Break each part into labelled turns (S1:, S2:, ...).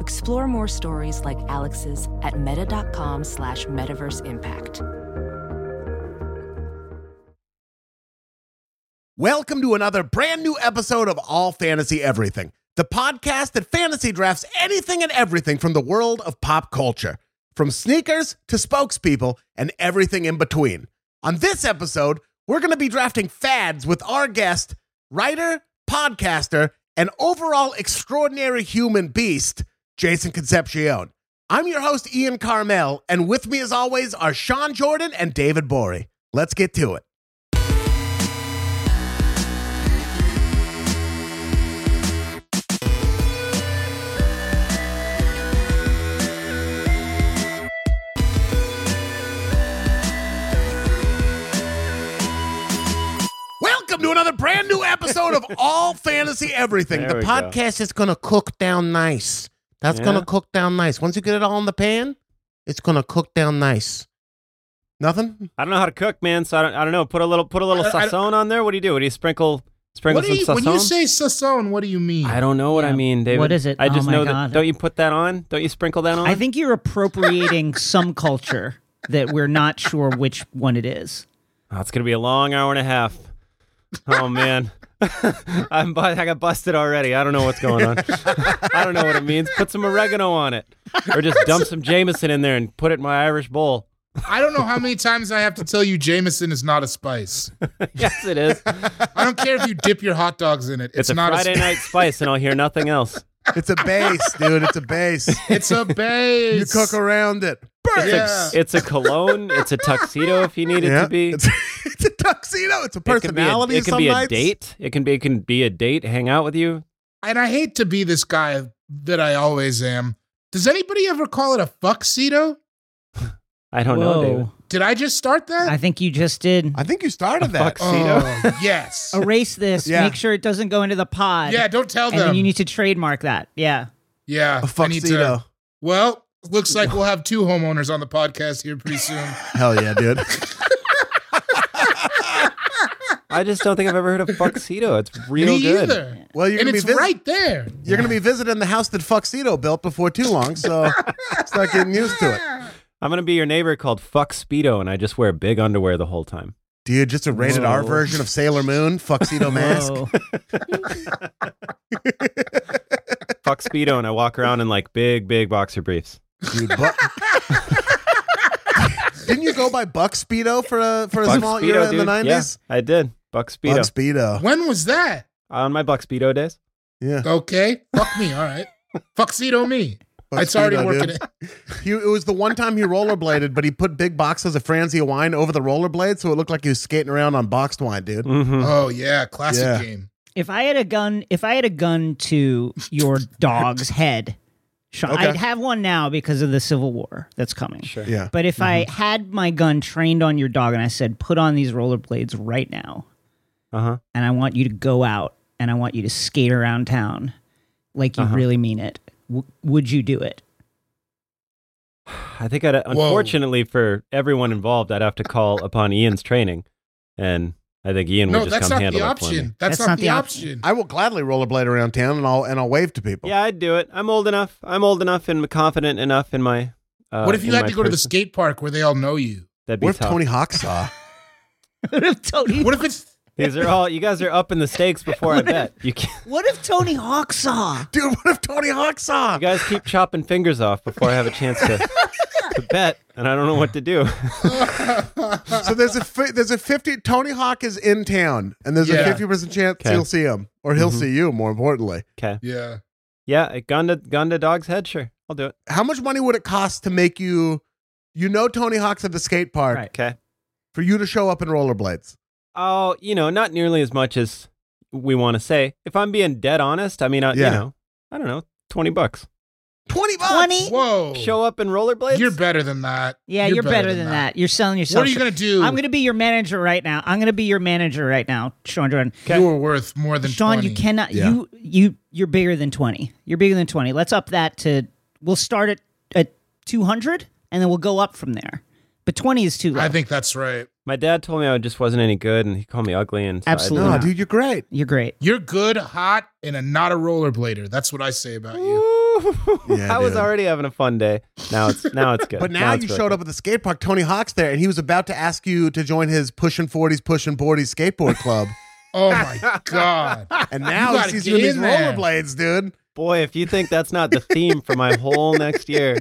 S1: Explore more stories like Alex's at meta.com slash metaverse impact.
S2: Welcome to another brand new episode of All Fantasy Everything, the podcast that fantasy drafts anything and everything from the world of pop culture, from sneakers to spokespeople and everything in between. On this episode, we're going to be drafting fads with our guest, writer, podcaster, and overall extraordinary human beast, Jason Concepcion. I'm your host, Ian Carmel, and with me, as always, are Sean Jordan and David Bory. Let's get to it. Welcome to another brand new episode of All Fantasy Everything.
S3: There
S2: the
S3: we go.
S2: podcast is going to cook down nice. That's going
S3: Yeah?
S2: to cook down nice. Once you get it all in the pan, it's going to cook down nice. Nothing?
S3: I don't know how to cook, man. So I don't. I don't know. Put a little. Put a little
S4: I- I-
S3: sazon on there. What do you do? What do you sprinkle? Sprinkle
S4: What do you,
S3: some
S4: when you
S3: sazon.
S4: say sazon, what do you mean?
S3: I don't know what I
S5: Yeah.
S3: mean, David.
S5: What is it?
S3: I
S5: Oh
S3: just
S5: my
S3: know
S5: God.
S3: that. Don't you put that on? Don't you sprinkle that on?
S5: I think you're appropriating some culture that we're not sure which one it is.
S3: Oh, it's gonna be a long hour and a half. Oh man, I'm. bu- I got busted already. I don't know what's going on. I don't know what it means. Put some oregano on it, or just dump some Jameson in there and put it in my Irish bowl.
S4: I don't know how many times I have to tell you Jameson is not a spice.
S3: yes, it is. It's,
S4: I don't care if you dip your hot dogs in it. It's,
S3: a
S4: not
S3: Friday
S4: a spice.
S3: night spice, and I'll hear nothing else.
S2: It's a base, dude. It's a base.
S4: It's a base.
S2: You cook around it.
S3: It's,
S4: Yeah.
S3: a, it's a cologne. It's a tuxedo if you need it
S2: Yeah.
S3: to be.
S2: It's, it's a tuxedo. It's a personality.
S3: It can
S2: some
S3: be a, it can
S2: nights.
S3: be a date. It can be it can be a date. Hang out with you.
S4: and I hate to be this guy that I always am. Does anybody ever call it a fuckcedo?
S3: I don't know, Oh, David.
S4: Did I just start that?
S5: I think you just did.
S2: I think you started that.
S3: Fuck Cedo.
S4: Oh, yes.
S5: Erase this.
S2: Yeah.
S5: Make sure it doesn't go into the pod.
S4: yeah, don't tell
S5: and then
S4: them.
S5: you need to trademark that. Yeah.
S4: yeah.
S2: A
S4: Oh, I need to-
S2: fuxedo.
S4: Well, looks like we'll have two homeowners on the podcast here pretty soon.
S2: Hell yeah, dude.
S3: I just don't think I've ever heard of Fuxedo. It's real
S4: Me
S3: good.
S4: either.
S2: Well, you're
S4: and
S2: gonna
S4: it's
S2: be visit-
S4: right there.
S2: You're gonna be visiting the house that Fuxedo built before too long, so start getting used to it.
S3: I'm gonna be your neighbor called Fuck Speedo, and I just wear big underwear the whole time.
S2: Dude, just a rated R
S5: Whoa.
S2: version of Sailor Moon, Fuxedo mask.
S5: Whoa.
S3: Fuck Speedo, and I walk around in like big, big boxer briefs.
S2: Dude, bu- didn't you go by Buck Speedo for a for a
S3: Buck
S2: small
S3: Speedo,
S2: era in the
S3: dude.
S2: nineties?
S3: Yeah, I did. Buck Speedo
S2: Buck Speedo.
S4: When was that?
S3: on my Buck Speedo days.
S2: Yeah.
S4: Okay. Fuck me. All right. Fuxedo me.
S2: Buck
S4: it's already
S2: Speedo,
S4: working.
S2: dude. He, it was the one time he rollerbladed, but he put big boxes of Franzia wine over the rollerblade, so it looked like he was skating around on boxed wine, dude.
S3: Mm-hmm.
S4: Oh yeah, classic
S2: Yeah.
S4: game.
S5: if I had a gun, if I had a gun to your dog's head, Sean,
S2: Okay.
S5: I'd have one now because of the Civil War that's coming. Sure.
S2: Yeah.
S5: But if I had my gun trained on your dog and I said, put on these rollerblades right now,
S3: Uh huh.
S5: and I want you to go out and I want you to skate around town like
S4: Uh-huh.
S5: you really mean it. W- would you do it?
S3: I think I'd uh, unfortunately for everyone involved, I'd have to call upon Ian's training, and I think Ian
S4: No,
S3: would just
S4: that's
S3: come
S4: not
S3: handle
S4: the
S3: it for me.
S4: option. That's, not, the option.
S2: I will gladly rollerblade around town and I'll and I'll wave to people.
S3: Yeah, I'd do it. I'm old enough. I'm old enough and confident enough in my. Uh,
S4: what if you
S3: in
S4: had
S3: my
S4: to go to the
S3: person.
S4: skate park where they all know you?
S3: That'd be
S2: What if
S3: tough.
S2: Tony Hawk saw?
S5: what if Tony?
S4: What if it's
S3: These are all. You guys are up in the stakes before I bet. You can't,
S5: What if Tony Hawk saw?
S2: Dude, what if Tony Hawk saw?
S3: You guys keep chopping fingers off before I have a chance to to bet, and I don't know what to do.
S2: So there's a fi- there's a fifty. Tony Hawk is in town, and there's a
S4: Yeah.
S2: fifty percent chance
S3: Okay.
S2: you'll see him, or he'll see you. More importantly,
S3: Okay.
S4: yeah?
S3: Yeah, a gun to gun to dog's head. Sure, I'll do it.
S2: how much money would it cost to make you? You know, Tony Hawk's at the skate park
S5: Right.
S3: Okay.
S2: for you to show up in rollerblades.
S3: Oh, you know, not nearly as much as we want to say. If I'm being dead honest, I mean, I,
S2: Yeah.
S3: you know, I don't know, twenty bucks.
S2: 20 bucks.
S5: 20?
S4: Whoa.
S3: Show up in rollerblades.
S4: Oh. You're better than that.
S5: Yeah, you're, better, than that. You're selling yourself.
S4: What are you gonna do?
S5: I'm going to be your manager right now. I'm going to be your manager right now, Sean Jordan.
S4: You were worth more than
S5: Sean,
S4: 20.
S5: you cannot.
S2: Yeah.
S5: You you you're bigger than twenty. You're bigger than twenty. Let's up that to. We'll start at at two hundred, and then we'll go up from there. But twenty is too low.
S4: I think that's right.
S3: My dad told me I just wasn't any good, and he called me ugly. And so I-
S5: Absolutely.
S2: No,
S5: not.
S2: dude, you're great.
S5: You're great.
S4: You're good, hot, and a not a rollerblader. That's what I say about you.
S3: Ooh,
S2: Yeah,
S3: I was
S2: dude.
S3: already having a fun day. Now it's now it's good.
S2: But now
S3: it's
S2: you
S3: really
S2: showed up at the skate park. Tony Hawk's there, and he was about to ask you to join his pushing 40s, pushing 40s skateboard club.
S4: Oh my god.
S2: And
S4: You
S2: now he
S4: gotta
S2: sees
S4: get
S2: you in these
S4: in there.
S2: rollerblades, dude.
S3: good. Boy, if you think that's not the theme for my whole next year,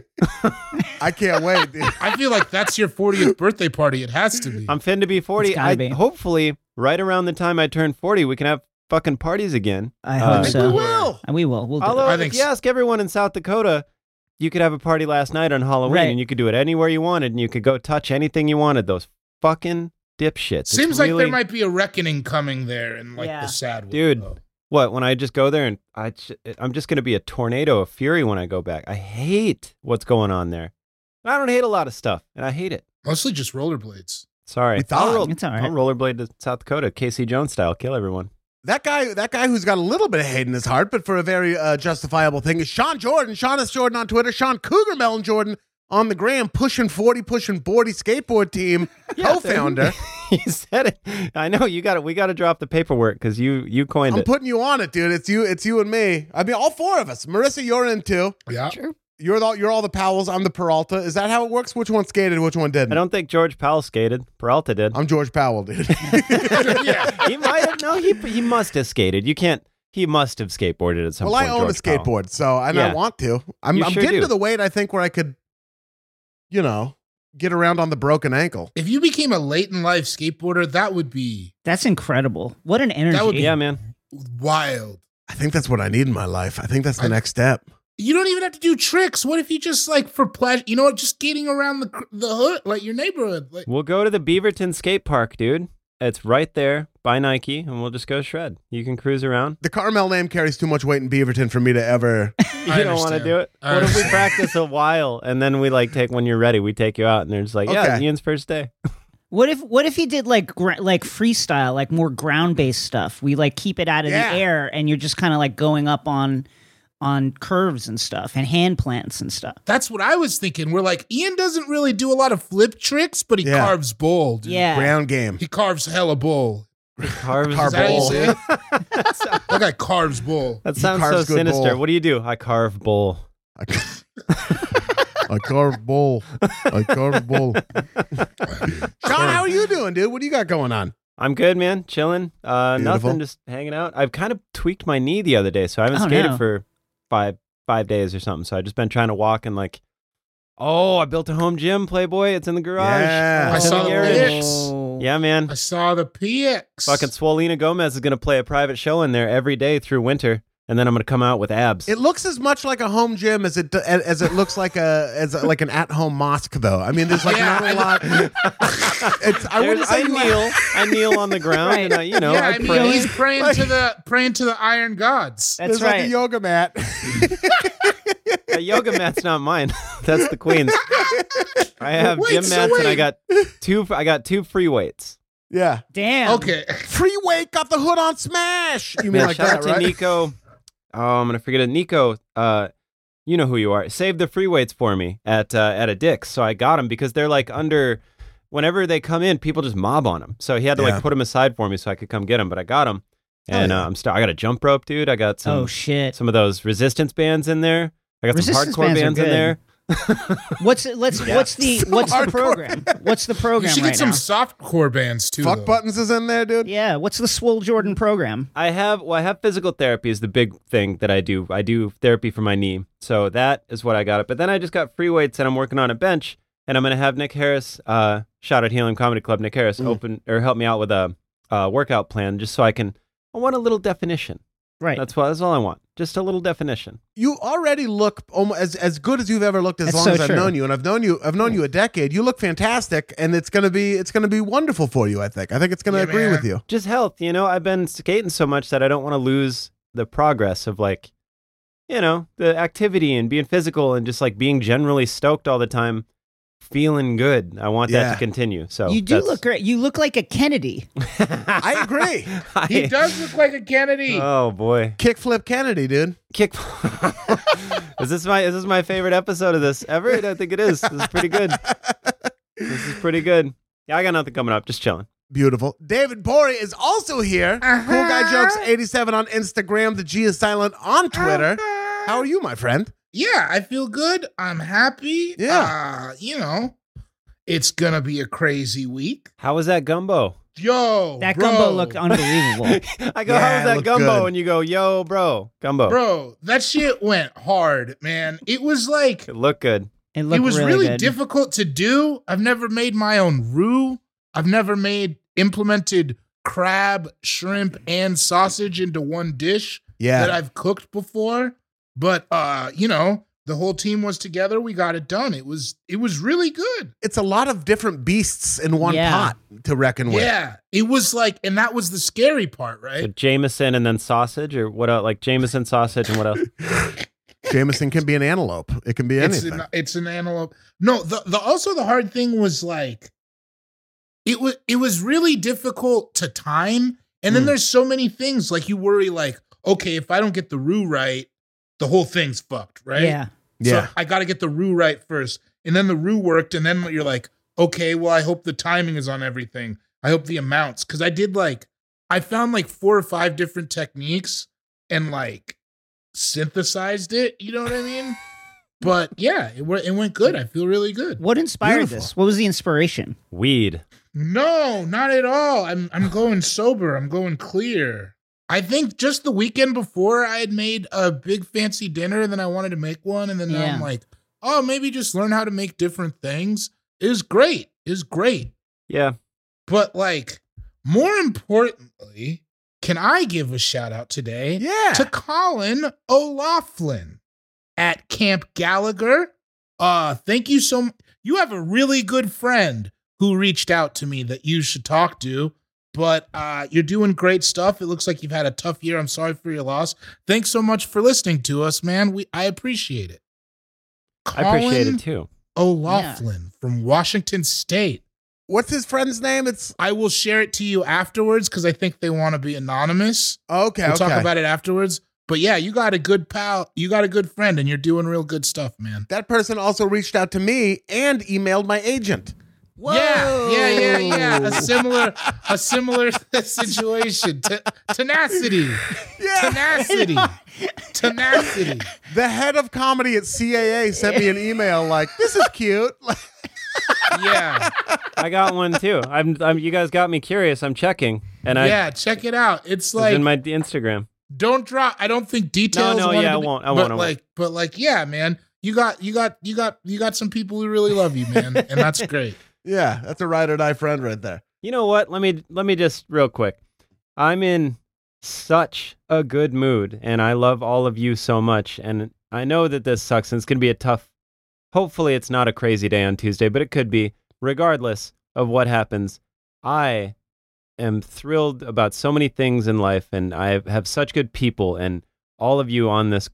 S2: I can't wait. dude.
S4: I feel like that's your 40th birthday party. It has to be.
S3: I'm fin to be forty.
S5: It's gotta
S3: I
S5: be.
S3: hopefully right around the time I turn forty, we can have fucking parties again.
S5: I
S3: Uh,
S5: hope
S2: I think
S5: so.
S2: we will.
S5: And we will. We'll do
S3: Although
S5: it.
S4: I
S3: if
S4: think
S3: you
S4: so.
S3: ask everyone in South Dakota, you could have a party last night on Halloween,
S5: Right.
S3: and you could do it anywhere you wanted, and you could go touch anything you wanted. Those fucking dipshits. It's
S4: Seems like
S3: really-
S4: there might be a reckoning coming there, and like
S5: Yeah.
S4: the sad one,
S3: Dude.
S4: though.
S3: What when I just go there and I ch- I'm just gonna be a tornado of fury when I go back. I hate what's going on there. And I don't hate a lot of stuff, and I hate it.
S4: Mostly just rollerblades.
S3: Sorry,
S2: We thought-
S3: I'll,
S5: It's all right.
S3: I'll rollerblade to South Dakota, Casey Jones style, kill everyone.
S2: That guy, that guy who's got a little bit of hate in his heart, but for a very uh, justifiable thing, is Sean Jordan. Sean is Jordan on Twitter. Sean Cougar Melon Jordan on the gram, pushing 40, pushing 40 skateboard team, co-founder.
S3: you said it. I know you got it. We got to drop the paperwork because you you coined
S2: I'm
S3: it.
S2: putting you on it, dude. It's you, it's you and me. I mean, all four of us. Marissa, you're in too.
S4: Yeah.
S2: You're the, you're all the Powells. I'm the Peralta. Is that how it works? Which one skated? Which one
S3: I
S2: didn't?
S3: don't think George Powell skated. Peralta did.
S2: I'm George Powell, dude.
S4: yeah.
S3: he might have. No, he he must have skated. You can't. He must have skateboarded at some
S2: well,
S3: point.
S2: I own
S3: George
S2: a
S3: Powell.
S2: skateboard, so and I
S3: Yeah.
S2: want to. I'm,
S3: You
S2: I'm
S3: sure
S2: getting
S3: do.
S2: to the weight I think where I could, you know, get around on the broken ankle.
S4: If you became a late in life skateboarder, that would be
S5: That's incredible. What an energy.
S4: would be-
S3: Yeah, man.
S4: wild.
S2: I think that's what I need in my life. I think that's the
S4: I-
S2: next step.
S4: You don't even have to do tricks. What if you just like for pleasure? You know what? Just skating around the cr- the hood, like your neighborhood. Like
S3: We'll go to the Beaverton skate park, dude. It's right there by Nike, and we'll just go shred. You can cruise around.
S2: The Carmel name carries too much weight in Beaverton for me to ever.
S3: You don't want to
S4: understand.
S3: do it.
S4: I
S3: What if we
S4: understand.
S3: practice a while and then we like take when you're ready, we take you out, and they're just like, yeah,
S2: Okay.
S3: Ian's first day.
S5: What if what if he did like gra- like freestyle, like more ground based stuff? We like keep it out of
S2: Yeah.
S5: the air, and you're just kind of like going up on on curves and stuff, and hand plants and stuff.
S4: That's what I was thinking. We're like Ian doesn't really do a lot of flip tricks, but he
S2: Yeah.
S4: carves bull. Dude.
S5: Yeah,
S2: Ground game.
S4: he carves hella bull.
S3: Carves
S2: Carve
S4: Is that how you
S2: bull.
S4: say it? that guy carves bull.
S3: That
S2: He
S3: sounds so
S2: carves good
S3: sinister.
S2: bowl.
S3: What do you do? I carve bowl.
S2: I ca- I carve bull. I carve bull. Sean, how are you doing, dude? What do you got going on?
S3: I'm good, man. Chilling. Uh,
S2: Beautiful.
S3: nothing. Just hanging out. I've kind of tweaked my knee the other day, so I haven't
S5: Oh,
S3: skated
S5: no.
S3: for five five days or something. So I have just been trying to walk and like, oh, I built a home gym, Playboy. It's in the garage.
S2: Yeah.
S3: It's
S4: I
S3: in
S4: saw the
S3: garage.
S4: pics.
S3: Yeah, man.
S4: I saw the PX.
S3: Fucking Swolina Gomez is gonna play a private show in there every day through winter, and then I'm gonna come out with abs.
S2: It looks as much like a home gym as it as it looks like a as a, like an at home mosque, though. I mean, there's like
S4: Yeah,
S2: not
S4: I
S2: a
S4: know.
S2: lot. It's, I
S3: There's-
S2: wouldn't say you have-
S3: kneel. I kneel on the ground, and I, you know,
S4: yeah, I,
S3: I,
S4: mean,
S3: pray.
S4: he's praying to the praying to the iron gods.
S5: that's
S2: there's
S5: right.
S2: like a yoga mat.
S3: A yoga mat's not mine. That's the queen's. I have
S4: Wait,
S3: gym
S4: so
S3: mats, and I
S4: wait.
S3: got two. I got two free weights.
S2: yeah.
S5: Damn.
S4: Okay,
S2: Freeway got the hood on smash. You mean
S3: Man,
S2: like
S3: shout
S2: that,
S3: out to
S2: right?
S3: Nico. Oh, I'm gonna forget it. Nico, uh, you know who you are. Save the free weights for me at uh, at a Dick's. So I got them because they're like under. Whenever they come in, people just mob on them. So he had to
S2: Yeah.
S3: like put them aside for me so I could come get them. But I got them,
S2: Hell
S3: and
S2: yeah.
S3: uh, I'm still. I got a jump rope, dude. I got some
S5: Oh shit.
S3: some of those resistance bands in there. I got
S5: Resistance
S3: some hardcore
S5: bands are
S3: bands in
S5: good.
S3: there.
S5: What's what's what's the what's the
S2: hardcore.
S5: program? What's the
S4: you
S5: program
S4: should
S5: right
S4: get some
S5: now?
S4: soft core bands too.
S2: Fuck
S4: though.
S2: buttons is in there, dude.
S5: Yeah. What's the Swole Jordan program?
S3: I have well, I have physical therapy is the big thing that I do. I do therapy for my knee, so that is what I got it. But then I just got free weights, and I'm working on a bench, and I'm gonna have Nick Harris, uh, shout out Helium Comedy Club, Nick Harris, open or help me out with a uh, workout plan, just so I can. I want a little definition.
S5: Right.
S3: That's what. That's all I want. Just a little definition.
S2: You already look almost as, as good as you've ever looked as
S5: That's
S2: long
S5: so
S2: as I've
S5: true.
S2: known you, and I've known you I've known you a decade. You look fantastic, and it's gonna be it's gonna be wonderful for you. I think I think it's gonna
S4: Yeah,
S2: agree
S4: man.
S2: with you.
S3: Just health, you know. I've been skating so much that I don't want to lose the progress of like you know, the activity and being physical and just like being generally stoked all the time, feeling good. I want that
S2: Yeah.
S3: to continue. So
S5: you do
S3: that's-
S5: look great. You look like a Kennedy.
S2: I agree.
S3: I-
S4: He does look like a Kennedy.
S3: Oh boy,
S2: Kickflip Kennedy, dude.
S3: kick! is this my is this my favorite episode of this ever? I don't think it is. This is pretty good. This is pretty good. Yeah, I got nothing coming up. Just chilling.
S2: Beautiful. David Bory is also here. Cool
S3: Uh-huh.
S2: guy jokes 87 on Instagram. The G is silent on Twitter.
S3: Uh-huh.
S2: How are you, my friend?
S4: Uh, yeah, I feel good. I'm happy.
S2: Yeah.
S4: Uh, you know, it's gonna be a crazy week.
S3: How was that gumbo?
S4: Yo,
S5: That
S4: bro,
S5: gumbo looked unbelievable.
S3: I go,
S2: Yeah,
S3: how was
S2: it
S3: that
S2: looked
S3: gumbo?
S2: good.
S3: And you go, yo, bro, gumbo.
S4: Bro, that shit went hard, man. It was like
S3: It looked good.
S5: It looked
S4: it was
S5: really,
S4: really,
S5: good.
S4: difficult to do. I've never made my own roux. I've never made implemented crab, shrimp, and sausage into one dish that
S2: Yeah.
S4: I've cooked before. But uh, you know, the whole team was together. We got it done. It was it was really good.
S2: It's a lot of different beasts in one
S5: Yeah.
S2: pot to reckon with.
S4: Yeah, it was like, and that was the scary part, right?
S3: So Jameson and then sausage, or what else? Like Jameson sausage and what else?
S2: Jameson can be an antelope, it can be
S4: it's
S2: anything.
S4: an, it's an antelope. No, the, the also the hard thing was like it was it was really difficult to time. And
S2: Hmm.
S4: then
S3: Mm.
S4: there's so many things like you worry like, okay, if I don't get the roux right, the whole thing's fucked, right?
S5: Yeah.
S2: yeah.
S4: So I got to get the roux right first. And then the roux worked and then you're like, okay, well I hope the timing is on everything. I hope the amounts cuz I did like I found like four or five different techniques and like synthesized it, you know what I mean? But yeah, it, wa- it went good. I feel really good.
S5: What inspired
S2: Beautiful.
S5: this? What was the inspiration?
S3: Weed.
S4: No, not at all. I'm I'm going sober. I'm going clear. I think just the weekend before I had made a big fancy dinner and then I wanted to make one and then now I'm
S5: Yeah.
S4: like, oh, maybe just learn how to make different things. Is great. Is great.
S3: Yeah.
S4: But like more importantly, can I give a shout out today
S2: Yeah.
S4: to Colin O'Laughlin at Camp Gallagher. Uh, thank you so much. You have a really good friend who reached out to me that you should talk to. But uh, you're doing great stuff. It looks like you've had a tough year. I'm sorry for your loss. Thanks so much for listening to us, man. We I appreciate it.
S3: I appreciate
S4: Colin
S3: it too.
S4: O'Laughlin from Washington State.
S2: What's his friend's name? It's
S4: I will share it to you afterwards because I think they want to be anonymous
S2: okay.
S4: we'll
S2: okay.
S4: talk about it afterwards. But yeah, you got a good pal, you got a good friend, and you're doing real good stuff, man.
S2: that person also reached out to me and emailed my agent.
S4: Yeah, yeah, yeah, yeah. A similar, a similar situation. Te- tenacity,
S2: Yeah.
S4: tenacity, tenacity.
S2: the head of comedy at CAA sent me an email like, this is cute.
S4: Yeah,
S3: I got one too. I'm, I'm. You guys got me curious. I'm checking, and I yeah,
S4: yeah. Check it out. It's
S3: like,
S4: like
S3: in my Instagram.
S4: don't drop. I don't think details.
S3: No, no,
S4: wanted
S3: yeah,
S4: to
S3: I
S4: be-
S3: won't, I
S4: but
S3: won't, I won't.
S4: like, but like, yeah, man. You got, you got, you got, you got some people who really love you, man, and that's great.
S2: yeah, that's a ride or die friend right there.
S3: You know what? Let me let me just real quick. I'm in such a good mood and I love all of you so much and I know that this sucks and it's going to be a tough Hopefully it's not a crazy day on Tuesday, but it could be regardless of what happens. I am thrilled about so many things in life and I have such good people and all of you on this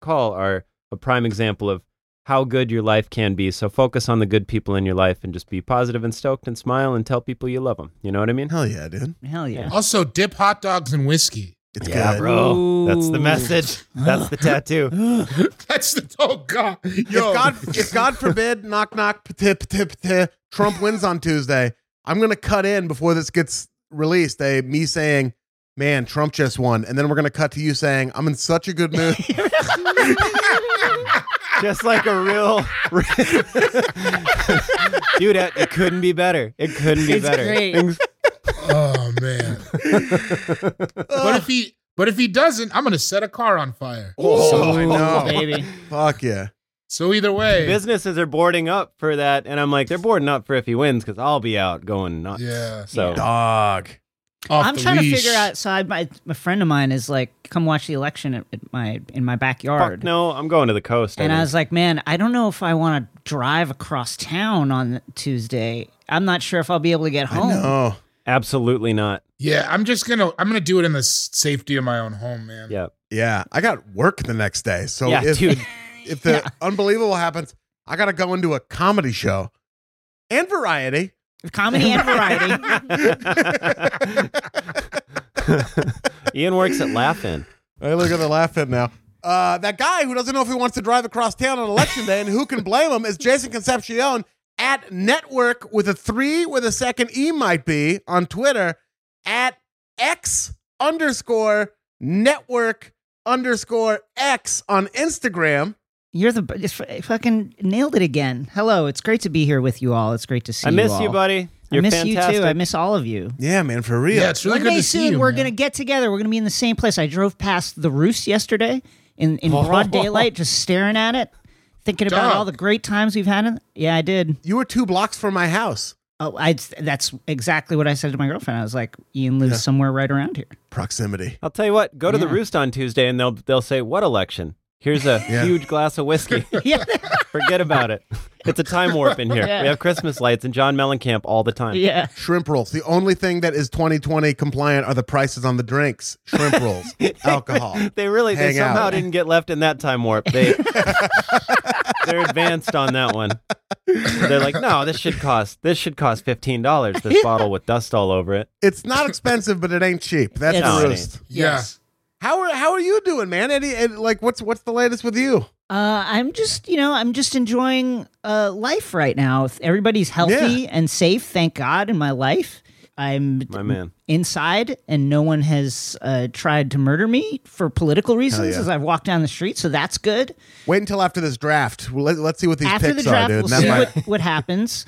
S3: call are a prime example of how good your life can be. So focus on the good people in your life and just be positive and stoked and smile and tell people you love them. You know what I mean?
S2: Hell yeah, dude.
S5: Hell yeah.
S4: Also, dip hot dogs and whiskey.
S2: It's
S3: Yeah,
S2: good.
S3: bro. That's the
S5: Ooh.
S3: message. That's the tattoo.
S4: That's the oh god.
S2: If
S4: Yo,
S2: God, if God forbid, knock knock, p'ti, p'ti, p'ti, Trump wins on Tuesday, I'm gonna cut in before this gets released. A me saying, "Man, Trump just won," and then we're gonna cut to you saying, "I'm in such a good mood."
S3: Just like a real dude. that- It couldn't be better. It couldn't be
S5: It's
S3: better.
S5: great.
S3: Things-
S4: oh man. but if he but if he doesn't, I'm gonna set a car on fire.
S2: oh, I know.
S5: Baby.
S2: Fuck yeah.
S4: So either way,
S3: Businesses are boarding up for that, and I'm like, they're boarding up for if he wins because I'll be out going nuts.
S4: Yeah.
S3: So
S2: Dog.
S4: off
S5: I'm
S4: the
S5: trying to
S4: leash.
S5: figure out. So I, my a friend of mine is like, come watch the election at, at my in my backyard.
S3: fuck no, I'm going to the coast.
S5: And I
S3: think.
S5: was like, man, I don't know if I want to drive across town on Tuesday. I'm not sure if I'll be able to get home.
S2: Oh,
S3: absolutely not.
S4: Yeah, I'm just gonna I'm gonna do it in the s- safety of my own home, man.
S3: Yeah.
S2: Yeah, I got work the next day. So
S6: Yeah,
S2: if,
S6: dude.
S2: if the unbelievable happens, I got to go into a comedy show and variety.
S5: Comedy and variety.
S6: Ian works at Laughing.
S2: I look at the laugh at now. Uh, that guy who doesn't know if he wants to drive across town on election day and who can blame him is Jason Concepcion at network with a three with a second E might be on Twitter at X underscore network underscore X on Instagram.
S5: You're the b- just f- fucking nailed it again. Hello, it's great to be here with you all. It's great to see
S6: I
S5: you
S6: miss you,
S5: all.
S6: buddy.
S5: I
S6: You're
S5: miss
S6: fantastic.
S5: you too. I miss all of you.
S2: Yeah, man, for real.
S4: Yeah, it's really
S5: One
S4: good
S5: day
S4: to
S5: soon,
S4: see you.
S5: we're
S4: man.
S5: gonna get together. We're gonna be in the same place. I drove past the Roost yesterday in, in broad daylight, just staring at it, thinking about
S4: Dog.
S5: all the great times we've had. In- yeah, I did.
S2: You were two blocks from my house.
S5: Oh, I. That's exactly what I said to my girlfriend. I was like, Ian lives somewhere right around here.
S2: Proximity.
S6: I'll tell you what. Go to the
S5: Yeah.
S6: Roost on Tuesday, and they'll they'll say, "What election?" Here's a
S2: Yeah.
S6: huge glass of whiskey.
S5: yeah,
S6: Forget about it. It's a time warp in here.
S5: Yeah.
S6: We have Christmas lights and John Mellencamp all the time.
S5: yeah.
S2: Shrimp rolls. The only thing that is 2020 compliant are the prices on the drinks. Shrimp rolls, alcohol.
S6: They really they
S2: Hang out.
S6: somehow didn't get left in that time warp. They they're advanced on that one. They're like, no, this should cost this should cost fifteen dollars. This bottle with dust all over it.
S2: It's not expensive, but it ain't cheap. That's
S5: It's-
S6: No,
S2: the
S6: it
S2: roost.
S4: Yeah.
S2: How are how are you doing, man? Any and, like what's what's the latest with you?
S5: Uh, I'm just, you know, I'm just enjoying uh, life right now. Everybody's healthy and safe, thank God, in my life. I'm
S6: My man.
S5: inside, and no one has uh, tried to murder me for political reasons
S2: yeah.
S5: as I've walked down the street, so that's good.
S2: Wait until after this draft. Well, Let, let's see what these
S5: After
S2: picks
S5: the draft,
S2: are, dude.
S5: we'll
S2: That
S5: see
S2: might-
S5: what, what happens.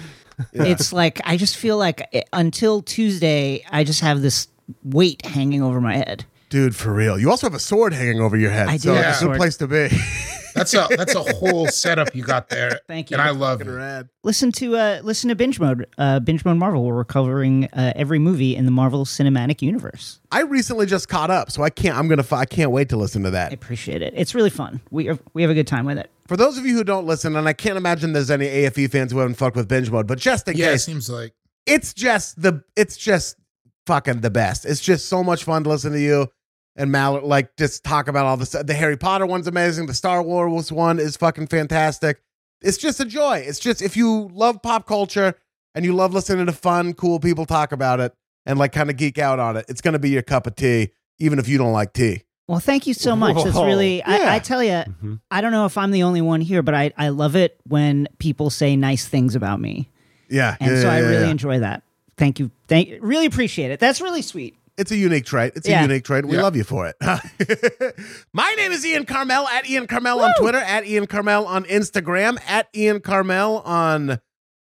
S5: It's like I just feel like uh, until Tuesday, I just have this weight hanging over my head.
S2: dude, for real. You also have a sword hanging over your head.
S5: I do
S2: so
S5: have
S4: a
S2: it's a
S5: sword.
S2: place to be.
S4: That's a that's a whole setup you got there.
S5: Thank you.
S4: And I love it.
S2: Rad.
S5: Listen to uh, listen to binge mode, uh, binge mode Marvel. Where we're covering uh, every movie in the Marvel Cinematic Universe.
S2: I recently just caught up, so I can't. I'm gonna. fi- I can't wait to listen to
S5: I
S2: that.
S5: appreciate it. It's really fun. We are, we have a good time with it.
S2: For those of you who don't listen, and I can't imagine there's any AFE fans who haven't fucked with binge mode, but just in
S4: Yeah, it
S2: case,
S4: seems like
S2: it's just the it's just fucking the best. It's just so much fun to listen to you and Mal like just talk about all this. The Harry Potter one's amazing. The Star Wars one is fucking fantastic. It's just a joy. It's just if you love pop culture and you love listening to fun, cool people talk about it and like kind of geek out on it, it's gonna be your cup of tea, even if you don't like tea.
S5: Well, thank you so much. That's
S6: Whoa.
S5: really.
S2: Yeah. Mm-hmm.
S5: I, I tell you,
S6: Mhm.
S5: I don't know if I'm the only one here, but I I love it when people say nice things about me,
S2: Yeah,
S5: and
S2: yeah,
S5: so I
S2: yeah,
S5: really
S2: yeah.
S5: enjoy that. Thank you. Thank really appreciate it. That's really sweet.
S2: It's a unique trait. It's
S5: Yeah.
S2: a unique trait. We
S4: Yeah.
S2: love you for it. My name is Ian Carmel at Ian Carmel on Twitter, at Ian Carmel on Instagram, at Ian Carmel on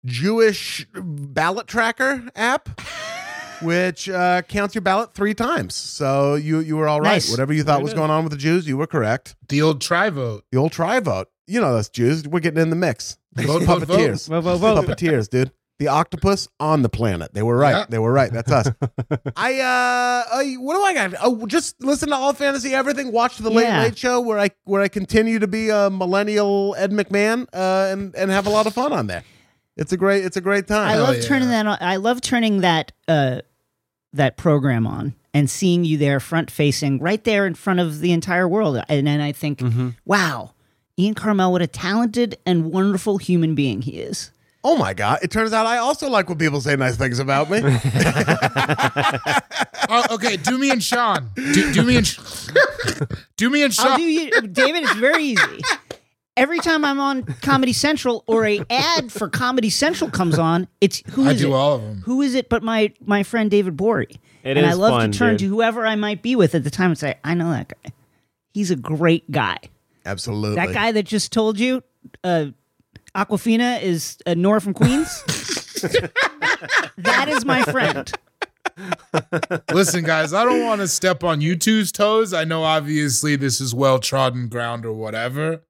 S2: Jewish ballot tracker app, which uh, counts your ballot three times. So you you were all right.
S5: Nice.
S2: Whatever you thought was going on with the Jews, you were correct.
S4: the old tri vote.
S2: The old try vote. You know those Jews. We're getting in the mix. Those
S4: Vote, vote,
S2: puppeteers.
S5: Vote, vote, vote.
S2: Puppeteers, dude. The octopus on the planet. They were right.
S4: Yeah.
S2: They were right. That's us. I uh, I, what do I got? Oh, just listen to all fantasy everything. Watch the late
S5: Yeah.
S2: late show where I where I continue to be a millennial Ed McMahon uh, and and have a lot of fun on there. It's a great it's a great time.
S5: I
S4: Hell
S5: love
S4: yeah.
S5: turning that. On, I love turning that uh, that program on and seeing you there, front facing, right there in front of the entire world. And then I think,
S2: Mm-hmm.
S5: wow, Ian Carmel, what a talented and wonderful human being he is.
S2: oh my god! It turns out I also like when people say nice things about me.
S4: Oh, okay. Do me and Sean. Do, do me and Sh- do me and
S5: I'll
S4: Sean.
S5: do you, David. It's very easy. Every time I'm on Comedy Central or a ad for Comedy Central comes on, it's who
S4: I
S5: is
S4: do
S5: it?
S4: all of them.
S5: Who is it? But my my friend David Bory.
S6: It
S5: and I
S6: is
S5: love
S6: fun,
S5: to turn
S6: dude.
S5: to whoever I might be with at the time and say, I know that guy. He's a great guy.
S2: Absolutely.
S5: That guy that just told you, uh, Aquafina is uh, Nora from Queens. that is my friend.
S4: Listen, guys, I don't want to step on you two's toes. I know obviously this is well trodden ground or whatever.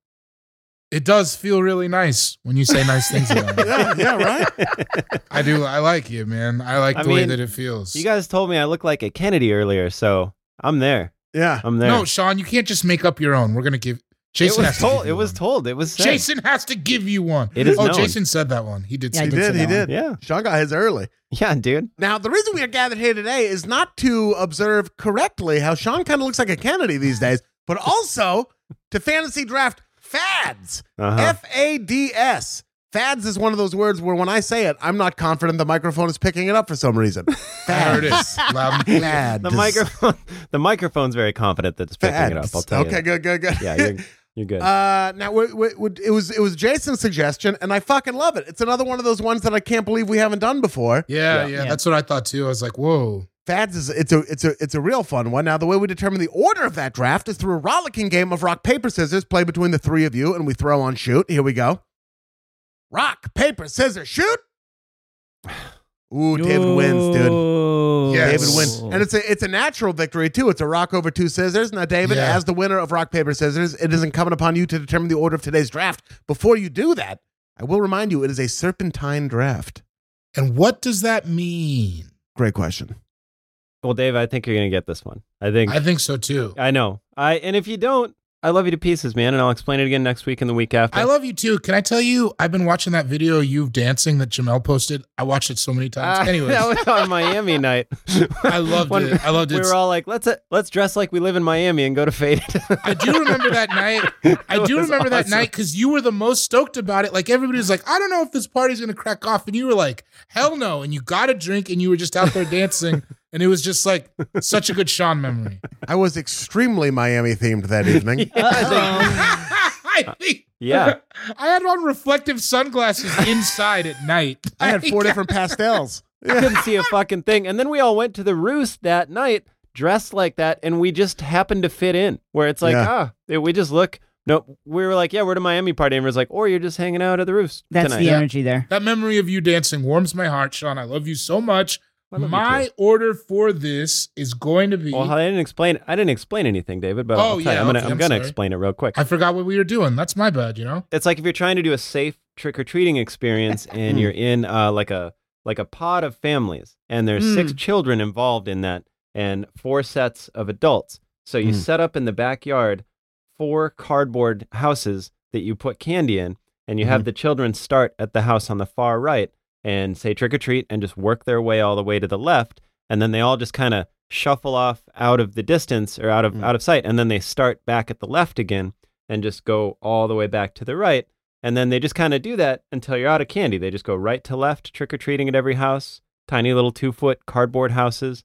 S4: It does feel really nice when you say nice things about me.
S2: Yeah, yeah, right.
S4: I do. I like you, man. I like
S6: I
S4: the way
S6: mean,
S4: that it feels.
S6: You guys told me I look like a Kennedy earlier, so I'm there.
S2: Yeah.
S6: I'm there.
S4: no, Sean, you can't just make up your own. We're gonna give
S6: it
S4: Jason.
S6: was
S4: has To
S6: told.
S4: give
S6: It
S4: you
S6: was
S4: one.
S6: told. It was said.
S4: Jason has to give you one.
S6: It is
S4: Oh,
S6: known.
S4: Jason said that one. He did.
S5: Yeah,
S4: say
S2: he
S5: did
S2: did.
S5: say
S2: He
S5: that
S2: did.
S5: one.
S6: Yeah.
S2: Sean got his early.
S6: Yeah, dude.
S2: Now, the reason we are gathered here today is not to observe correctly how Sean kind of looks like a Kennedy these days, but also to fantasy draft fads.
S3: Uh-huh.
S2: F A D S. Fads is one of those words where when I say it, I'm not confident the microphone is picking it up for some reason.
S4: There it
S2: Fads.
S4: is. Loud and clear.
S2: Fads.
S3: The microphone, the microphone's very confident that it's picking it up.
S2: Fads.
S3: I'll tell you.
S2: okay, good, good, good.
S3: that. Yeah, you're, you're good.
S2: Uh, now we, we, we, it was it was Jason's suggestion, and I fucking love it. It's another one of those ones that I can't believe we haven't done before.
S4: Yeah, yeah,
S5: Yeah.
S4: That's what I thought too. I was like, whoa.
S2: Fads is it's a it's a it's a real fun one. Now the way we determine the order of that draft is through a rollicking game of rock paper scissors played between the three of you, and we throw on shoot. Here we go. Rock paper scissors shoot. Ooh, David wins, dude.
S4: Yes.
S2: David wins, and it's a it's a natural victory too. It's a rock over two scissors. Now, David,
S4: Yeah.
S2: as the winner of rock paper scissors, it is incumbent upon you to determine the order of today's draft. Before you do that, I will remind you it is a serpentine draft.
S4: And what does that mean?
S2: Great question.
S3: well, Dave, I think you're gonna get this one. I think.
S4: I think so too.
S3: I know. I and if you don't, I love you to pieces, man, and I'll explain it again next week and the week after.
S4: I love you too. Can I tell you? I've been watching that video of you dancing that Jamel posted. I watched it so many
S3: Uh,
S4: times. Anyways,
S3: that was on Miami night.
S4: I loved
S3: When-
S4: it. I loved
S3: We
S4: it.
S3: were all like, let's uh, let's dress like we live in Miami and go to Faded.
S4: I do remember that night. I
S3: It
S4: do
S3: was
S4: remember that
S3: awesome.
S4: night because you were the most stoked about it. Like everybody was like, I don't know if this party's gonna crack off, and you were like, Hell no! And you got a drink, and you were just out there dancing, and it was just like such a good Sean memory.
S2: I was extremely Miami themed that evening.
S4: I think.
S3: Yeah.
S4: I had on reflective sunglasses inside at night.
S2: I had four different pastels.
S3: couldn't see a fucking thing. And then we all went to the roost that night dressed like that, and we just happened to fit in. Where it's like,
S2: Yeah.
S3: ah, it- we just look. No, we were like, yeah, we're at a Miami party, and it was like, or you're just hanging out at the roost
S5: That's
S3: tonight.
S5: the energy there.
S4: That memory of you dancing warms my heart, Sean. I love you so much.
S3: I love you Oh,
S4: My order for this is going to be.
S3: Well, I didn't explain. I didn't explain anything, David. But
S4: Oh,
S3: I'll tell
S4: yeah,
S3: you, I'm gonna,
S4: okay,
S3: I'm
S4: I'm
S3: gonna
S4: sorry.
S3: explain it real quick.
S4: I forgot what we were doing. That's my bad, you know?
S3: it's like if you're trying to do a safe trick or treating experience, and you're in uh, like a like a pod of families, and there's six children involved in that, and four sets of adults. So you
S2: Mm.
S3: set up in the backyard four cardboard houses that you put candy in, and you have the children start at the house on the far right and say trick or treat, and just work their way all the way to the left, and then they all just kind of shuffle off out of the distance or out of
S2: Mm.
S3: out of sight, and then they start back at the left again and just go all the way back to the right. And then they just kind of do that until you're out of candy. They just go right to left, trick or treating at every house, tiny little two foot cardboard houses,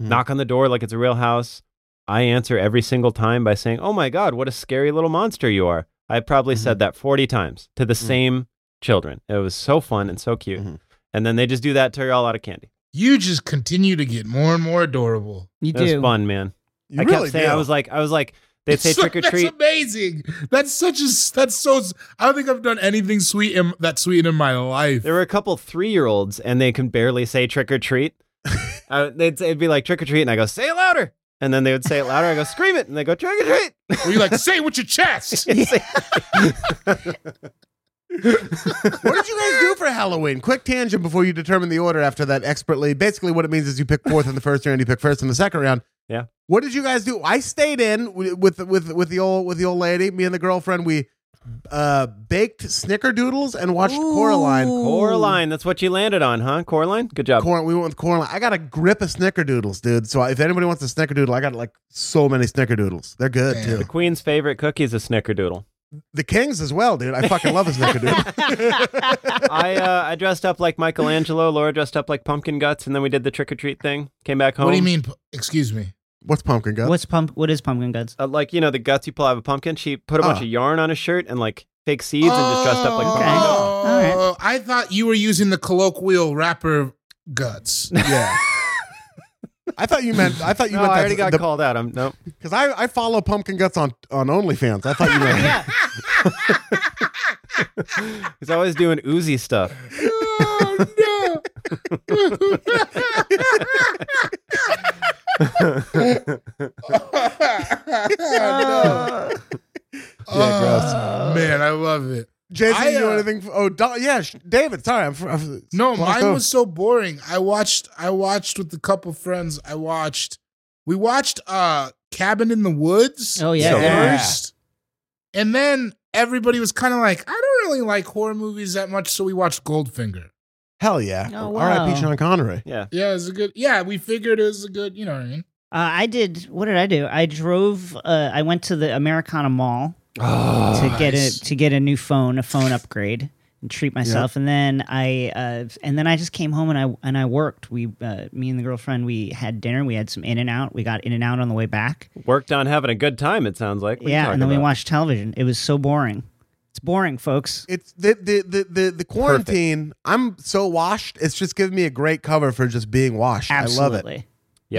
S2: Mhm.
S3: knock on the door like it's a real house. I answer every single time by saying, Oh my God, what a scary little monster you are. I probably said that 40 times to the same children. It was so fun and so cute.
S2: Mhm.
S3: And then they just do that till you're all out of candy.
S4: You just continue to get more and more adorable.
S5: You
S3: It was
S5: do.
S3: fun, man.
S2: You
S3: I
S2: really
S3: kept saying,
S2: do.
S3: I was like, I was like, they'd say
S4: So-
S3: trick or treat.
S4: That's amazing. That's such a. s- That's so. s- I don't think I've done anything sweet in, that sweet in my life.
S3: There were a couple three year olds and they can barely say trick or treat. uh, they'd, say- it'd be like trick or treat, and I go, say it louder. And then they would say it louder. I go, scream it. And they go, trick or treat.
S4: Were you like, say it with your chest?
S2: what did you guys do for Halloween? Quick tangent before you determine the order after that expertly. Basically, what it means is you pick fourth in the first round, you pick first in the second round.
S3: Yeah.
S2: What did you guys do? I stayed in wi- with with with the old with the old lady. Me and the girlfriend we uh, baked snickerdoodles and watched Coraline.
S3: Coraline, that's what you landed on, huh? Coraline? Good job.
S2: Cor- we went with Coraline. I got a grip of snickerdoodles, dude. So if anybody wants a snickerdoodle, I got like so many snickerdoodles. They're good
S4: Damn.
S3: the
S2: too.
S3: queen's favorite cookie is a snickerdoodle.
S2: The Kings as well, dude. I fucking love a snickerdoodle.
S3: I uh, I dressed up like Michelangelo. Laura dressed up like pumpkin guts, and then we did the trick or treat thing. Came back home.
S4: What do you mean? p- Excuse me.
S2: What's pumpkin guts?
S5: What's pump? What is pumpkin guts?
S3: Uh, like you know the guts you pull out of a pumpkin. She put a bunch
S2: Oh.
S3: of yarn on a shirt and like fake seeds and just dressed up like
S4: Oh,
S3: pumpkin.
S5: okay.
S3: guts.
S5: All
S4: I thought you were using the colloquial rapper guts.
S2: Yeah. I thought you meant. I thought you
S3: No,
S2: meant
S3: I
S2: that
S3: already got
S2: the-
S3: called out. I'm no.
S2: Because I, I follow Pumpkin Guts on, on OnlyFans. I thought you meant
S3: He's always doing oozy stuff.
S4: oh no. Oh, man, I love it.
S2: Jason,
S4: I,
S2: you do
S4: uh,
S2: anything? f- Oh, Don, yeah, sh- David. Sorry, I'm. fr- I'm
S4: No,
S2: blocked
S4: mine
S2: off.
S4: was so boring. I watched I watched with a couple friends. I watched we watched uh Cabin in the Woods.
S5: Oh, yeah.
S2: Yeah.
S4: First. And then everybody was kind of like, I don't really like horror movies that much, so we watched Goldfinger.
S2: Hell yeah.
S5: Oh, wow.
S2: R.I.P. Sean Connery.
S3: Yeah.
S4: Yeah, it was a good. Yeah, we figured it was a good. You know what I mean?
S5: Uh, I did. What did I do? I drove. Uh, I went to the Americana Mall
S2: Oh,
S5: to get a to get a new phone, a phone upgrade, and treat myself. And then I uh, and then I just came home and I and I worked. We, uh, me and the girlfriend, we had dinner. We had some In and Out. We got In and Out on the way back.
S6: Worked on having a good time. It sounds like. What are you
S5: yeah, and
S6: talking
S5: then we
S6: about?
S5: watched television. It was so boring. It's boring, folks.
S2: It's the the the the, the quarantine. I'm so washed. It's just giving me a great cover for just being washed. I love
S5: Absolutely.
S2: it.
S6: Yep.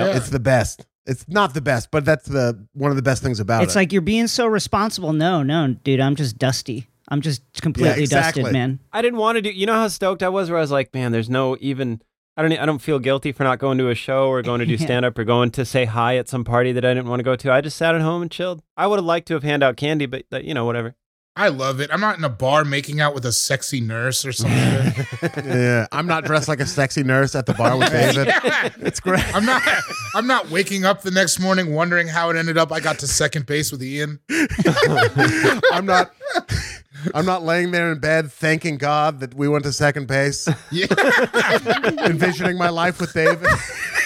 S4: Yeah.
S2: It's the best. It's not the best, but that's the one of the best things about
S5: It's
S2: it.
S5: like you're being so responsible. No, no, dude, I'm just dusty. I'm just completely
S2: exactly.
S5: dusted, man.
S6: I didn't want to do. You know how stoked I was, where I was like, man, there's no even. I don't. e, I don't feel guilty for not going to a show or going to do
S5: Yeah.
S6: stand up or going to say hi at some party that I didn't want to go to. I just sat at home and chilled. I would have liked to have handed out candy, but uh, you know, whatever.
S4: I love it. I'm not in a bar making out with a sexy nurse or something.
S2: yeah, I'm not dressed like a sexy nurse at the bar with David.
S4: Yeah.
S2: It's great.
S4: I'm not. I'm not waking up the next morning wondering how it ended up. I got to second base with Ian.
S2: I'm not. I'm not laying there in bed thanking God that we went to second base,
S4: Yeah.
S2: envisioning my life with David.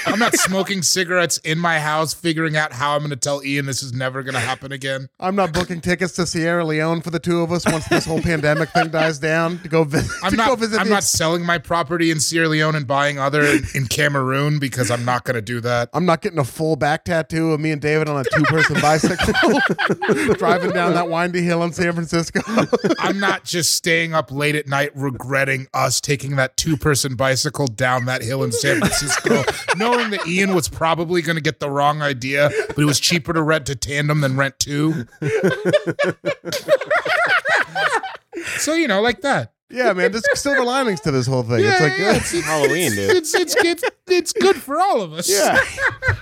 S4: I'm not smoking cigarettes in my house, figuring out how I'm going to tell Ian this is never going to happen again.
S2: I'm not booking tickets to Sierra Leone for the two of us once this whole pandemic thing dies down to go, vi-
S4: I'm
S2: to go
S4: not.
S2: visit.
S4: I'm
S2: the-
S4: not selling my property in Sierra Leone and buying other in, in Cameroon because I'm not going to do that.
S2: I'm not getting a full back tattoo of me and David on a two person bicycle driving down that windy hill in San Francisco.
S4: I'm not just staying up late at night regretting us taking that two-person bicycle down that hill in San Francisco, knowing that Ian was probably going to get the wrong idea, but it was cheaper to rent to tandem than rent two. so you know, like that.
S2: yeah, man, there's silver linings to this whole thing. it's like,
S4: yeah, it's,
S6: Halloween, dude.
S4: it's, it's, it's, it's good for all of us.
S2: Yeah.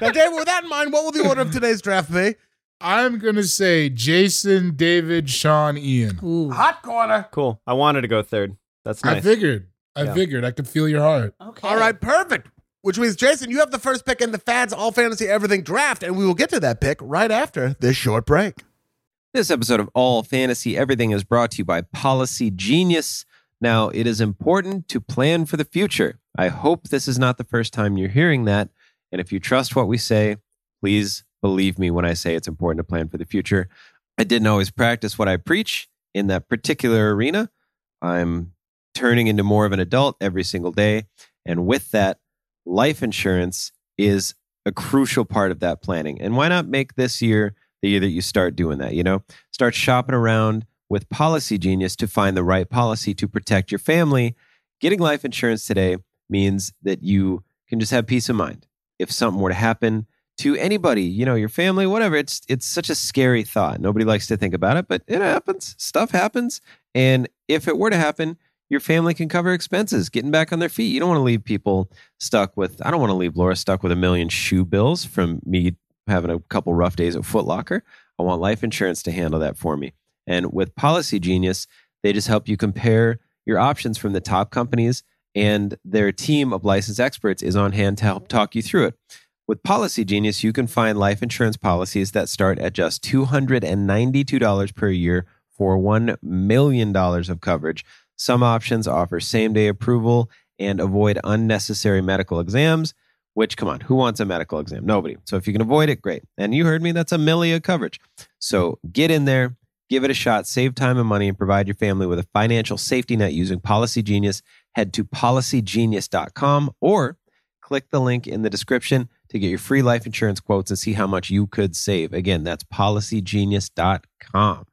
S2: now, David, with that in mind, what will the order of today's draft be?
S4: I'm going to say Jason, David, Sean, Ian.
S5: Ooh.
S2: Hot corner.
S6: Cool. I wanted to go third. That's
S4: I
S6: nice.
S4: figured. I
S6: Yeah.
S4: figured. I could feel your heart.
S5: Okay.
S2: All right, perfect. Which means, Jason, you have the first pick in the Fads All Fantasy Everything draft, and we will get to that pick right after this short break.
S3: This episode of All Fantasy Everything is brought to you by Policy Genius. Now, it is important to plan for the future. I hope this is not the first time you're hearing that. And if you trust what we say, please believe me when I say it's important to plan for the future. I didn't always practice what I preach in that particular arena. I'm turning into more of an adult every single day. And with that, life insurance is a crucial part of that planning. And why not make this year the year that you start doing that, you know? Start shopping around with Policy Genius to find the right policy to protect your family. Getting life insurance today means that you can just have peace of mind. If something were to happen to anybody, you know, your family, whatever, it's it's such a scary thought. Nobody likes to think about it, but it happens. Stuff happens. And if it were to happen, your family can cover expenses, getting back on their feet. You don't want to leave people stuck with I don't want to leave Laura stuck with a million shoe bills from me having a couple rough days at Foot Locker. I want life insurance to handle that for me. And with Policy Genius, they just help you compare your options from the top companies, and their team of licensed experts is on hand to help talk you through it. With Policy Genius, you can find life insurance policies that start at just $292 per year for $1 million of coverage. Some options offer same day approval and avoid unnecessary medical exams which come on, who wants a medical exam? Nobody. So if you can avoid it, great. And you heard me, that's a millia coverage. So get in there, give it a shot, save time and money, and provide your family with a financial safety net using Policy Genius. Head to policygenius.com or click the link in the description to get your free life insurance quotes and see how much you could save. Again, that's policygenius.com.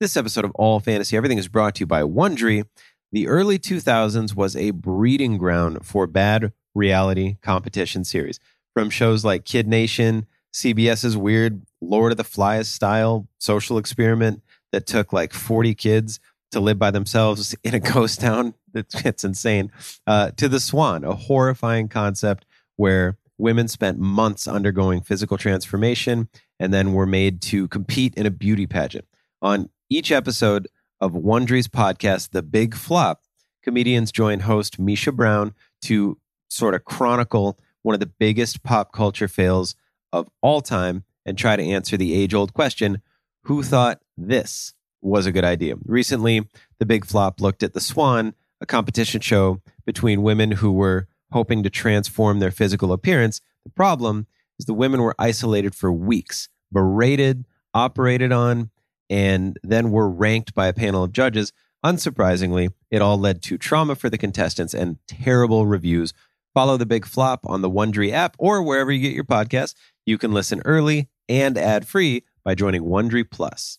S3: This episode of All Fantasy Everything is brought to you by Wondry. The early 2000s was a breeding ground for bad reality competition series. From shows like Kid Nation, CBS's weird Lord of the Flies style social experiment that took like 40 kids to live by themselves in a ghost town. It's, it's insane. Uh, to The Swan, a horrifying concept where women spent months undergoing physical transformation and then were made to compete in a beauty pageant. On each episode, of Wondry's podcast, The Big Flop, comedians join host Misha Brown to sort of chronicle one of the biggest pop culture fails of all time and try to answer the age old question who thought this was a good idea? Recently, The Big Flop looked at The Swan, a competition show between women who were hoping to transform their physical appearance. The problem is the women were isolated for weeks, berated, operated on, and then were ranked by a panel of judges. Unsurprisingly, it all led to trauma for the contestants and terrible reviews. Follow the big flop on the Wondery app or wherever you get your podcasts. You can listen early and ad free by joining Wondery Plus.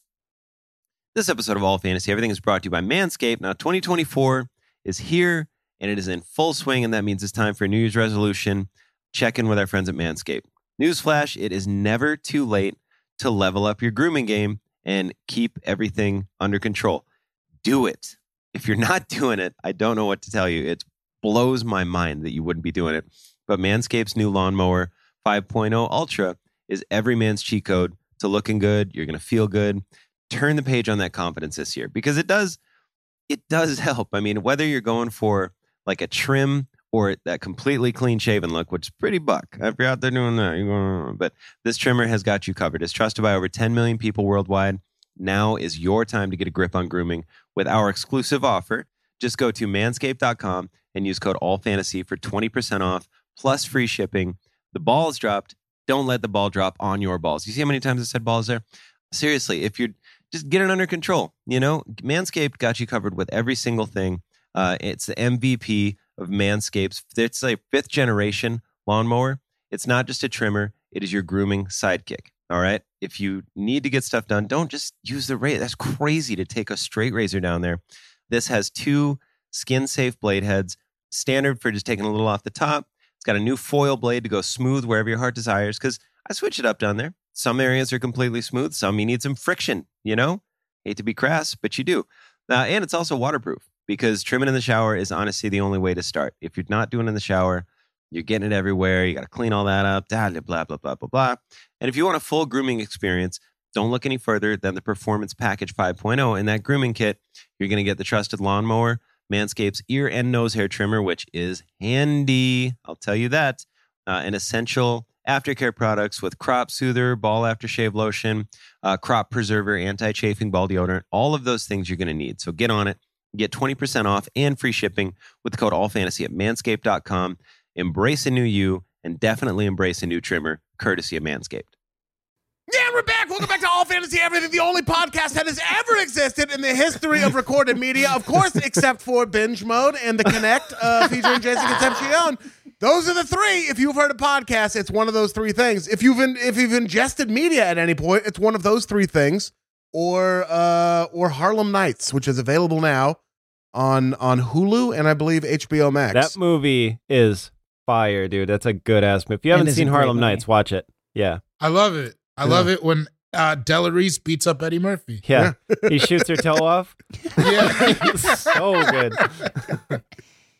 S3: This episode of All Fantasy Everything is brought to you by Manscaped. Now, 2024 is here and it is in full swing, and that means it's time for a New Year's resolution. Check in with our friends at Manscaped. Newsflash it is never too late to level up your grooming game and keep everything under control. Do it. If you're not doing it, I don't know what to tell you. It blows my mind that you wouldn't be doing it. But Manscaped's new lawnmower 5.0 Ultra is every man's cheat code to looking good. You're going to feel good. Turn the page on that confidence this year because it does it does help. I mean, whether you're going for like a trim or that completely clean shaven look, which is pretty buck. If you're out there doing that, you're going, but this trimmer has got you covered. It's trusted by over 10 million people worldwide. Now is your time to get a grip on grooming with our exclusive offer. Just go to manscaped.com and use code AllFantasy for 20% off plus free shipping. The ball is dropped. Don't let the ball drop on your balls. You see how many times I said balls there? Seriously, if you're just get it under control. You know, Manscaped got you covered with every single thing. Uh, it's the MVP of Manscaped's. It's a fifth generation lawnmower. It's not just a trimmer, it is your grooming sidekick. All right. If you need to get stuff done, don't just use the razor. That's crazy to take a straight razor down there. This has two skin safe blade heads, standard for just taking a little off the top. It's got a new foil blade to go smooth wherever your heart desires because I switch it up down there. Some areas are completely smooth, some you need some friction, you know? Hate to be crass, but you do. Uh, and it's also waterproof because trimming in the shower is honestly the only way to start. If you're not doing it in the shower, you're getting it everywhere. You got to clean all that up, blah, blah, blah, blah, blah, blah. And if you want a full grooming experience, don't look any further than the Performance Package 5.0. In that grooming kit, you're going to get the trusted lawnmower, Manscaped's ear and nose hair trimmer, which is handy. I'll tell you that. Uh, an essential aftercare products with crop soother, ball aftershave lotion, uh, crop preserver, anti chafing ball deodorant, all of those things you're going to need. So get on it. Get 20% off and free shipping with the code AllFantasy at manscaped.com. Embrace a new you and definitely embrace a new trimmer, courtesy of Manscaped.
S2: Yeah, we're back. Welcome back to All Fantasy Everything, the only podcast that has ever existed in the history of recorded media, of course, except for Binge Mode and The Connect uh, featuring Jason Concepcion. Those are the three. If you've heard a podcast, it's one of those three things. If you've in, if you've ingested media at any point, it's one of those three things, or uh, or Harlem Nights, which is available now on on Hulu and I believe HBO Max.
S6: That movie is fire, dude. That's a good ass movie. If you
S5: And
S6: haven't
S5: it's a
S6: seen
S5: great
S6: Harlem
S5: movie.
S6: Nights, watch it. Yeah.
S4: I love it. I love it when uh, Della Reese beats up Eddie Murphy.
S6: Yeah. he shoots her toe off.
S4: Yeah.
S6: It's so good.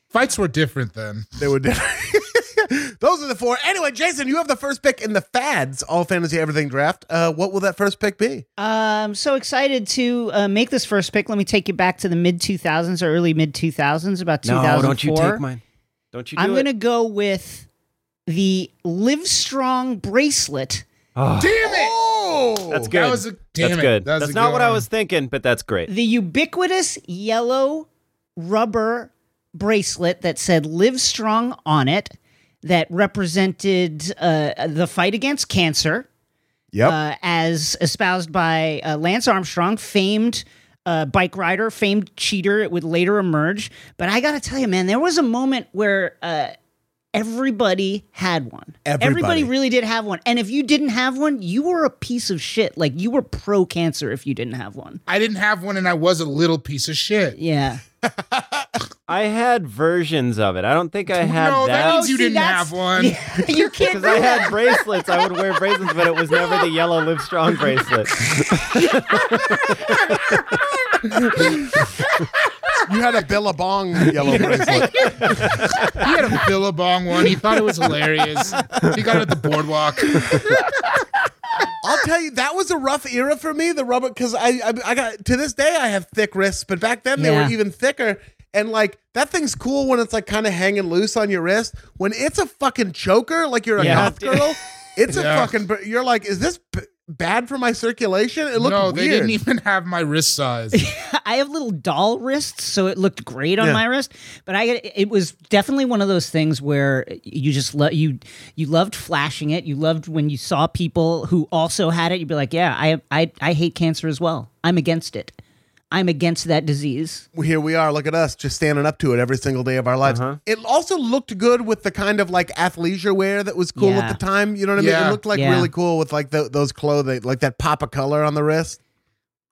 S4: Fights were different then.
S2: They were different. Those are the four. Anyway, Jason, you have the first pick in the fads all fantasy everything draft. Uh, what will that first pick be?
S5: I'm Um, so excited to uh, make this first pick. Let me take you back to the mid 2000s or early mid 2000s, about 2004.
S6: mine. Don't you do
S5: I'm
S6: it.
S5: going to go with the Livestrong bracelet.
S6: Oh,
S4: Damn it!
S2: Oh,
S6: that's good.
S4: That was a damn
S6: that's
S4: it.
S6: good.
S4: That was
S6: that's
S4: a
S6: not
S4: good
S6: what I
S4: one.
S6: was thinking, but that's great.
S5: The ubiquitous yellow rubber bracelet that said Live Strong on it that represented uh, the fight against cancer.
S2: Yep.
S5: Uh, as espoused by uh, Lance Armstrong, famed uh, bike rider, famed cheater, it would later emerge. But I got to tell you, man, there was a moment where uh, everybody had one.
S2: Everybody.
S5: really did have one. And if you didn't have one, you were a piece of shit. Like you were pro cancer if you didn't have one.
S4: I didn't have one, and I was a little piece of shit.
S5: Yeah.
S6: I had versions of it. I don't think I had
S4: no, that,
S6: that.
S4: means you
S5: See,
S4: didn't
S5: that's-
S4: have one.
S5: you can't.
S6: because I had bracelets, I would wear bracelets, but it was never the yellow Livestrong bracelet.
S2: you had a Billabong yellow bracelet.
S4: He had a Billabong one. He thought it was hilarious. He got it at the boardwalk.
S2: I'll tell you, that was a rough era for me. The rubber, because I, I, I got to this day, I have thick wrists, but back then they
S5: Yeah.
S2: were even thicker. And like that thing's cool when it's like kind of hanging loose on your wrist. When it's a fucking choker, like you're a
S6: Yeah.
S2: goth girl, it's
S4: Yeah.
S2: a fucking. You're like, is this? bad for my circulation? It looked
S4: no,
S2: weird.
S4: they didn't even have my wrist size.
S5: I have little doll wrists, so it looked great on
S2: Yeah.
S5: my wrist. But I, it was definitely one of those things where you just lo- you you loved flashing it. You loved when you saw people who also had it. You'd be like, yeah, I I I hate cancer as well. I'm against it. I'm against that disease.
S2: Here we are. Look at us, just standing up to it every single day of our lives. It also looked good with the kind of like athleisure wear that was cool
S5: Yeah.
S2: at the time. You know what I mean? It
S4: Yeah.
S2: looked like
S5: Yeah.
S2: really cool with like tho- those clothing, like that pop of color on the wrist.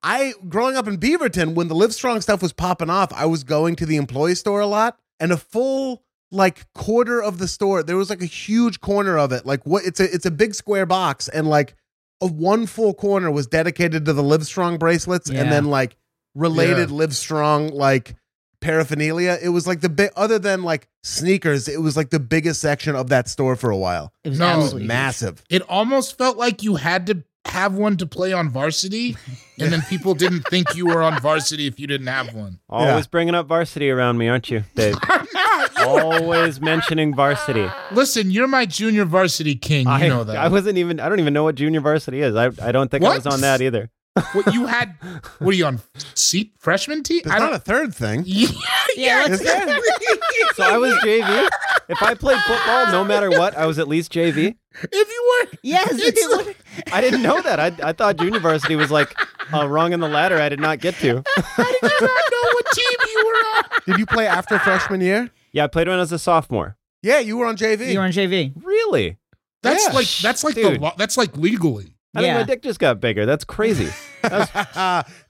S2: I growing up in Beaverton, when the Livestrong stuff was popping off, I was going to the employee store a lot, and a full like quarter of the store, there was like a huge corner of it. Like what? It's a it's a big square box, and like a one full corner was dedicated to the Livestrong bracelets,
S5: Yeah.
S2: and then like related Livestrong like paraphernalia. It was like the big other than like sneakers, it was like the biggest section of that store for a while.
S5: It was
S4: No,
S2: It was
S5: absolutely
S2: massive.
S4: It almost felt like you had to have one to play on varsity, and then people didn't think you were on varsity if you didn't have one.
S6: Always bringing up varsity around me, aren't you, Dave? Always mentioning varsity.
S4: Listen, you're my junior varsity king. You
S6: I
S4: know that.
S6: I wasn't even. I don't even know what junior varsity is. I I don't think I was
S4: What?
S6: on that either.
S4: what you had? What are you on? Seat freshman team?
S2: There's
S4: I
S2: not
S4: don't.
S2: a third thing.
S4: yeah, yeah,
S2: Is there?
S6: So I was JV. If I played football, no matter what, I was at least JV.
S4: If you were,
S5: Yes, it's like-
S6: I didn't know that. I I thought junior varsity was like a rung in the ladder. I did not get to.
S4: how did you not know what team you were on?
S2: Did you play after freshman year?
S6: Yeah, I played when I was a sophomore.
S2: Yeah, you were on JV.
S5: you're on JV.
S6: Really?
S4: That's
S2: Yeah.
S4: like that's like the
S6: Dude.
S4: law. That's like legally.
S6: I think
S5: Yeah.
S6: my dick just got bigger. That's crazy.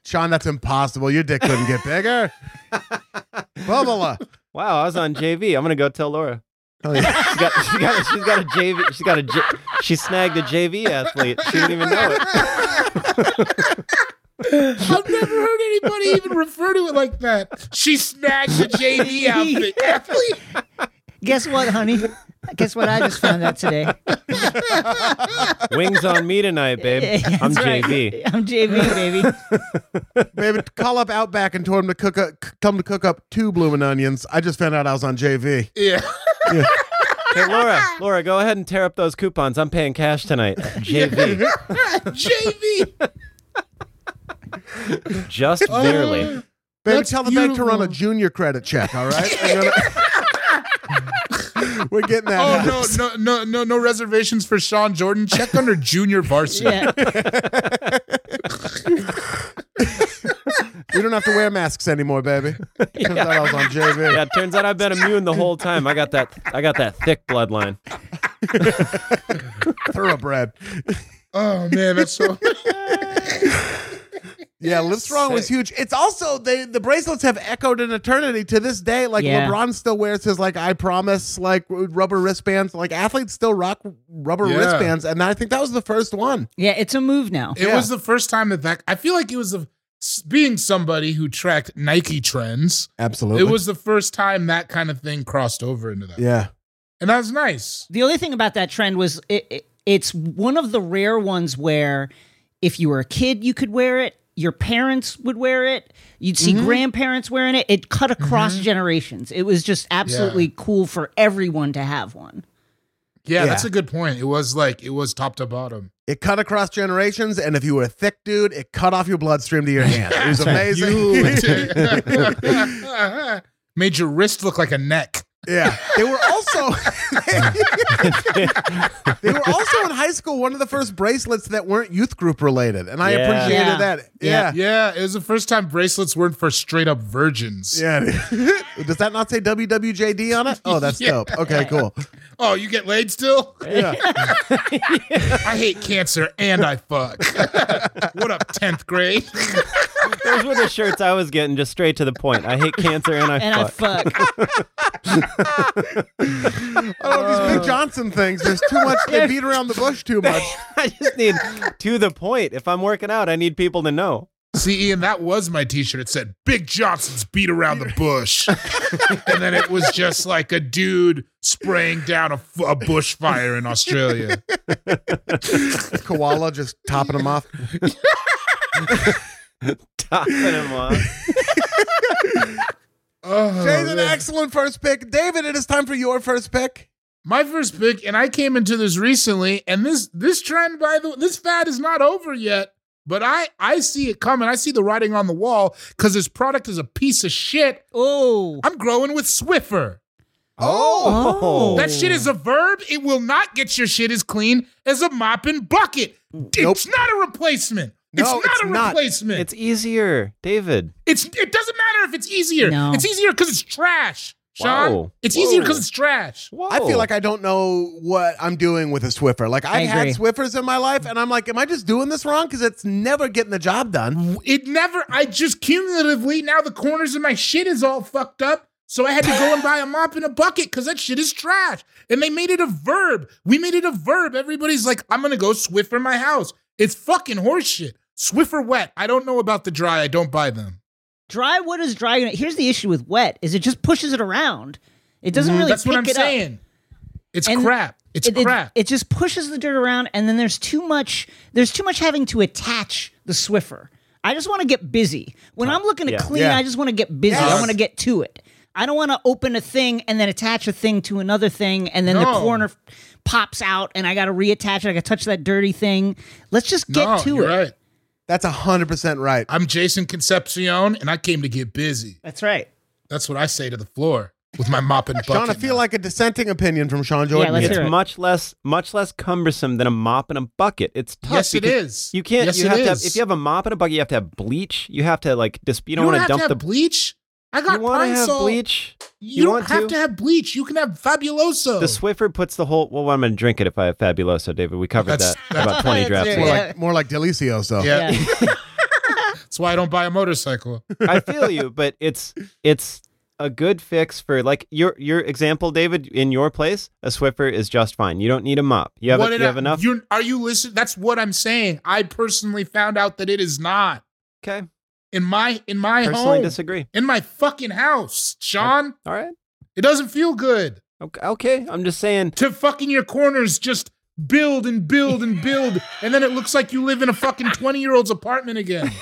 S2: Sean, that's impossible. Your dick couldn't get bigger. Bubba.
S6: Wow, I was on JV. I'm gonna go tell Laura.
S2: Oh, yeah.
S6: She got, she got, she's got a JV. She's got a. J, she snagged a JV athlete. She didn't even know it.
S4: I've never heard anybody even refer to it like that. She snagged the JV outfit. Athlete.
S5: Guess what, honey? Guess what? I just found out today.
S6: Wings on me tonight, babe.
S5: Yeah,
S6: I'm
S5: that's right.
S6: JV.
S5: I'm JV, baby.
S2: Baby, call up Outback and told him to cook up, tell him to cook up two bloomin' onions. I just found out I was on JV.
S4: Yeah.
S6: Hey, Laura, Laura, go ahead and tear up those coupons. I'm paying cash tonight. JV,
S4: JV.
S6: just
S2: Oh.
S6: barely.
S2: Baby,
S4: That's
S2: tell the bank to
S4: beautiful.
S2: run a junior credit check, all right? We're, gonna- We're getting that.
S4: Oh no, no, no, no, no reservations for Sean Jordan. Check under junior varsity.
S5: Yeah.
S2: You don't have to wear masks anymore, baby. Turns out I was on JV.
S6: Yeah, it turns out I've been immune the whole time. I got that. I got that thick bloodline.
S2: Thoroughbred.
S4: Oh man, that's so.
S2: Yeah, Livestrong was huge. It's also they the bracelets have echoed in eternity to this day. Like
S5: Yeah.
S2: LeBron still wears his like I promise like r- rubber wristbands. Like athletes still rock rubber
S4: Yeah.
S2: wristbands, and I think that was the first one.
S5: Yeah, it's a move now.
S4: It was the first time that that. I feel like it was the being somebody who tracked Nike trends.
S2: Absolutely,
S4: It was the first time that kind of thing crossed over into that.
S2: Yeah,
S4: And that was nice.
S5: The only thing about that trend was it, it, it's one of the rare ones where if you were a kid, you could wear it. Your parents would wear it. You'd see
S4: Mm-hmm.
S5: grandparents wearing it. It cut across generations. It was just absolutely cool for everyone to have one.
S4: Yeah,
S2: Yeah.
S4: that's a good point. It was like it was top to bottom.
S2: it cut across generations, and if you were a thick dude, it cut off your bloodstream to your hand. It was amazing.
S4: You- made your wrist look like a neck.
S2: Yeah. They were also They were also in high school one of the first bracelets that weren't youth group related. And I
S6: Yeah.
S2: appreciated
S5: Yeah.
S2: that.
S5: Yeah.
S2: Yeah.
S4: Yeah, it was the first time bracelets weren't for straight up virgins.
S2: Yeah. Does that not say WWJD on it? Oh, that's
S4: Yeah.
S2: dope. Okay, cool.
S4: Oh, you get laid still?
S2: Yeah.
S4: I hate cancer and I fuck. what up, 10th grade?
S6: Those were the shirts I was getting, just straight to the point. I hate cancer and I
S5: And
S6: fuck.
S5: I fuck.
S2: Oh, these Big Johnson things. There's too much. They beat around the bush too much.
S6: I just need to the point. If I'm working out, I need people to know.
S4: See, Ian, that was my t shirt. It said, Big Johnson's beat around the bush. and then it was just like a dude spraying down a, f- a bushfire in Australia.
S2: Koala just topping them off.
S6: Topping him off.
S4: Oh,
S2: Jay's an
S4: man.
S2: Oh, excellent first pick. David, it is time for your first pick.
S4: My first pick, and I came into this recently, and this this trend, by the way, this fad is not over yet, but I I see it coming. I see the writing on the wall because this product is a piece of shit.
S5: Oh.
S4: I'm growing with Swiffer.
S6: Oh.
S4: That shit is a verb. It will not get your shit as clean as a mop and bucket. It's not a replacement. It's
S2: No,
S4: not
S2: it's
S4: a
S2: not.
S4: replacement.
S6: It's easier, David.
S4: It's it doesn't matter if it's easier.
S5: No.
S4: It's easier because it's trash, Sean.
S6: Whoa.
S4: It's easier
S6: Whoa.
S4: because it's trash.
S6: Whoa.
S2: I feel like I don't know what I'm doing with a Swiffer. Like
S5: Oh. I
S2: I've had
S5: agree.
S2: Swiffers in my life, and I'm like, am I just doing this wrong? Because it's never getting the job done.
S4: It never. I just cumulatively now the corners of my shit is all fucked up. So I had to go and buy a mop and a bucket because that shit is trash. And they made it a verb. We made it a verb. Everybody's like, I'm gonna go Swiffer my house. It's fucking horseshit. Swiffer wet. I don't know about the dry. I don't buy them.
S5: Dry wood is dry. gonna- Here's the issue with wet is it just pushes it around. It doesn't really
S4: Mm-hmm. That's
S5: pick
S4: what I'm
S5: it up.
S4: saying. It's
S5: And
S4: crap. It's
S5: it, it-
S4: crap.
S5: It, just pushes the dirt around, and then there's too much. There's too much having to attach the Swiffer. I just want to get busy. When I'm looking to
S6: yeah.
S5: clean,
S2: Yeah.
S5: I just want to get busy. I
S2: Yes.
S5: want to get to it. I don't want to open a thing and then attach a thing to another thing, and then the
S4: No.
S5: corner f- pops out, and I got to reattach it. I got to touch that dirty thing. Let's just get
S4: no,
S5: to
S4: you're
S5: it.
S4: right.
S2: That's hundred percent right.
S4: I'm Jason Concepcion, and I came to get busy.
S5: That's right.
S4: That's what I say to the floor with my mop and bucket.
S2: Sean, I feel like a dissenting opinion from Sean Jordan.
S5: let's
S2: here.
S6: it's
S5: hear it.
S6: much less much less cumbersome than a mop and a bucket. It's tough.
S4: Yes, it
S6: because
S4: is.
S6: You can't.
S4: Yes,
S6: you
S4: it
S6: have to have,
S4: is.
S6: if you have a mop and a bucket, you have to have bleach. You have to like dis- You
S4: you
S6: don't
S4: don't,
S6: want
S4: have
S6: to dump
S4: to have
S6: the.
S4: bleach. I got
S6: you want to
S4: Pine
S6: have
S4: Sol.
S6: bleach.
S4: You,
S6: You
S4: don't
S6: want
S4: have
S6: to?
S4: to have bleach. You can have Fabuloso.
S6: The Swiffer puts the whole. Well, I'm gonna drink it if I have Fabuloso, David. We covered
S4: That's-
S6: that about
S5: That's
S6: 20 drafts.
S5: it.
S6: ago.
S2: More
S5: Yeah.
S2: like more like Delicioso.
S4: yeah.
S5: Yeah.
S4: That's why I don't buy a motorcycle.
S6: I feel you, but it's it's a good fix for like your your example, David. In your place, a Swiffer is just fine. You don't need a mop. You have
S4: What
S6: a,
S4: did
S6: you
S4: I-
S6: have enough.
S4: You're, are you listening? That's what I'm saying. I personally found out that it is not
S6: Okay,
S4: in my in my
S6: personally
S4: home,
S6: disagree.
S4: in my fucking house, Sean.
S6: All right,
S4: It doesn't feel good.
S6: okay, okay. I'm just saying.
S4: to fucking your corners just build and build and build and then it looks like you live in a fucking 20 year old's apartment again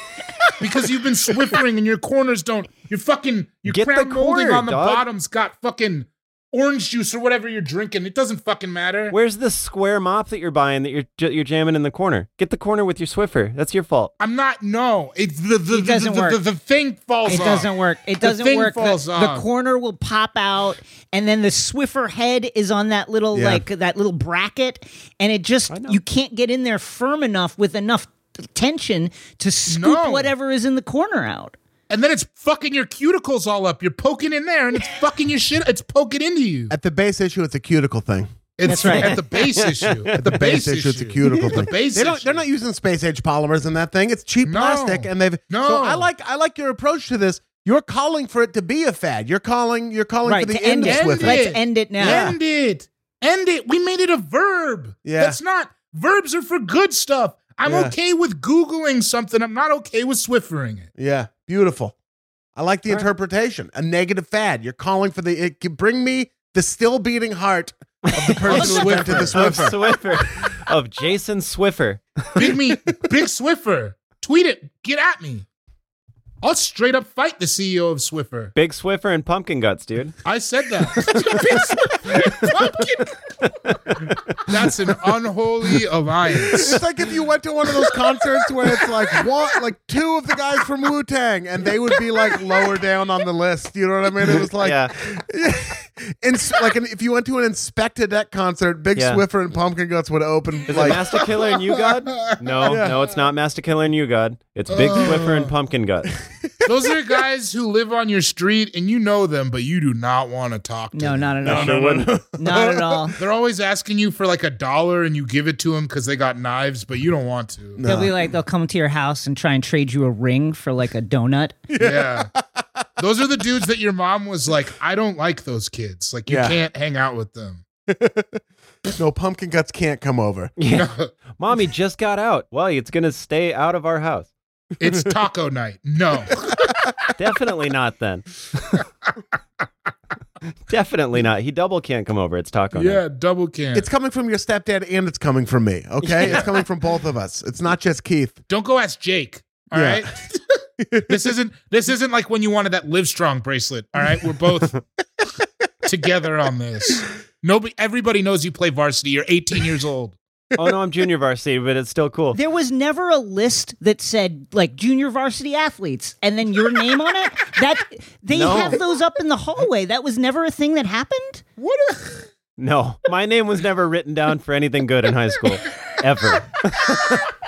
S4: because you've been swiffering and your corners don't your fucking your
S6: Get the
S4: crown molding
S6: corner,
S4: on the
S6: dog.
S4: bottom's got fucking orange juice or whatever you're drinking it doesn't fucking matter
S6: Where's the square mop that you're buying that you're j- you're jamming in the corner? Get the corner with your Swiffer. That's your fault.
S4: i'm not no it's the the,
S5: It doesn't
S4: the, the,
S5: work.
S4: the, the thing falls
S5: It
S4: off.
S5: doesn't work. It
S4: The
S5: doesn't
S4: thing
S5: work. The-
S4: falls
S5: the,
S4: off.
S5: corner will pop out, and then the Swiffer head is on that little
S2: Yeah.
S5: like that little bracket, and it just you can't get in there firm enough with enough t- tension to scoop
S4: No.
S5: whatever is in the corner out.
S4: and then it's fucking your cuticles all up you're poking in there and it's fucking your shit it's poking into you
S2: At the base issue, it's a cuticle thing.
S4: it's
S5: right.
S4: at the base issue at the,
S2: Base, issue, it's a cuticle
S4: At the
S2: thing.
S4: base
S2: they don't,
S4: issue.
S2: they're not using space age polymers in that thing. It's cheap
S4: No.
S2: plastic, and they've
S4: No.
S2: So I like I like your approach to this. You're calling for it to be a fad. You're calling you're calling
S5: Right
S2: Oh, for the
S5: to
S2: end,
S5: end it.
S2: of Swiffer.
S5: Let's end it now.
S2: Yeah.
S4: End it. End it. We made it a verb.
S2: Yeah.
S4: That's not verbs are for good stuff. I'm
S2: Yeah.
S4: okay with Googling something. I'm not okay with Swiffering it.
S2: Yeah, beautiful. I like the interpretation. A negative fad. You're calling for the. It, can bring me the still beating heart of the person who invented the
S6: Of
S2: Swiffer.
S6: Swiffer, of Jason Swiffer.
S4: Big me, big Swiffer. Tweet it. Get at me. I'll straight up fight the CEO of Swiffer.
S6: Big Swiffer and pumpkin guts, dude.
S4: I said that. Big Swiffer, pumpkin. That's an unholy alliance.
S2: It's like if you went to one of those concerts where it's like one, like two of the guys from Wu Tang, and they would be like lower down on the list. You know what I mean? It was like,
S6: yeah.
S2: ins- like an, if you went to an Inspector Deck concert, Big
S6: Yeah.
S2: Swiffer and Pumpkin Guts would open.
S6: Is it
S2: like,
S6: Master Killer and You God? No,
S2: Yeah. Oh.
S6: no, it's not Master Killer and You God. It's Big Swiffer and Pumpkin Guts.
S4: Those are guys who live on your street and you know them, but you do not want to talk to
S5: No,
S4: them.
S5: not at all. Not at all.
S4: They're always asking you for like a dollar and you give it to them because they got knives, but you don't want to.
S5: They'll be like they'll come to your house and try and trade you a ring for like a donut.
S4: Yeah. those are the dudes that your mom was like, I don't like those kids. Like, you
S2: Yeah.
S4: can't hang out with them.
S2: no, Pumpkin Guts can't come over.
S6: Mommy just got out. Well, it's gonna stay out of our house.
S4: It's taco night. No.
S6: Definitely not then. Definitely not. He double can't come over. It's taco night.
S4: yeah, double can.
S2: It's coming from your stepdad and it's coming from me. Okay, it's coming from both of us. It's not just Keith.
S4: don't go ask Jake. All
S2: Yeah.
S4: right. this isn't this isn't like when you wanted that Livestrong bracelet. All right. We're both together on this. Nobody, everybody knows you play varsity. You're 18 years old.
S6: Oh no, I'm junior varsity, but it's still cool.
S5: There was never a list that said like junior varsity athletes and then your name on it. That they
S6: No.
S5: have those up in the hallway. That was never a thing that happened.
S4: What? A,
S6: No, my name was never written down for anything good in high school, ever.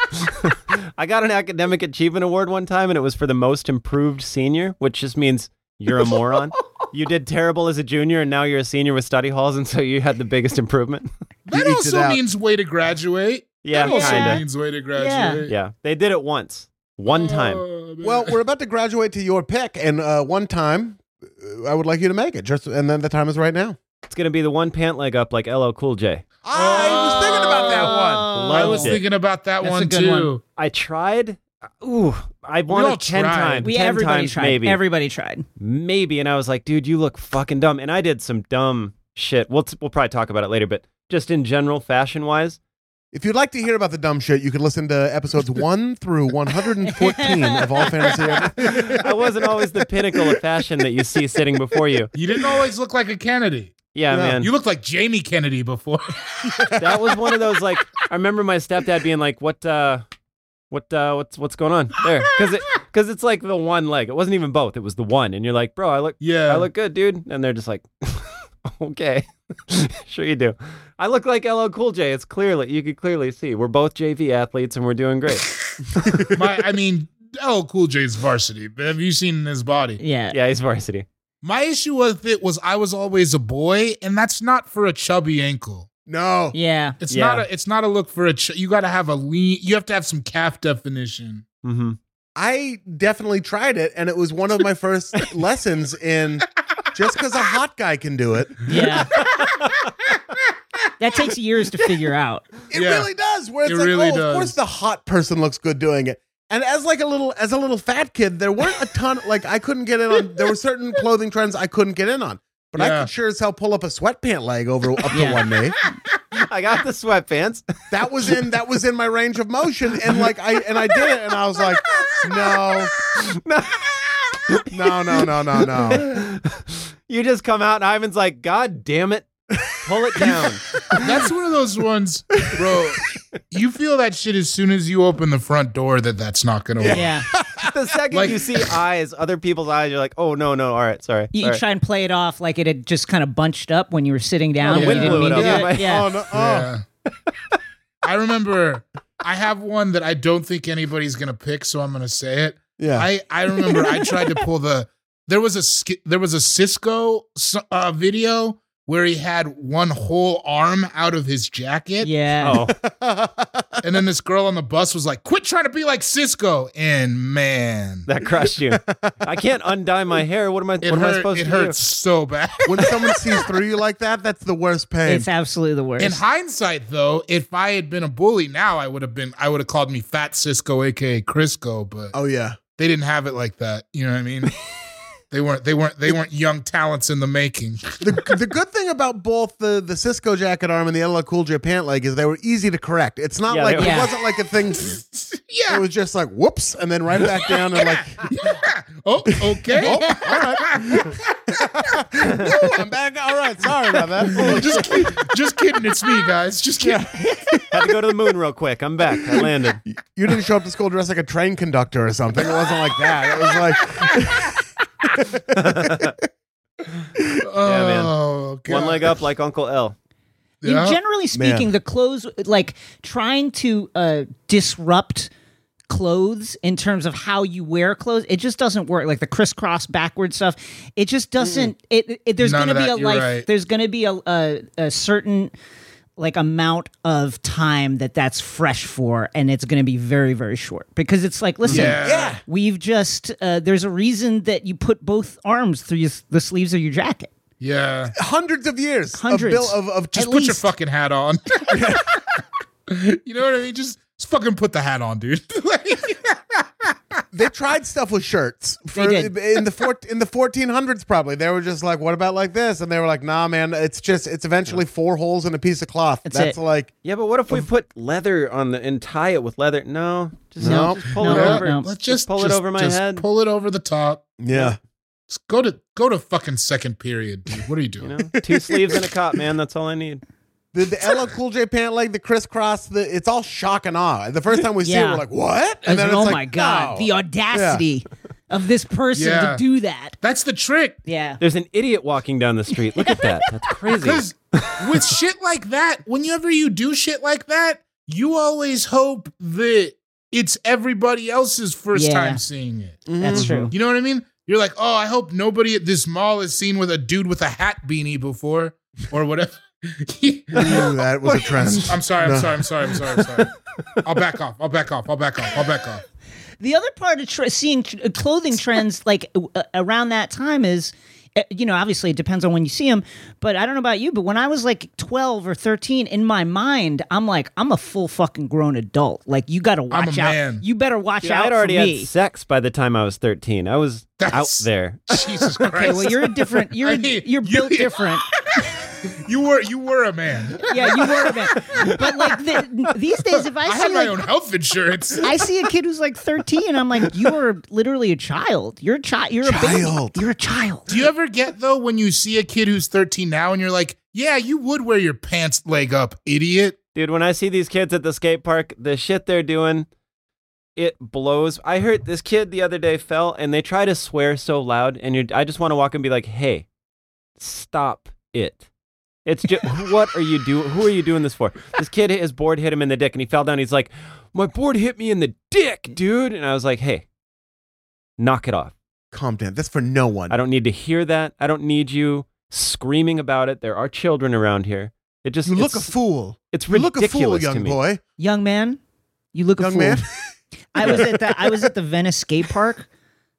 S6: I got an academic achievement award one time, and it was for the most improved senior, which just means you're a moron. You did terrible as a junior, and now you're a senior with study halls, and so you had the biggest improvement.
S4: that
S2: eked it
S4: also
S2: out.
S4: means way to graduate.
S6: Yeah,
S4: that also
S6: kinda.
S4: means way to graduate.
S6: Yeah, they did it once, one time.
S4: Oh, man.
S2: Well, we're about to graduate to your pick, and uh, one time, uh, I would like you to make it. Just and then the time is right now.
S6: It's gonna be the one pant leg up like LL Cool J.
S2: I was thinking about that
S5: Oh.
S2: one.
S6: Loved
S4: Uh, I was
S6: it.
S4: thinking about that
S5: That's a
S4: one
S5: good
S4: too.
S5: one.
S6: I tried. Ooh, I wanted
S4: all
S6: ten
S4: tried.
S6: times.
S5: We
S6: ten
S5: everybody
S6: times
S5: tried.
S6: maybe.
S5: Everybody tried.
S6: maybe. And I was like, dude, you look fucking dumb. And I did some dumb shit. We'll, we'll probably talk about it later, but just in general, fashion wise,
S2: If you'd like to hear about the dumb shit, you can listen to episodes one through 114 of All Fantasy. Ever-
S6: I wasn't always the pinnacle of fashion that you see sitting before you.
S4: You didn't always look like a Kennedy.
S2: Yeah.
S6: Yeah, man.
S4: You looked like Jamie Kennedy before.
S6: that was one of those, like, I remember my stepdad being like, what, uh, what, uh, what's, what's going on there? Cause it, cause it's like the one leg. It wasn't even both. It was the one. And you're like, bro, I look,
S4: Yeah.
S6: I look good, dude. And they're just like, okay, sure you do. I look like LL Cool J. It's clearly, you could clearly see we're both JV athletes and we're doing great.
S4: My, I mean, LL Cool J's varsity. but Have you seen his body?
S5: Yeah.
S6: Yeah, he's varsity.
S4: My issue with it was I was always a boy, and that's not for a chubby ankle.
S2: no.
S5: Yeah.
S4: It's
S6: Yeah.
S4: not a. It's not a look for a. Ch- you got to have a lean. You have to have some calf definition.
S6: Mm-hmm.
S2: I definitely tried it, and it was one of my first lessons in just because a hot guy can do it,
S5: Yeah. that takes years to figure out.
S2: it
S4: Yeah.
S2: really does. Where it's
S4: It
S2: like,
S4: really
S2: oh, of
S4: does.
S2: course the hot person looks good doing it. And as like a little as a little fat kid, there weren't a ton like I couldn't get in on. There were certain clothing trends I couldn't get in on, but I
S4: Yeah.
S2: could sure as hell pull up a sweatpant leg over up to
S5: Yeah.
S2: one knee.
S6: I got the sweatpants.
S2: That was in that was in my range of motion, and like I and I did it, and I was like, no, no, no, no, no, no.
S6: you just come out, and Ivan's like, "God damn it, pull it down."
S4: That's one of those ones, bro. You feel that shit as soon as you open the front door that that's not gonna work.
S5: Yeah.
S6: the second
S4: Like-
S6: you see eyes, other people's eyes, you're like, "Oh no, no, all right, sorry."
S5: You, you
S6: sorry."
S5: try and play it off like it had just kind of bunched up when you were sitting down.
S6: the
S5: and
S4: wind
S5: you didn't
S6: blew it
S5: mean to
S6: up.
S5: do
S6: My-
S5: it. Yeah.
S2: Oh no. Oh.
S4: Yeah. I remember. I have one that I don't think anybody's gonna pick, so I'm gonna say it.
S2: Yeah.
S4: I I remember I tried to pull the there was a sk- there was a Cisco s- uh, video where he had one whole arm out of his jacket,
S5: Yeah.
S6: Oh,
S4: and then this girl on the bus was like, "Quit trying to be like Cisco," and man,
S6: that crushed you. I can't undye my hair. What am I?
S4: it
S6: what am I
S4: hurt.
S6: supposed
S4: It
S6: to
S4: hurts so bad.
S2: when someone sees through you like that, that's the worst pain.
S5: It's absolutely the worst.
S4: In hindsight, though, if I had been a bully now, I would have been I would have called me Fat Cisco, aka Crisco, but
S2: oh yeah.
S4: they didn't have it like that. You know what I mean? they weren't they weren't they weren't young talents in the making.
S2: The, the good thing about both the, the Cisco jacket arm and the LL Cool J pant leg is they were easy to correct. It's not
S6: Yeah,
S2: like
S6: they
S2: it
S5: were.
S2: wasn't like a thing.
S4: yeah.
S2: It was just like whoops, and then right back down and like,
S4: Yeah. Oh, okay.
S2: oh, all right. Ooh, I'm back. All right, sorry about
S4: Oh,
S2: that.
S4: just, kid- just kidding. It's me, guys. Just kidding.
S6: do? Had to go to the moon real quick. I'm back. I landed.
S2: You didn't show up to school dressed like a train conductor or something. It wasn't like that. It was like
S6: man.
S4: Oh, God.
S6: One leg up like Uncle L.
S5: In
S4: Yeah.
S5: generally speaking, the clothes, like trying to uh, disrupt clothes in terms of how you wear clothes, it just doesn't work. Like the crisscross backward stuff, it just doesn't. It, it there's
S4: None
S5: going to
S4: of
S5: be
S4: that,
S5: a
S4: you're
S5: life.
S4: right.
S5: There's going to be a, a a certain like amount of time that that's fresh for, and it's going to be very very short because it's like listen.
S4: Yeah. Yeah.
S5: We've just uh, there's a reason that you put both arms through your, the sleeves of your jacket.
S4: Yeah.
S2: hundreds of years
S5: Hundreds.
S2: of bill of, of
S4: Just
S5: At
S4: put your
S5: least.
S4: fucking hat on. you know what I mean? Just, just fucking put the hat on, dude. Like-
S2: they tried stuff with shirts for,
S5: They did.
S2: in the four, in the 1400s probably they were just like what about like this and they were like nah man it's just it's eventually four holes in a piece of cloth
S5: That's
S2: that's
S5: it.
S2: like
S6: Yeah, but what if we put leather on the and tie it with leather? No, just,
S2: No.
S6: just pull
S5: No,
S6: it
S5: no,
S6: over.
S5: no.
S4: Let's
S6: Just
S4: just
S6: pull it
S4: just-
S6: over my
S4: just
S6: head.
S4: Pull it over the top.
S2: yeah
S4: Just go to go to fucking second period, dude. What are you
S6: You
S4: doing?
S6: know, two sleeves and a cop, man. That's all I need.
S2: The, the LL Cool J pant leg, the crisscross, the it's all shock and awe. The first time we see it,
S5: Yeah.
S2: we're like, what?
S5: I was like,
S2: it's
S5: oh
S2: like,
S5: my god,
S2: no.
S5: the audacity of this person
S4: Yeah.
S5: to do that.
S4: That's the trick.
S5: Yeah.
S6: There's an idiot walking down the street. Look at that. That's crazy.
S4: Because with shit like that, whenever you do shit like that, you always hope that it's everybody else's first
S5: Yeah.
S4: time seeing it.
S5: That's true.
S4: You know what I mean? You're like, oh, I hope nobody at this mall has seen with a dude with a hat beanie before or whatever.
S2: Ooh, that was a trend.
S4: I'm sorry, I'm
S2: No.
S4: sorry, I'm sorry, I'm sorry, I'm sorry. I'll back off. I'll back off. I'll back off. I'll back off.
S5: The other part of tr seeing tr- uh, clothing trends like uh, around that time is, uh, you know, obviously it depends on when you see them. But I don't know about you, but when I was like twelve or thirteen, in my mind, I'm like, I'm a full fucking grown adult. Like you got to
S4: a
S5: watch out.
S4: man.
S5: You better watch
S6: Dude,
S5: out
S6: I'd already
S5: for me.
S6: had sex by the time I was 13. I was
S4: That's-
S6: out there.
S4: Jesus Christ.
S5: Okay, well, you're a different. You're
S4: I mean,
S5: you're
S4: you-
S5: built different.
S4: you were you were a man.
S5: Yeah, you were a man. But like the, these days, if I,
S4: I
S5: see
S4: had my
S5: like,
S4: own health insurance.
S5: I see a kid who's like 13. I'm like, you are literally a child. You're a child. You're a
S2: Child.
S5: baby. You're a child.
S4: Do you ever get though when you see a kid who's 13 now and you're like, yeah, you would wear your pants leg up, idiot?
S6: Dude, when I see these kids at the skate park, the shit they're doing, it blows. I heard this kid the other day fell and they try to swear so loud and you I just want to walk and be like, "Hey, stop it." It's just what are you do who are you doing this for? This kid his board hit him in the dick and he fell down. He's like, "My board hit me in the dick, dude." And I was like, "Hey, knock it off.
S2: Calm down. That's for no one.
S6: I don't need to hear that. I don't need you screaming about it. There are children around here." It just
S2: you look a
S6: it's-
S2: fool.
S6: It's
S2: You look a
S6: ridiculous
S2: fool,
S6: to
S2: young
S6: me.
S2: boy.
S5: Young man, you look a
S2: Young
S5: fool.
S2: man.
S5: I was at the I was at the Venice skate park a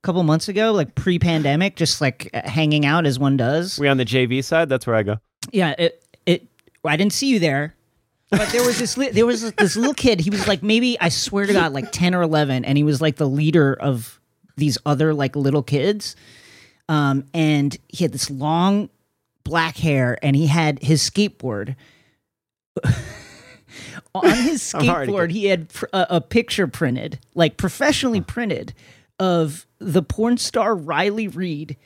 S5: couple months ago, like pre-pandemic, just like uh, hanging out as one does.
S6: We on the JV side? That's where I go.
S5: Yeah, it it. well, I didn't see you there, but there was this li- there was this little kid. He was like maybe I swear to God, like ten or eleven, and he was like the leader of these other like little kids. Um, and he had this long black hair, and he had his skateboard. On his
S6: I'm already
S5: skateboard,
S6: good.
S5: he had pr- a, a picture printed, like professionally printed, of the porn star Riley Reed,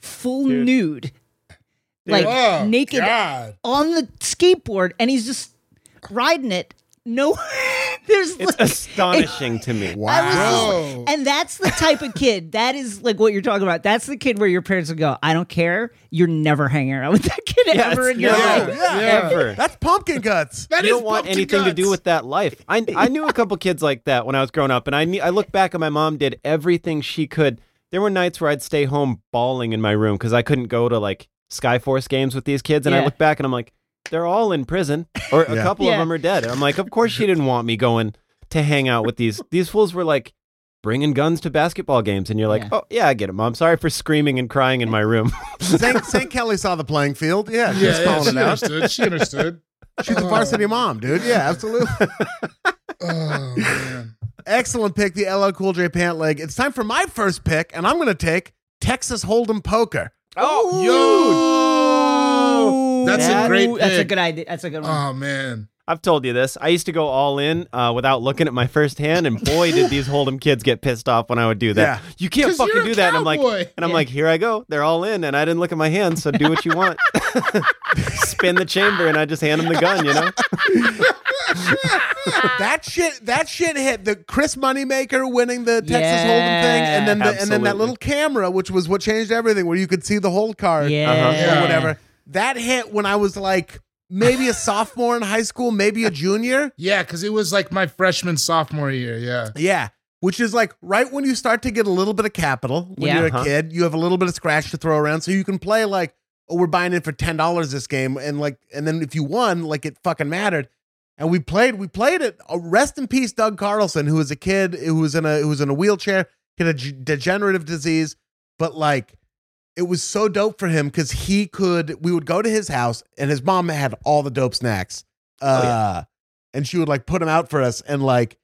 S5: full nude, like
S4: Oh,
S5: naked
S4: God.
S5: on the skateboard and he's just riding it. No, there's
S6: It's
S5: like,
S6: astonishing to me.
S2: Wow.
S5: I was just-
S4: Bro.
S5: and that's the type of kid that is like what you're talking about. That's the kid where your parents would go, "I don't care. You're never hanging out with that kid
S6: Yeah,
S5: ever
S6: it's
S5: in your
S6: never-
S5: life."
S2: Yeah.
S6: Ever.
S2: That's pumpkin guts.
S4: That is
S6: you don't want
S4: pumpkin
S6: anything to do
S4: guts.
S6: with that life. I, I knew a couple kids like that when I was growing up, and I knew, I look back and my mom did everything she could. There were nights where I'd stay home bawling in my room because I couldn't go to like Skyforce games with these kids, and I
S5: Yeah.
S6: look back and I'm like, they're all in prison, or a
S2: Yeah.
S6: couple of
S5: Yeah.
S6: them are dead. And I'm like, of course she didn't want me going to hang out with these. These fools were like bringing guns to basketball games, and you're like,
S5: Yeah.
S6: oh yeah, I get it, mom. Sorry for screaming and crying in my room.
S2: St. St. Kelly saw the playing field. Yeah, she was
S4: Yeah, yeah,
S2: calling
S4: she
S2: it out.
S4: understood. She understood.
S2: She's a varsity mom, dude. Yeah, absolutely.
S4: Oh, man.
S2: Excellent pick, the LL Cool J pant leg. It's time for my first pick, and I'm going to take Texas Hold'em poker.
S6: Oh,
S4: That's a
S5: That-
S4: great
S5: ooh, That's a
S4: pick.
S5: good idea. That's a good one.
S4: Oh, man.
S6: I've told you this. I used to go all in uh, without looking at my first hand, and boy, did these Hold'em kids get pissed off when I would do that.
S2: Yeah.
S6: You can't
S4: 'Cause
S6: fucking
S4: you're a
S6: do that. And I'm like,
S4: cowboy.
S6: and I'm
S5: Yeah.
S6: like, here I go. They're all in, and I didn't look at my hand, so do what you want. Spin the chamber, and I just hand them the gun. You know,
S2: that shit that shit hit the Chris Moneymaker winning the Texas Hold'em
S5: Yeah.
S2: thing and then the, and then that
S6: Absolutely.
S2: little camera which was what changed everything where you could see the hold card
S5: yeah.
S2: or whatever. That hit when I was like maybe a sophomore in high school, maybe a junior.
S4: Yeah, because it was like my freshman, sophomore year. Yeah.
S2: Yeah. Which is like right when you start to get a little bit of capital when
S5: Yeah.
S2: you're a
S6: Uh-huh.
S2: kid, you have a little bit of scratch to throw around. So you can play like, oh, we're buying in for ten dollars this game, and like and then if you won, like it fucking mattered. And we played, we played it. Oh, rest in peace, Doug Carlson, who was a kid who was in a who was in a wheelchair, he had a g- degenerative disease, but like it was so dope for him because he could we would go to his house and his mom had all the dope snacks uh and she would like put them out for us and like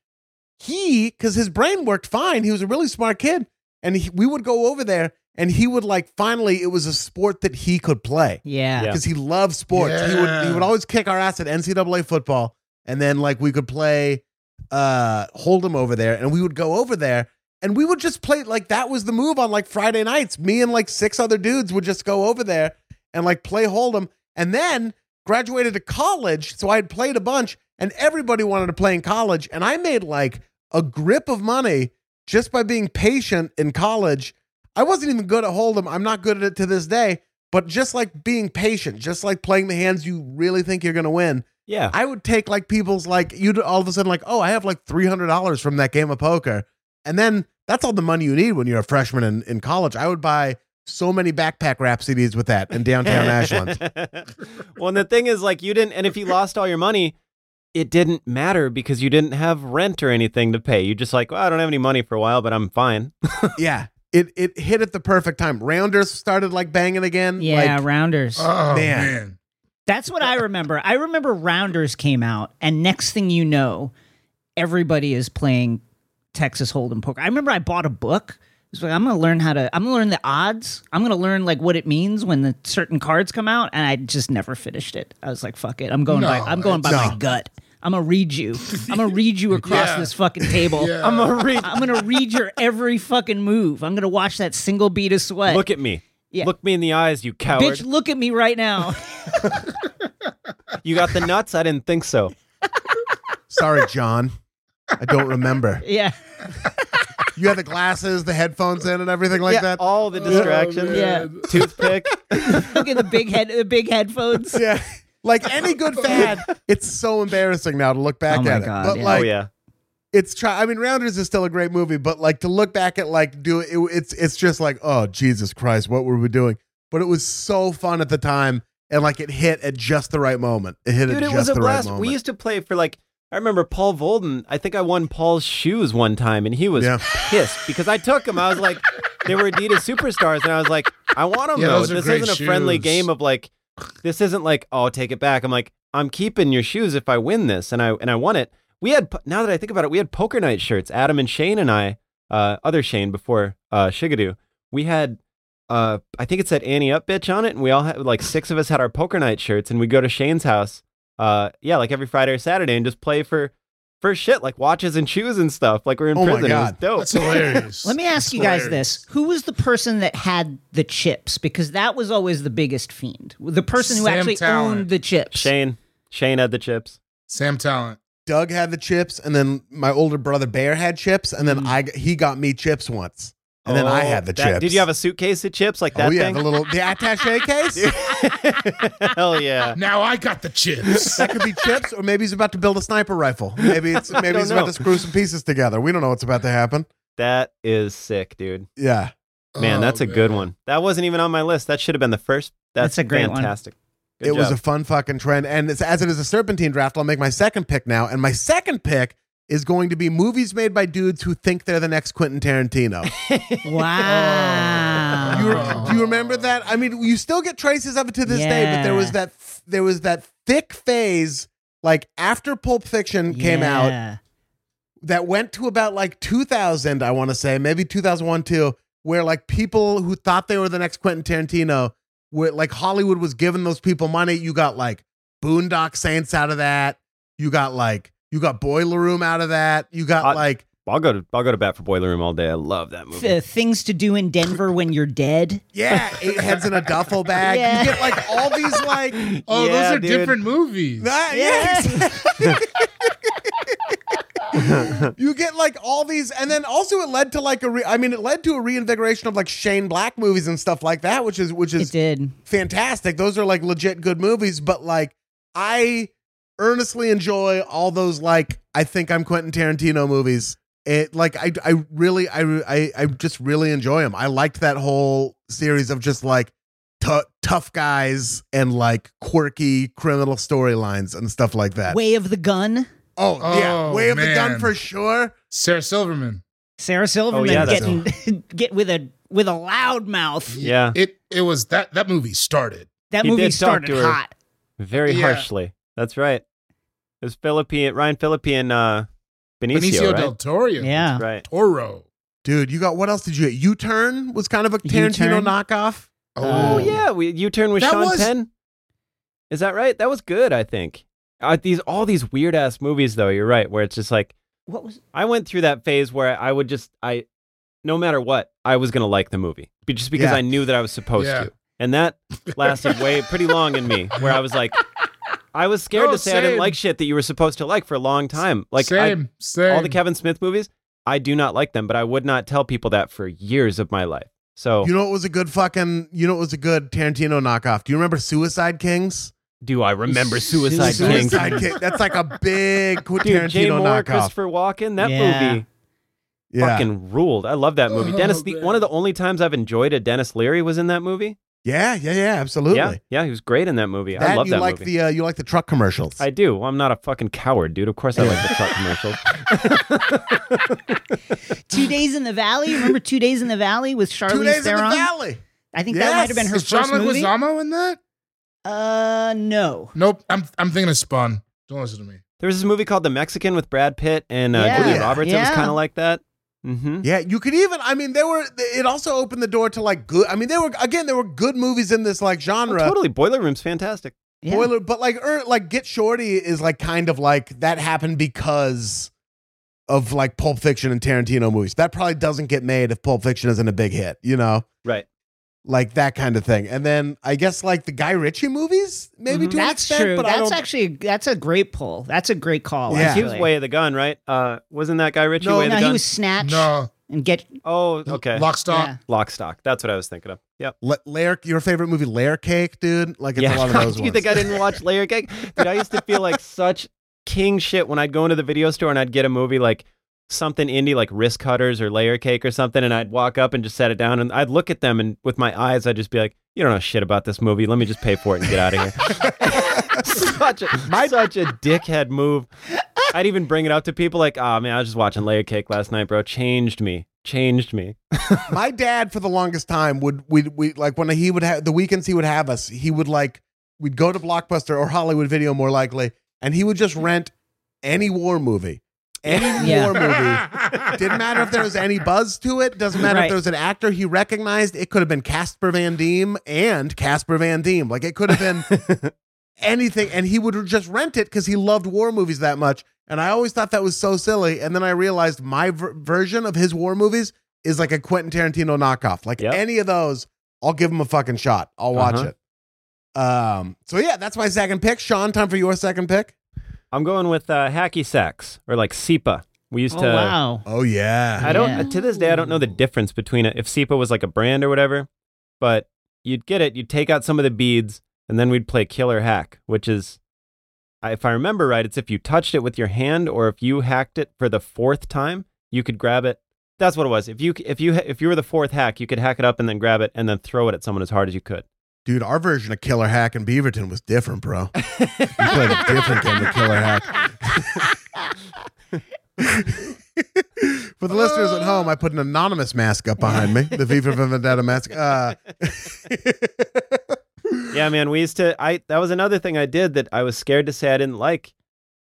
S2: he because his brain worked fine he was a really smart kid and he, we would go over there and he would like finally it was a sport that he could play
S5: Yeah.
S6: Yeah.
S2: because he loved sports. He would he
S4: Yeah.
S2: would always kick our ass at NCAA football, and then like we could play uh Hold'em over there, and we would go over there, And we would just play like that was the move on like Friday nights. Me and like six other dudes would just go over there and like play hold'em. And then graduated to college, so I had played a bunch, and everybody wanted to play in college, and I made like a grip of money just by being patient in college. I wasn't even good at hold'em. I'm not good at it to this day. But just like being patient, just like playing the hands you really think you're going to win,
S6: Yeah.
S2: I would take like people's like you'd all of a sudden like, oh, I have like three hundred dollars from that game of poker, and then that's all the money you need when you're a freshman in, in college. I would buy so many backpack rap CDs with that in downtown Ashland.
S6: well, and the thing is, like, you didn't, and if you lost all your money, it didn't matter because you didn't have rent or anything to pay. You just like, well, I don't have any money for a while, but I'm fine.
S2: Yeah, it it hit at the perfect time. Rounders started like banging again.
S5: Yeah,
S2: like,
S5: rounders.
S4: Oh
S2: Man.
S4: man.
S5: That's what I remember. I remember Rounders came out, and next thing you know, everybody is playing Texas Hold'em poker. I remember I bought a book. It's like I'm gonna learn how to. I'm gonna learn the odds. I'm gonna learn like what it means when the certain cards come out, and I just never finished it. I was like, "Fuck it, I'm going by.
S4: No,
S5: I'm going by
S2: it's-
S5: my gut. I'm gonna read you. I'm gonna read you across
S4: Yeah.
S5: this fucking table.
S4: Yeah.
S6: I'm a read.
S5: I'm gonna read your every fucking move. I'm gonna watch that single beat of sweat.
S6: Look at me.
S5: Yeah.
S6: Look me in the eyes, you coward.
S5: bitch, look at me right now.
S6: You got the nuts? I didn't think so.
S2: sorry, John. I don't remember.
S5: yeah,
S2: You had the glasses, the headphones in, and everything like
S6: yeah, Oh,
S2: that.
S6: all the distractions.
S5: yeah.
S6: Toothpick. Oh,
S5: Look at the big head, the big headphones.
S2: yeah. Like any good fad, it's so embarrassing now to look back
S5: Oh my
S2: at
S5: God,
S2: it. But
S5: yeah.
S2: like,
S6: oh yeah.
S2: it's try I mean Rounders is still a great movie, but like to look back at like do it it's it's just like, oh Jesus Christ, what were we doing? But it was so fun at the time and like it hit at just the right moment. It hit
S6: Dude,
S2: at
S6: it
S2: just
S6: was a
S2: the
S6: blast.
S2: right
S6: we
S2: moment.
S6: used to play for like I remember Paul Volden. I think I won Paul's shoes one time, and he was
S2: Yeah.
S6: pissed because I took them. I was like, they were Adidas superstars, and I was like, I want them
S4: Yeah,
S6: though.
S4: those are
S6: This
S4: great
S6: isn't a friendly
S4: shoes.
S6: game of like, this isn't like, oh, I'll take it back. I'm like, I'm keeping your shoes if I win this, and I and I won it. We had po- now that I think about it, we had poker night shirts. Adam and Shane and I, uh, other Shane before uh, Shigadoo, we had uh, I think it said Annie Up Bitch on it, and we all had like six of us had our poker night shirts, and we go to Shane's house, uh, yeah, like every Friday or Saturday, and just play for for shit like watches and shoes and stuff. Like we're in
S2: Oh my
S6: prison. It was
S2: God.
S6: dope.
S4: That's hilarious.
S5: Let me ask you guys this: Who was the person that had the chips? Because that was always the biggest fiend. The person who
S4: Sam
S5: actually
S4: Talent.
S5: owned the chips.
S6: Shane, Shane had the chips.
S4: Sam Talent.
S2: Doug had the chips, and then my older brother Bear had chips, and then I he got me chips once. And then I
S6: Mm. Oh,
S2: had the
S6: that-
S2: chips.
S6: Did you have a suitcase of chips like that
S2: Oh yeah,
S6: thing?
S2: the little the attache case?
S6: Hell yeah.
S4: Now I got the chips.
S2: That could be chips, or maybe he's about to build a sniper rifle. Maybe it's maybe he's about
S6: know.
S2: to screw some pieces together. We don't know what's about to happen.
S6: That is sick, dude.
S2: Yeah.
S6: Man,
S4: Oh,
S6: that's a
S4: man.
S6: good one. That wasn't even on my list. That should have been the first. That's,
S5: That's a great one.
S6: fantastic. Good
S2: it was
S6: job.
S2: a fun fucking trend. And it's, as it is a serpentine draft, I'll make my second pick now. And my second pick is going to be movies made by dudes who think they're the next Quentin Tarantino.
S5: Wow.
S2: You
S6: Oh.
S2: re- do you remember that? I mean, you still get traces of it to this day, but there was
S5: Yeah.
S2: that th- there was that thick phase like after Pulp Fiction came out
S5: Yeah.
S2: that went to about like 2000, I want to say, maybe 2001 too, where like people who thought they were the next Quentin Tarantino, where like Hollywood was giving those people money. You got like Boondock Saints out of that. You got like, you got Boiler Room out of that. You got
S6: Uh,
S2: like,
S6: I'll go to I'll go to bat for Boiler Room all day. I love that movie.
S5: Th- uh, things to do in Denver when you're dead.
S2: yeah, eight heads in a duffel bag.
S5: Yeah.
S2: You get like all these like,
S4: Oh,
S6: Yeah,
S4: those are
S6: dude.
S4: different movies.
S2: Ah,
S5: Yeah.
S2: yes. you get like all these, and then also it led to like a. Re- I mean, it led to a reinvigoration of like Shane Black movies and stuff like that, which is which
S5: It
S2: is
S5: did.
S2: fantastic. Those are like legit good movies, but like I earnestly enjoy all those like I think I'm Quentin Tarantino movies. It like I I really I I, I just really enjoy them. I liked that whole series of just like tou- tough guys and like quirky criminal storylines and stuff like that.
S5: Way of the Gun.
S2: oh, yeah,
S4: Oh,
S2: Way of the Gun
S4: man.
S2: for sure.
S4: Sarah Silverman.
S5: Sarah
S2: Oh,
S5: Silverman
S6: yeah, that's-
S5: getting get with a with a loud mouth.
S6: yeah,
S4: It it was that that movie started.
S5: That
S6: He
S5: movie
S6: did talk to
S5: started
S6: her.
S5: hot.
S6: very
S4: Yeah.
S6: harshly. That's right. It was Philippine Ryan Philippine uh, Benicio,
S4: Benicio
S6: right?
S4: del Toro.
S5: Yeah.
S6: right.
S4: Toro.
S2: Dude, you got what else did you get? U Turn was kind of a Tarantino
S5: U-Turn?
S2: knockoff.
S6: Oh
S5: Oh.
S6: yeah, we U turn with
S4: That
S6: Sean
S4: was-
S6: Penn. Is that right? That was good, I think. Uh, these all these weird ass movies though. You're right, where it's just like
S5: What was
S6: I went through that phase where I would just I no matter what, I was gonna like the movie, Be- just because
S2: Yeah.
S6: I knew that I was supposed
S4: Yeah.
S6: to. And that lasted way pretty long in me, where I was like, I was scared
S4: No,
S6: to say I didn't
S4: same.
S6: like shit that you were supposed to like for a long time. Like I-
S4: same, same.
S6: all the Kevin Smith movies, I do not like them, but I would not tell people that for years of my life. So
S2: You know what was a good fucking, you know what was a good Tarantino knockoff? Do you remember Suicide Kings?
S6: do I remember Suicide,
S5: Suicide
S6: Kings?
S2: Suicide King. That's like a big
S6: Dude,
S2: Tarantino
S6: Jay Moore,
S2: knockoff.
S6: Christopher Walken, that
S5: Yeah.
S6: movie
S2: Yeah.
S6: fucking ruled. I love that movie.
S4: Oh,
S6: Dennis, the,
S4: man.
S6: one of the only times I've enjoyed a Dennis Leary was in that movie.
S2: yeah, yeah, yeah, absolutely.
S6: Yeah, yeah, he was great in that movie.
S2: That
S6: I love
S2: you
S6: that
S2: like
S6: movie.
S2: the uh, you like the truck commercials.
S6: I do. Well, I'm not a fucking coward, dude. Of course I like the truck commercials.
S5: Two Days in the Valley. Remember Two Days in the Valley with Charlize
S2: Two days
S5: Theron?
S2: in the valley.
S5: I think
S2: Yes.
S5: that might have been her
S4: Is
S5: first
S4: John
S5: movie.
S4: Leguizamo in that?
S5: Uh, no.
S4: Nope. I'm I'm thinking of Spawn. Don't listen to me.
S6: There was this movie called The Mexican with Brad Pitt and uh,
S5: Yeah.
S6: Julia
S2: Yeah.
S6: Roberts. It was
S5: Yeah.
S6: kind of like that. Mm-hmm.
S2: Yeah, you could even. I mean, they were. It also opened the door to like good. I mean, they were again. There were good movies in this like genre.
S6: Oh,
S5: Oh,
S6: totally. Boiler Room's fantastic.
S5: Yeah.
S2: Boiler, but like, er, like Get Shorty is like kind of like that happened because of like Pulp Fiction and Tarantino movies. That probably doesn't get made if Pulp Fiction isn't a big hit, you know,
S6: Right.
S2: like that kind of thing. And then I guess like the Guy Ritchie movies, maybe
S6: Mhm.
S2: to an
S5: That's
S2: extent,
S5: true.
S2: But I
S5: That's
S2: don't,
S5: actually that's a great pull. That's a great call.
S2: Yeah.
S6: He was
S5: actually.
S6: way of the gun, right? Uh, wasn't that guy Richie
S2: No,
S6: way of
S5: no,
S6: the
S5: he
S6: gun?
S5: was snatch
S4: No.
S5: and get. Oh,
S6: Oh, okay.
S4: Lock stock.
S5: yeah.
S6: Lock stock. That's what I was thinking of. Yep.
S2: La- layer your favorite movie, Layer Cake, dude. Like it's a lot of those
S6: Do
S2: ones.
S6: you think I didn't watch Layer Cake? Dude, I used to feel like such king shit when I'd go into the video store and I'd get a movie like something indie like Wrist Cutters or Layer Cake or something, and I'd walk up and just set it down and I'd look at them and with my eyes I'd just be like, "You don't know shit about this movie. Let me just pay for it and get out of here." such a such a dickhead move. I'd even bring it up to people like, "Oh man, I was just watching Layer Cake last night, bro. Changed me. Changed me."
S2: my dad for the longest time would we we like when he would have the weekends he would have us he would like we'd go to blockbuster or hollywood video more likely and he would just rent any war movie any
S5: Yeah.
S2: war movie didn't matter if there was any buzz to it doesn't matter if
S5: Right.
S2: there was an actor he recognized it could have been casper van diem and casper van diem like it could have been anything and he would just rent it because he loved war movies that much and i always thought that was so silly and then i realized my ver- version of his war movies is like a quentin tarantino knockoff like
S6: Yep.
S2: any of those i'll give him a fucking shot i'll watch
S6: Uh-huh.
S2: it um so yeah that's my second pick sean time for your second pick
S6: I'm going with uh, Hacky Sacks or like SEPA. We used
S5: Oh
S6: to uh,
S5: wow.
S2: oh yeah
S6: I don't
S5: Yeah.
S6: to this day I don't know the difference between it if SEPA was like a brand or whatever, but you'd get it, you'd take out some of the beads, and then we'd play killer hack, which is I- if I remember right, it's if you touched it with your hand or if you hacked it for the fourth time, you could grab it. That's what it was. If you if you if you were the fourth hack, you could hack it up and then grab it and then throw it at someone as hard as you could.
S2: Dude, our version of Killer Hack in Beaverton was different, bro. we played a different game of Killer Hack. For the listeners at home, I put an anonymous mask up behind me, the V for Vendetta mask. Uh,
S6: Yeah, man, we used to. I that was another thing I did that I was scared to say I didn't like,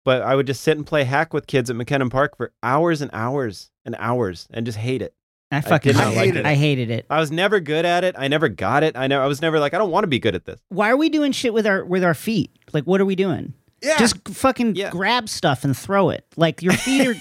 S6: but I would just sit and play hack with kids at McKenna Park for hours and hours and hours and just hate it.
S5: I fucking
S6: did
S2: not like
S5: hated
S2: it.
S5: it. I hated it.
S6: I was never good at it. I never got it. I know I was never like I don't want to be good at this.
S5: Why are we doing shit with our with our feet? Like what are we doing?
S2: yeah,
S5: Just fucking
S6: Yeah.
S5: grab stuff and throw it. Like your feet are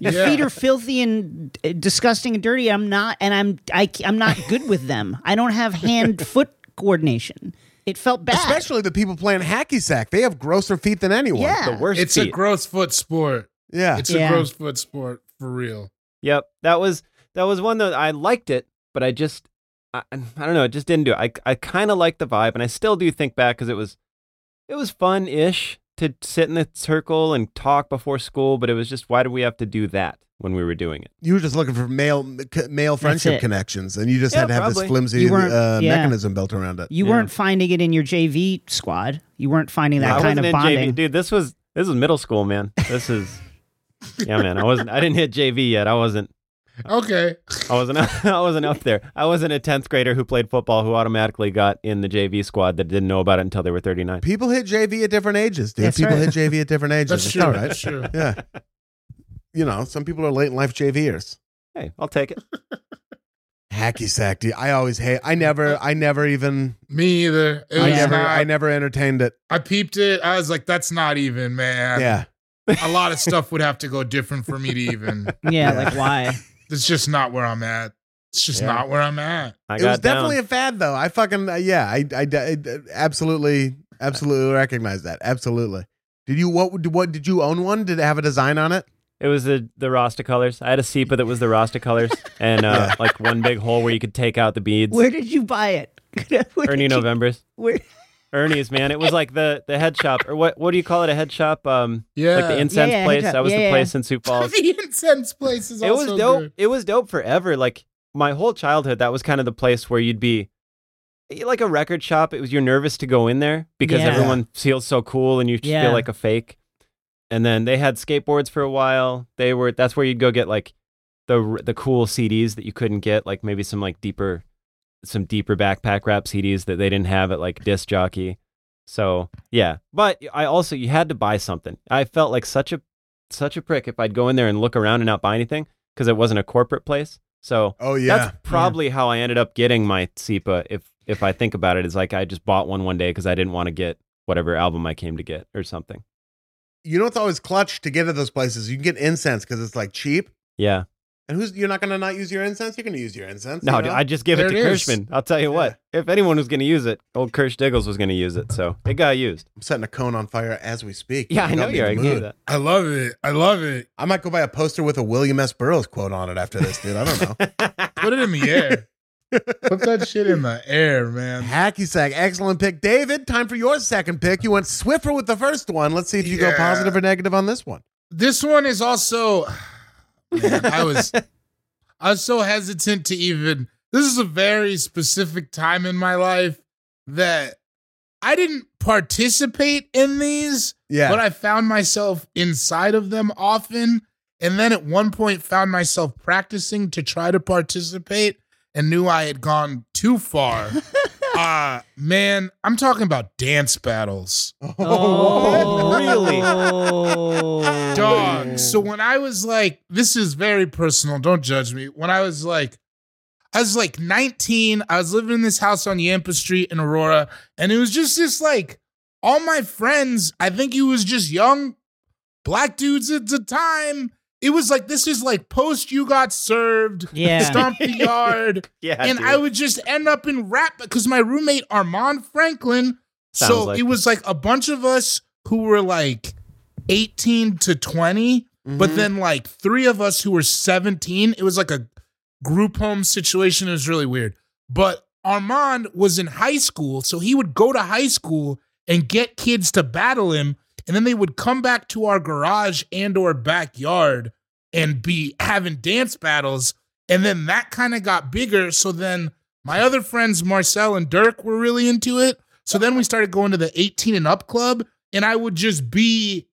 S5: your
S4: Yeah.
S5: feet are filthy and uh, disgusting and dirty. I'm not and I'm I, am i am not good with them. I don't have hand foot coordination. It felt bad.
S2: especially the people playing hacky sack. They have grosser feet than anyone.
S5: yeah.
S6: The worst.
S4: It's a
S6: feat.
S4: gross foot sport.
S2: Yeah.
S4: It's
S5: Yeah.
S4: a gross foot sport for real.
S6: Yep. That was that was one that I liked it, but I just I, I don't know, it just didn't do it. I I kind of liked the vibe and I still do think back cuz it was it was fun-ish to sit in the circle and talk before school, but it was just why did we have to do that when we were doing it?
S2: you were just looking for male c- male friendship
S5: it.
S2: connections, and you just
S6: Yeah,
S2: had to have
S6: probably.
S2: this flimsy
S5: You weren't-
S2: uh,
S5: yeah.
S2: mechanism built around it.
S5: You
S6: Yeah.
S5: weren't finding it in your JV squad. You weren't finding that
S6: I
S5: kind
S6: wasn't
S5: of
S6: in JV.
S5: bonding.
S6: Dude, this was this was middle school, man. This is Yeah, man. I wasn't I didn't hit JV yet. I wasn't
S4: Okay.
S6: I wasn't I wasn't up there. I wasn't a 10th grader who played football who automatically got in the JV squad that didn't know about it until they were 39.
S2: People hit JV at different ages, dude.
S5: That's
S2: people
S5: right.
S2: hit JV at different ages.
S4: That's
S2: it's
S4: true.
S2: all right.
S4: That's true.
S2: Yeah. You know, some people are late in life JVers.
S6: Hey, I'll take it.
S2: Hacky sack, dude. I always hate. I never. I never even.
S4: Me either. It
S2: I
S4: was
S2: never.
S4: not-
S2: I never entertained it.
S4: I peeped it. I was like, that's not even, man.
S2: Yeah.
S4: A lot of stuff would have to go different for me to even.
S5: yeah, like why?
S4: That's just not where I'm at. It's just
S2: Yeah.
S4: not where I'm at.
S6: I
S2: it was
S6: got down.
S2: definitely a fad, though. I fucking uh, yeah, I, I, I absolutely absolutely recognize that. Absolutely. Did you what? would- What did you own one? Did it have a design on it?
S6: It was the the Rasta colors. I had a SEPA that was the Rasta colors, and uh, like one big hole where you could take out the beads.
S5: Where did you buy it? Where did
S6: Ernie
S5: you-
S6: November's,
S5: Where,
S6: Ernie's man. It was like the the head shop or what? What do you call it? A head shop? Um,
S4: Yeah.
S6: like the incense
S5: Uh, Yeah, yeah,
S6: place.
S5: head shop.
S6: That was
S5: Yeah,
S6: the
S5: yeah,
S6: place in Sioux Falls.
S4: the incense place is
S6: it was
S4: also
S6: dope.
S4: good.
S6: It was dope forever. Like my whole childhood, that was kind of the place where you'd be eh, like a record shop. It was you're nervous to go in there because
S5: Yeah.
S6: everyone feels so cool and you just
S5: Yeah.
S6: feel like a fake. And then they had skateboards for a while. They were that's where you'd go get like the r- the cool CDs that you couldn't get, like maybe some like deeper some deeper backpack rap CDs that they didn't have at like disc jockey. So yeah, but I also you had to buy something. I felt like such a such a prick if I'd go in there and look around and not buy anything because it wasn't a corporate place. So
S2: Oh yeah.
S6: that's probably how I ended up getting my SEPA. If if I think about it, it's like I just bought one one day because I didn't want to get whatever album I came to get or something.
S2: you know what's always clutch to get at those places? You can get incense because it's like cheap.
S6: Yeah.
S2: And who's you're not gonna not use your incense? You're gonna use your incense.
S6: No,
S2: you
S6: dude,
S2: know?
S6: I just gave it
S4: There
S6: to
S4: it is.
S6: Kirschman. I'll tell you what. If anyone was going to use it, old Kirsch Diggles was going to use it. So it got used.
S2: I'm setting a cone on fire as we speak.
S6: Yeah, I
S2: You
S6: know
S2: got me
S6: you're. I
S2: in the
S6: knew
S2: mood.
S6: that.
S4: I love it. I love it.
S2: I might go buy a poster with a William S. Burroughs quote on it after this, dude. I don't know.
S4: Put it in the air. Put that shit in the air, man.
S2: Hacky sack, excellent pick, David. Time for your second pick. You went Swiffer with the first one. Let's see if you go
S4: Yeah.
S2: positive or negative on this one.
S4: This one is also man, I was I was so hesitant to even this is a very specific time in my life that I didn't participate in these,
S2: Yeah,
S4: but I found myself inside of them often. And then at one point found myself practicing to try to participate and knew I had gone too far. uh man, I'm talking about dance battles.
S5: Oh,
S6: Really?
S7: Oh.
S4: Dog. So when I was like, this is very personal, don't judge me. When I was like, I was like 19, I was living in this house on Yampa Street in Aurora, and it was just this like all my friends, I think he was just young black dudes at the time. It was like this is like post you got served,
S5: Yeah.
S4: stomp the yard
S6: Yeah.
S4: and
S6: dude.
S4: I would just end up in rap because my roommate Armand Franklin. so
S6: Sounds like
S4: it was like a bunch of us who were like 18 to 20, but then like three of us who were 17. It was like a group home situation. It was really weird. But Armand was in high school, so he would go to high school and get kids to battle him, and then they would come back to our garage and or backyard and be having dance battles. And then that kind of got bigger. So then my other friends, Marcel and Dirk, were really into it. So then we started going to the 18 and up club, and I would just be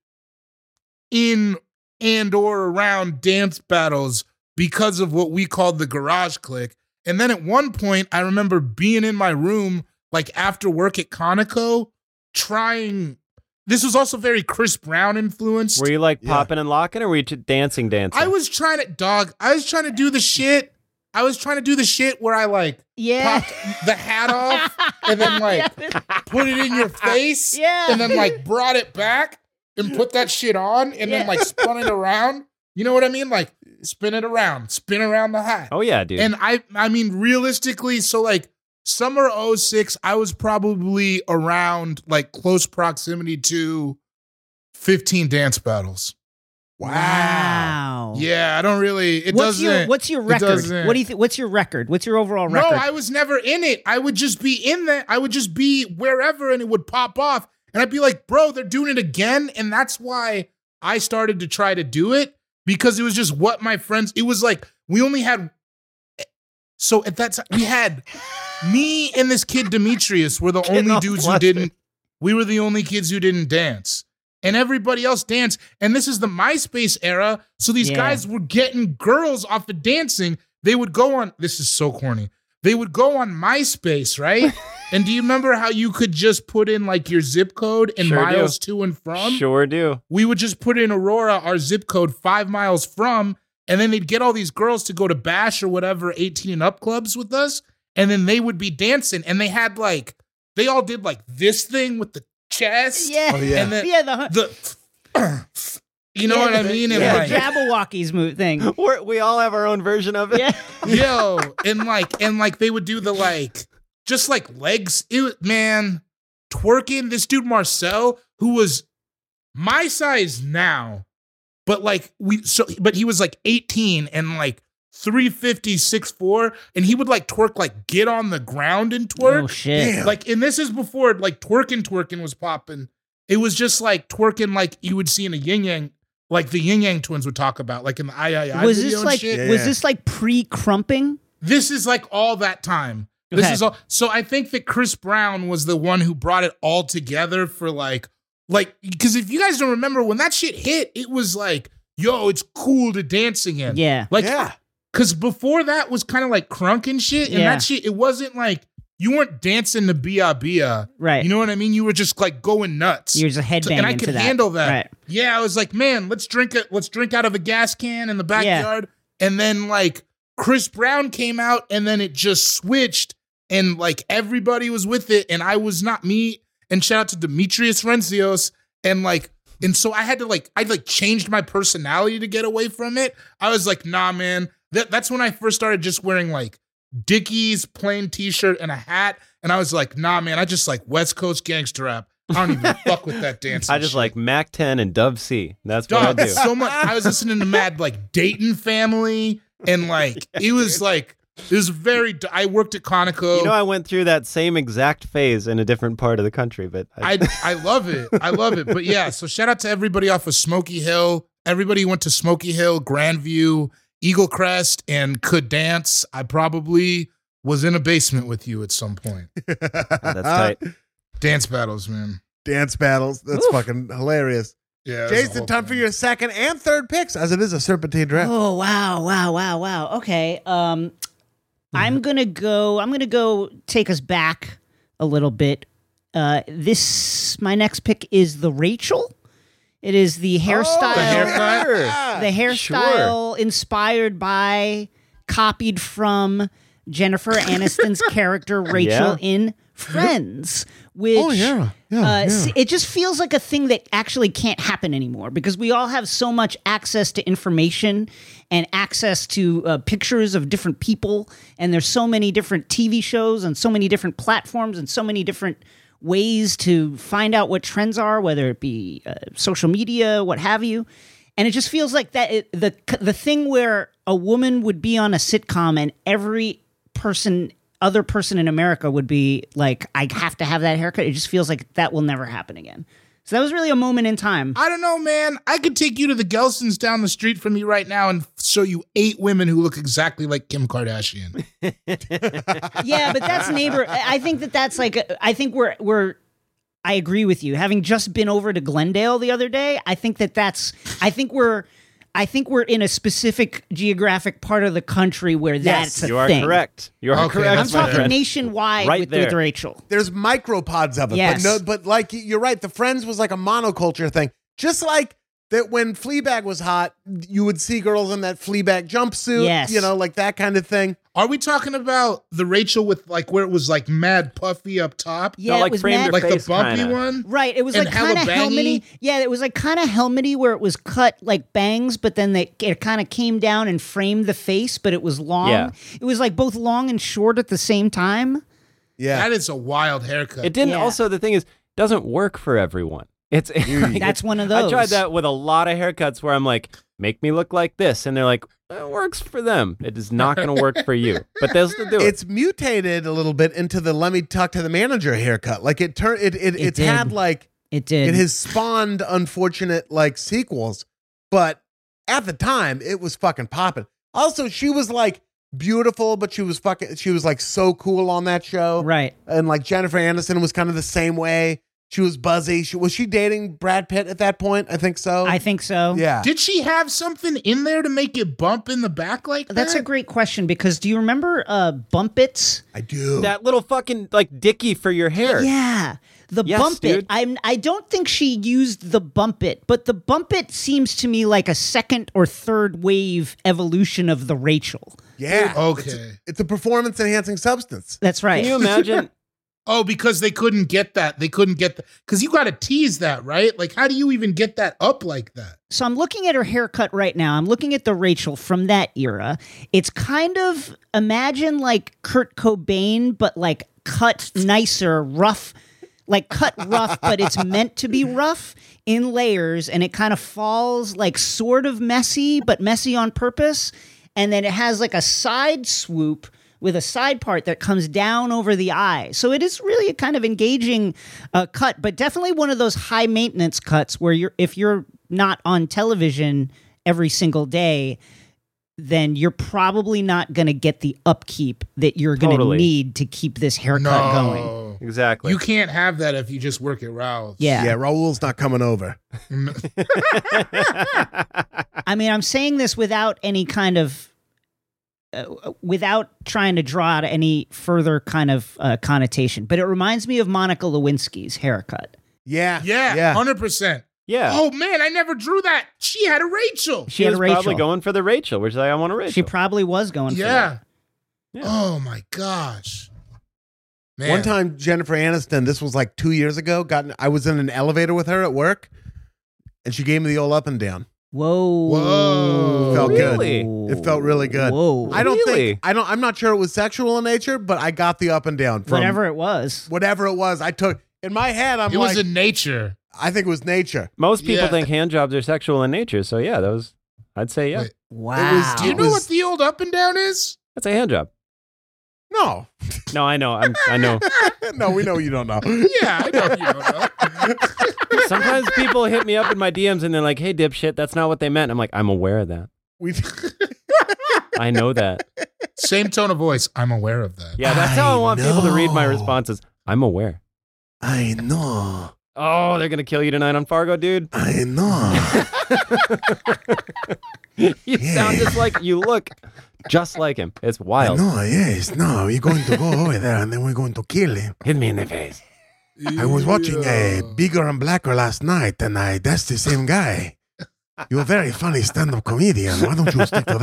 S4: in and or around dance battles because of what we called the garage click. And then at one point, I remember being in my room, like after work at Conoco, trying. This was also very Chris Brown influenced.
S6: Were you like
S2: Yeah.
S6: popping and locking, or were you just dancing, dancing?
S4: I was trying to dog. I was trying to do the shit. I was trying to do the shit where I like
S5: yeah.
S4: popped the hat off and then like put it in your face
S5: Yeah.
S4: and then like brought it back and put that shit on and then
S5: Yeah.
S4: like spun it around. You know what I mean? Like spin it around, spin around the hat.
S6: Oh yeah, dude.
S4: And I I mean realistically, so like summer 06, I was probably around like close proximity to 15 dance battles.
S5: Wow.
S4: Yeah, I don't really it
S5: What's
S4: doesn't
S5: your What's your
S4: it
S5: record?
S4: doesn't-
S5: What do you think? What's your record? What's your overall
S4: No,
S5: record?
S4: I was never in it. I would just be in that. I would just be wherever and it would pop off. And I'd be like, bro, they're doing it again. And that's why I started to try to do it because it was just what my friends, it was like, we only had. So at that time, we had me and this kid, Demetrius, were the only
S6: all
S4: dudes
S6: flustered.
S4: who didn't. We were the only kids who didn't dance. And everybody else danced. And this is the MySpace era. So these
S5: Yeah.
S4: guys were getting girls off of dancing. They would go on, this is so corny. They would go on MySpace, right? and do you remember how you could just put in like your zip code and
S6: Sure do.
S4: miles to and from?
S6: sure do.
S4: We would just put in Aurora, our zip code, five miles from, and then they'd get all these girls to go to Bash or whatever 18 and up clubs with us. And then they would be dancing. And they had like, they all did like this thing with the
S5: Oh,
S4: chest.
S5: yeah.
S2: Oh, yeah.
S4: And then
S5: yeah. The,
S4: the You know
S5: Yeah,
S4: what I
S5: the-
S4: mean? And
S5: Yeah,
S4: like,
S5: the Jabberwockies mo- thing.
S6: We're, we all have our own version of it.
S5: Yeah.
S4: yo, and like, and like they would do the like, just like legs. It, was- man, twerking. This dude Marcel, who was my size now, but like we, so but he was like 18 and like 350, 6'4", and he would like twerk, like get on the ground and twerk.
S5: Oh shit.
S2: Damn.
S4: Like, and this is before like twerking, twerking was popping. It was just like twerking, like you would see in a yin yang, like the yin yang twins would talk about, like in the I I I
S5: was
S4: video
S5: this
S4: and
S5: like
S4: shit.
S2: Yeah,
S5: was
S2: yeah.
S5: this like pre crumping?
S4: This is like all that time. This
S5: Okay.
S4: is all. So I think that Chris Brown was the one who brought it all together for like, like, because if you guys don't remember when that shit hit, it was like, yo, it's cool to dance again.
S5: Yeah.
S4: Like,
S2: yeah.
S4: Cause before that was kind of like crunk and shit, and
S5: Yeah.
S4: that shit, it wasn't like you weren't dancing to Bia Bia.
S5: Right.
S4: You know what I mean? You were just like going nuts.
S5: You're just
S4: So-
S5: headbanging
S4: and I
S5: to
S4: could
S5: that.
S4: handle that.
S5: Right.
S4: Yeah, I was like, man, let's drink it. Let's drink out of a gas can in the backyard. And then like Chris Brown came out, and then it just switched, and like everybody was with it, and I was not me. And shout out to Demetrius Rencios, and like, and so I had to like, I like changed my personality to get away from it. I was like, nah, man. That, that's when I first started just wearing like Dickies, plain T-shirt, and a hat. And I was like, nah, man. I just like West Coast gangster rap. I don't even fuck with that dance.
S6: I just like Mac 10 and Dove C. That's what I
S4: Dog,
S6: do.
S4: so much. I was listening to Mad like Dayton Family, and like it was like it was very. d- I worked at Conoco.
S6: You know, I went through that same exact phase in a different part of the country, but I,
S4: I I love it. I love it. But yeah, so shout out to everybody off of Smoky Hill. Everybody who went to Smoky Hill, Grandview, Eagle Crest, and could dance. I probably was in a basement with you at some point.
S6: that's tight.
S4: Dance battles, man.
S2: Dance battles. That's
S5: Oof.
S2: fucking hilarious.
S4: Yeah, it was a
S2: Jason,
S4: whole
S2: time for
S4: thing.
S2: your second and third picks, as it is a serpentine draft.
S5: Oh wow, wow, wow, wow. Okay. Um I'm gonna go I'm gonna go take us back a little bit. Uh this my next pick is the Rachel. It is the
S2: Oh,
S5: hairstyle
S4: Oh, The haircut?
S6: Sure.
S5: the hairstyle inspired by, copied from Jennifer Aniston's character Rachel
S6: Yeah.
S5: in Friends, which
S2: yeah. Yeah,
S5: uh, s-
S2: yeah.
S5: it just feels like a thing that actually can't happen anymore because we all have so much access to information and access to uh, pictures of different people, and there's so many different TV shows and so many different platforms and so many different ways to find out what trends are, whether it be uh, social media, what have you. And it just feels like that it, the the thing where a woman would be on a sitcom and every person other person in America would be like, I have to have that haircut. It just feels like that will never happen again. So that was really a moment in time.
S4: I don't know, man. I could take you to the Gelsons down the street from me right now and show you eight women who look exactly like Kim Kardashian.
S5: yeah, but that's neighbor. I I think that that's like. I think we're we're. I agree with you. Having just been over to Glendale the other day, I think that that's. I think we're. I think we're in a specific geographic part of the country where that's a
S6: you are
S5: thing.
S6: correct. You are
S4: Okay,
S6: correct.
S5: I'm
S4: that's
S6: my
S5: talking
S6: friend.
S5: nationwide
S6: Right
S5: with,
S6: there.
S5: with Rachel.
S2: There's micropods of it.
S5: Yes.
S2: But, no, but like, you're right. The Friends was like a monoculture thing. Just like that when Fleabag was hot, you would see girls in that Fleabag jumpsuit.
S5: Yes.
S2: You know, like that kind of thing.
S4: Are we talking about the Rachel with like where it was like mad puffy up top?
S5: Yeah, it
S6: like
S5: was
S6: framed
S5: mad-
S6: her
S4: Like the
S6: Face
S4: bumpy
S6: kinda.
S4: one?
S5: Right. It was
S4: And
S5: like
S4: hella
S5: kind of
S4: bangy?
S5: helmety. Yeah, it was like kind of helmety where it was cut like bangs, but then they, it kind of came down and framed the face, but it was long.
S6: Yeah.
S5: It was like both long and short at the same time.
S2: Yeah.
S4: That is a wild haircut.
S6: It didn't.
S5: Yeah.
S6: Also, the thing is, doesn't work for everyone. It's like,
S5: That's one of
S6: I
S5: those.
S6: tried that with a lot of haircuts where I'm like, make me look like this, and they're like, it works for them. It is not going to work for you, but they'll still do it.
S2: it's mutated a little bit into the let me talk to the manager haircut. Like it turned it, it, it's
S5: did.
S2: had like
S5: It did.
S2: it has spawned unfortunate like sequels, but at the time it was fucking popping. Also, she was like beautiful, but she was fucking she was like so cool on that show.
S5: right.
S2: And like Jennifer Aniston was kind of the same way. She was buzzy. She was she dating Brad Pitt at that point? I think so.
S5: I think so.
S2: yeah.
S4: Did she have something in there to make it bump in the back like that?
S5: That's a great question because do you remember uh, Bumpets?
S2: I do.
S6: that little fucking like dicky for your hair.
S5: Yeah. The
S6: Yes,
S5: bump it.
S6: dude.
S5: I'm I don't think she used the bump it, but the bump it seems to me like a second or third wave evolution of the Rachel.
S2: yeah.
S4: Okay.
S2: It's a performance enhancing substance.
S5: That's right.
S6: Can you imagine?
S4: Oh, because they couldn't get that. They couldn't get that. Because you got to tease that, right? Like, how do you even get that up like that?
S5: So I'm looking at her haircut right now. I'm looking at the Rachel from that era. It's kind of imagine like Kurt Cobain, but like cut nicer, rough, like cut rough, but it's meant to be rough in layers, and it kind of falls like sort of messy, but messy on purpose. And then it has like a side swoop with a side part that comes down over the eye. So it is really a kind of engaging uh, cut, but definitely one of those high maintenance cuts where you're if you're not on television every single day, then you're probably not going to get the upkeep that you're going to
S6: Totally.
S5: need to keep this haircut going.
S6: Exactly.
S4: You can't have that if you just work at Ralph's.
S5: Yeah.
S2: Yeah, Raul's not coming over.
S5: I mean, I'm saying this without any kind of, uh, without trying to draw out any further kind of uh, connotation, but it reminds me of Monica Lewinsky's haircut.
S2: Yeah.
S4: Yeah.
S2: Yeah.
S4: 100%.
S6: yeah.
S4: Oh, man. I never drew that. She had a Rachel.
S6: she
S5: had
S6: was
S5: Rachel.
S6: probably going for the Rachel, which is like, I want a Rachel.
S5: She probably was going for that.
S4: Yeah.
S6: Yeah.
S4: Oh, my gosh. Man.
S2: One time, Jennifer Aniston, this was like two years ago, got in, I was in an elevator with her at work, and she gave me the old up and down.
S5: Whoa.
S4: Whoa.
S2: Felt good.
S6: Really?
S2: It felt really good.
S5: Whoa.
S2: I don't
S6: Really?
S2: think I don't. I'm not sure it was sexual in nature, but I got the up and down from
S5: Whatever it was.
S2: whatever it was. I took in my head. I'm
S4: it
S2: like,
S4: was in nature.
S2: I think it was nature.
S6: Most people
S4: Yeah.
S6: think hand jobs are sexual in nature, so yeah, that was. I'd say yeah,
S4: Wait.
S5: Wow.
S4: Do you
S2: It
S4: know
S2: was-
S4: what the old up and down is?
S6: that's a hand job.
S2: No,
S6: No, I know. I'm, I know.
S2: no, we know you don't know.
S4: Yeah, I know you don't know.
S6: Sometimes people hit me up in my DMs and they're like, "Hey, dipshit, that's not what they meant." I'm like, "I'm aware of that.
S2: We
S6: I know that.
S4: Same tone of voice. I'm aware of that.
S6: Yeah, that's how I
S2: I
S6: want people to read my
S2: know.
S6: responses. I'm aware.
S2: I know.
S6: Oh, they're gonna kill you tonight on Fargo, dude.
S2: I know.
S6: You sound just like you look, just like him. It's wild.
S2: yes, no. We're going to go over there and then we're going to kill him.
S6: Hit me in the face.
S2: I was watching a Bigger and Blacker last night, and I that's the same guy. You're a very funny stand-up comedian. Why don't you stick to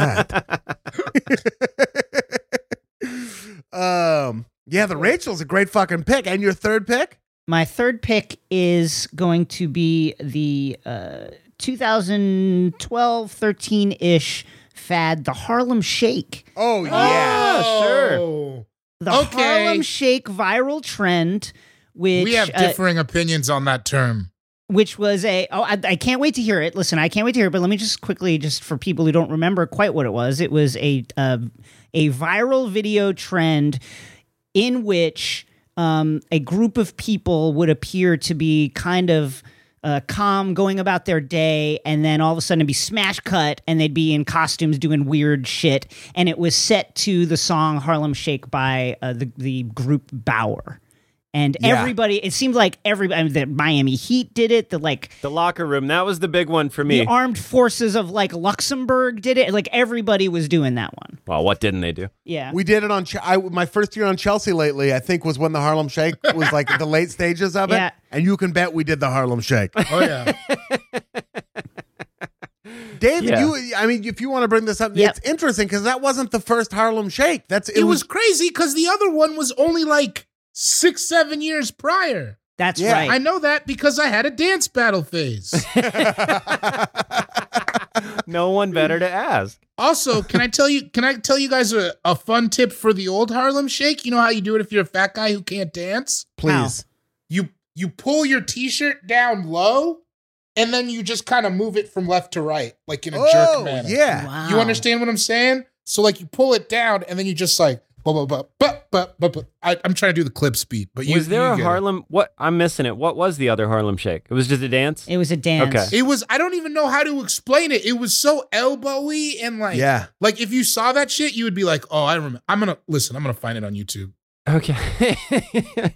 S2: that? um, yeah, the Rachel's a great fucking pick, and your third pick.
S5: My third pick is going to be the uh, 2012 13 ish fad, the Harlem Shake.
S2: Oh
S6: Yeah, sure.
S4: sure.
S5: The
S4: Okay.
S5: Harlem Shake viral trend, which
S4: we have
S5: uh,
S4: differing opinions on that term.
S5: which was a oh I, I can't wait to hear it. Listen, I can't wait to hear it. But let me just quickly, just for people who don't remember quite what it was, it was a uh, a viral video trend in which um, a group of people would appear to be kind of uh, calm going about their day, and then all of a sudden it'd be smash cut, and they'd be in costumes doing weird shit. And it was set to the song "Harlem Shake" by uh, the the group Bauer. And everybody, it seemed like everybody, I mean, the Miami Heat did it. The like
S6: The locker room. That was the big one for me.
S5: the armed forces of like Luxembourg did it. Like everybody was doing that one.
S6: well, what didn't they do?
S5: Yeah.
S2: We did it on Ch- I, my first year on Chelsea lately. I think was when the Harlem Shake was like the late stages of it,
S5: Yeah.
S2: and you can bet we did the Harlem Shake.
S4: Oh yeah.
S2: David,
S6: Yeah.
S2: you I mean, if you want to bring this up,
S5: Yep.
S2: it's interesting because that wasn't the first Harlem Shake. That's
S4: it was crazy because the other one was only like six, seven years prior.
S5: That's
S2: Yeah,
S5: right.
S4: I know that because I had a dance battle phase.
S6: No one better to ask.
S4: also, can I tell you? Can I tell you guys a, a fun tip for the old Harlem Shake? You know how you do it if you're a fat guy who can't dance.
S2: please.
S4: You you pull your T-shirt down low, and then you just kind of move it from left to right, like in a jerk manner.
S2: Oh, yeah.
S5: Wow.
S4: You understand what I'm saying? So like you pull it down and then you just like bu- bu- bu- bu- bu- bu- bu- I, I'm trying to do the clip speed, but you
S6: was there
S4: you
S6: a
S4: get it.
S6: Harlem? What I'm missing it. What was the other Harlem Shake? It was just a dance.
S5: It was a dance.
S6: Okay.
S4: It was I don't even know how to explain it. It was so elbowy and like
S2: Yeah.
S4: like if you saw that shit, you would be like, oh, I remember. I'm gonna listen. I'm gonna find it on YouTube.
S6: okay.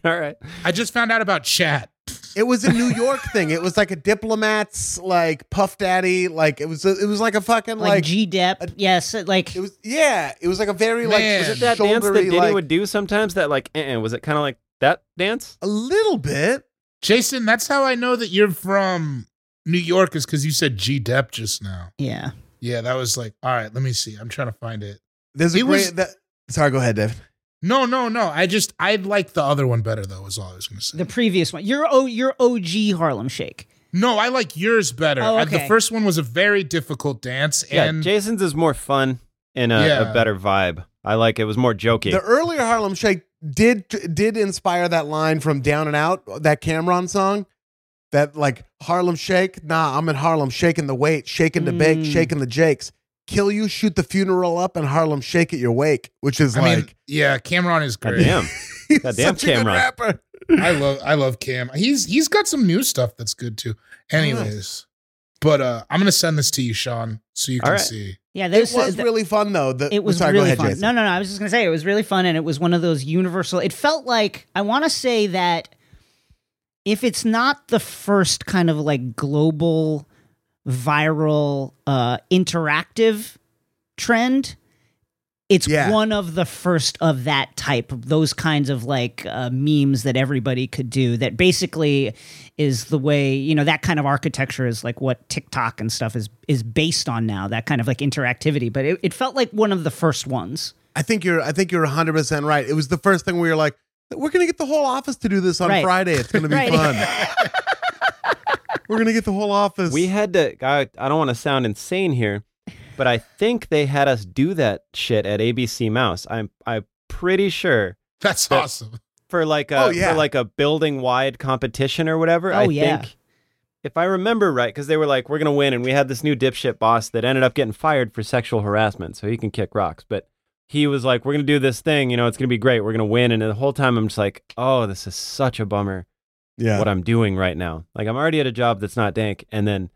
S6: All right.
S4: I just found out about chat.
S2: It was a New York thing. It was like a diplomats, like Puff Daddy, like it was. A, it was like a fucking
S5: Like
S2: like.
S5: G Dep. Yes. Like
S2: it was yeah. It was like a very
S4: Man.
S2: like.
S4: Was it
S6: That dance that
S2: shouldery,
S6: Diddy
S2: like,
S6: would do sometimes. That like, uh-uh, was it kind of like that dance?
S2: a little bit.
S4: Jason, that's how I know that you're from New York is because you said G Dep just now.
S5: yeah.
S4: Yeah, that was like, all right, let me see. I'm trying to find it.
S2: There's a
S4: It
S2: great.
S4: was-
S2: that, sorry, go ahead, Dave.
S4: No, no, no. I just I like the other one better though. Is all I was gonna say.
S5: The previous one. Your O your OG Harlem Shake.
S4: no, I like yours better.
S5: Oh,
S4: Uh, the
S5: okay.
S4: first one was a very difficult dance,
S6: yeah,
S4: and
S6: Jason's is more fun and a,
S4: Yeah.
S6: a better vibe. I like it. was more jokey.
S2: The earlier Harlem Shake did did inspire that line from Down and Out, that Cameron song. That like Harlem Shake, nah, I'm in Harlem shaking the weight, shaking the bake,
S5: Mm.
S2: shaking the jakes. Kill you, shoot the funeral up, and Harlem Shake at your wake, which is
S4: I
S2: like
S4: mean, yeah, Cameron is
S6: God
S4: great.
S6: damn.
S2: he's
S6: God damn,
S2: such a good
S6: Cameron.
S2: rapper.
S4: I love I love Cam. He's he's got some new stuff that's good too. Anyways, but uh I'm gonna send this to you, Sean, so you
S6: All
S4: can
S6: right.
S4: see.
S5: Yeah,
S2: It
S5: those uh,
S2: was
S5: th-
S2: really fun though. The,
S5: it was
S2: sorry, go
S5: really
S2: ahead,
S5: fun.
S2: Jason.
S5: No, no, no. I was just gonna say it was really fun, and it was one of those universal. It felt like I want to say that if it's not the first kind of like global viral uh, interactive trend, it's
S2: Yeah.
S5: one of the first of that type. Those kinds of like uh, memes that everybody could do. That basically is the way you know that kind of architecture is like what TikTok and stuff is is based on now. That kind of like interactivity, but it, it felt like one of the first ones.
S2: I think you're I think you're 100 percent right. It was the first thing we were like, we're gonna get the whole office to do this on
S5: Right.
S2: Friday. It's gonna be
S5: Right.
S2: fun. we're gonna get the whole office.
S6: We had to. I, I don't want to sound insane here, but I think they had us do that shit at ABC Mouse. I'm I'm pretty sure
S4: That's
S6: Yeah.
S4: awesome.
S6: for like a
S2: Oh, yeah.
S6: for like a building wide competition or whatever.
S5: Oh,
S6: I
S5: yeah.
S6: think if I remember right, because they were like, "We're gonna win," and we had this new dipshit boss that ended up getting fired for sexual harassment, so he can kick rocks, but. He was like, "We're gonna do this thing, you know. It's gonna be great. We're gonna win." And the whole time, I'm just like, "Oh, this is such a bummer."
S2: yeah.
S6: what I'm doing right now. Like I'm already at a job that's not dank, and then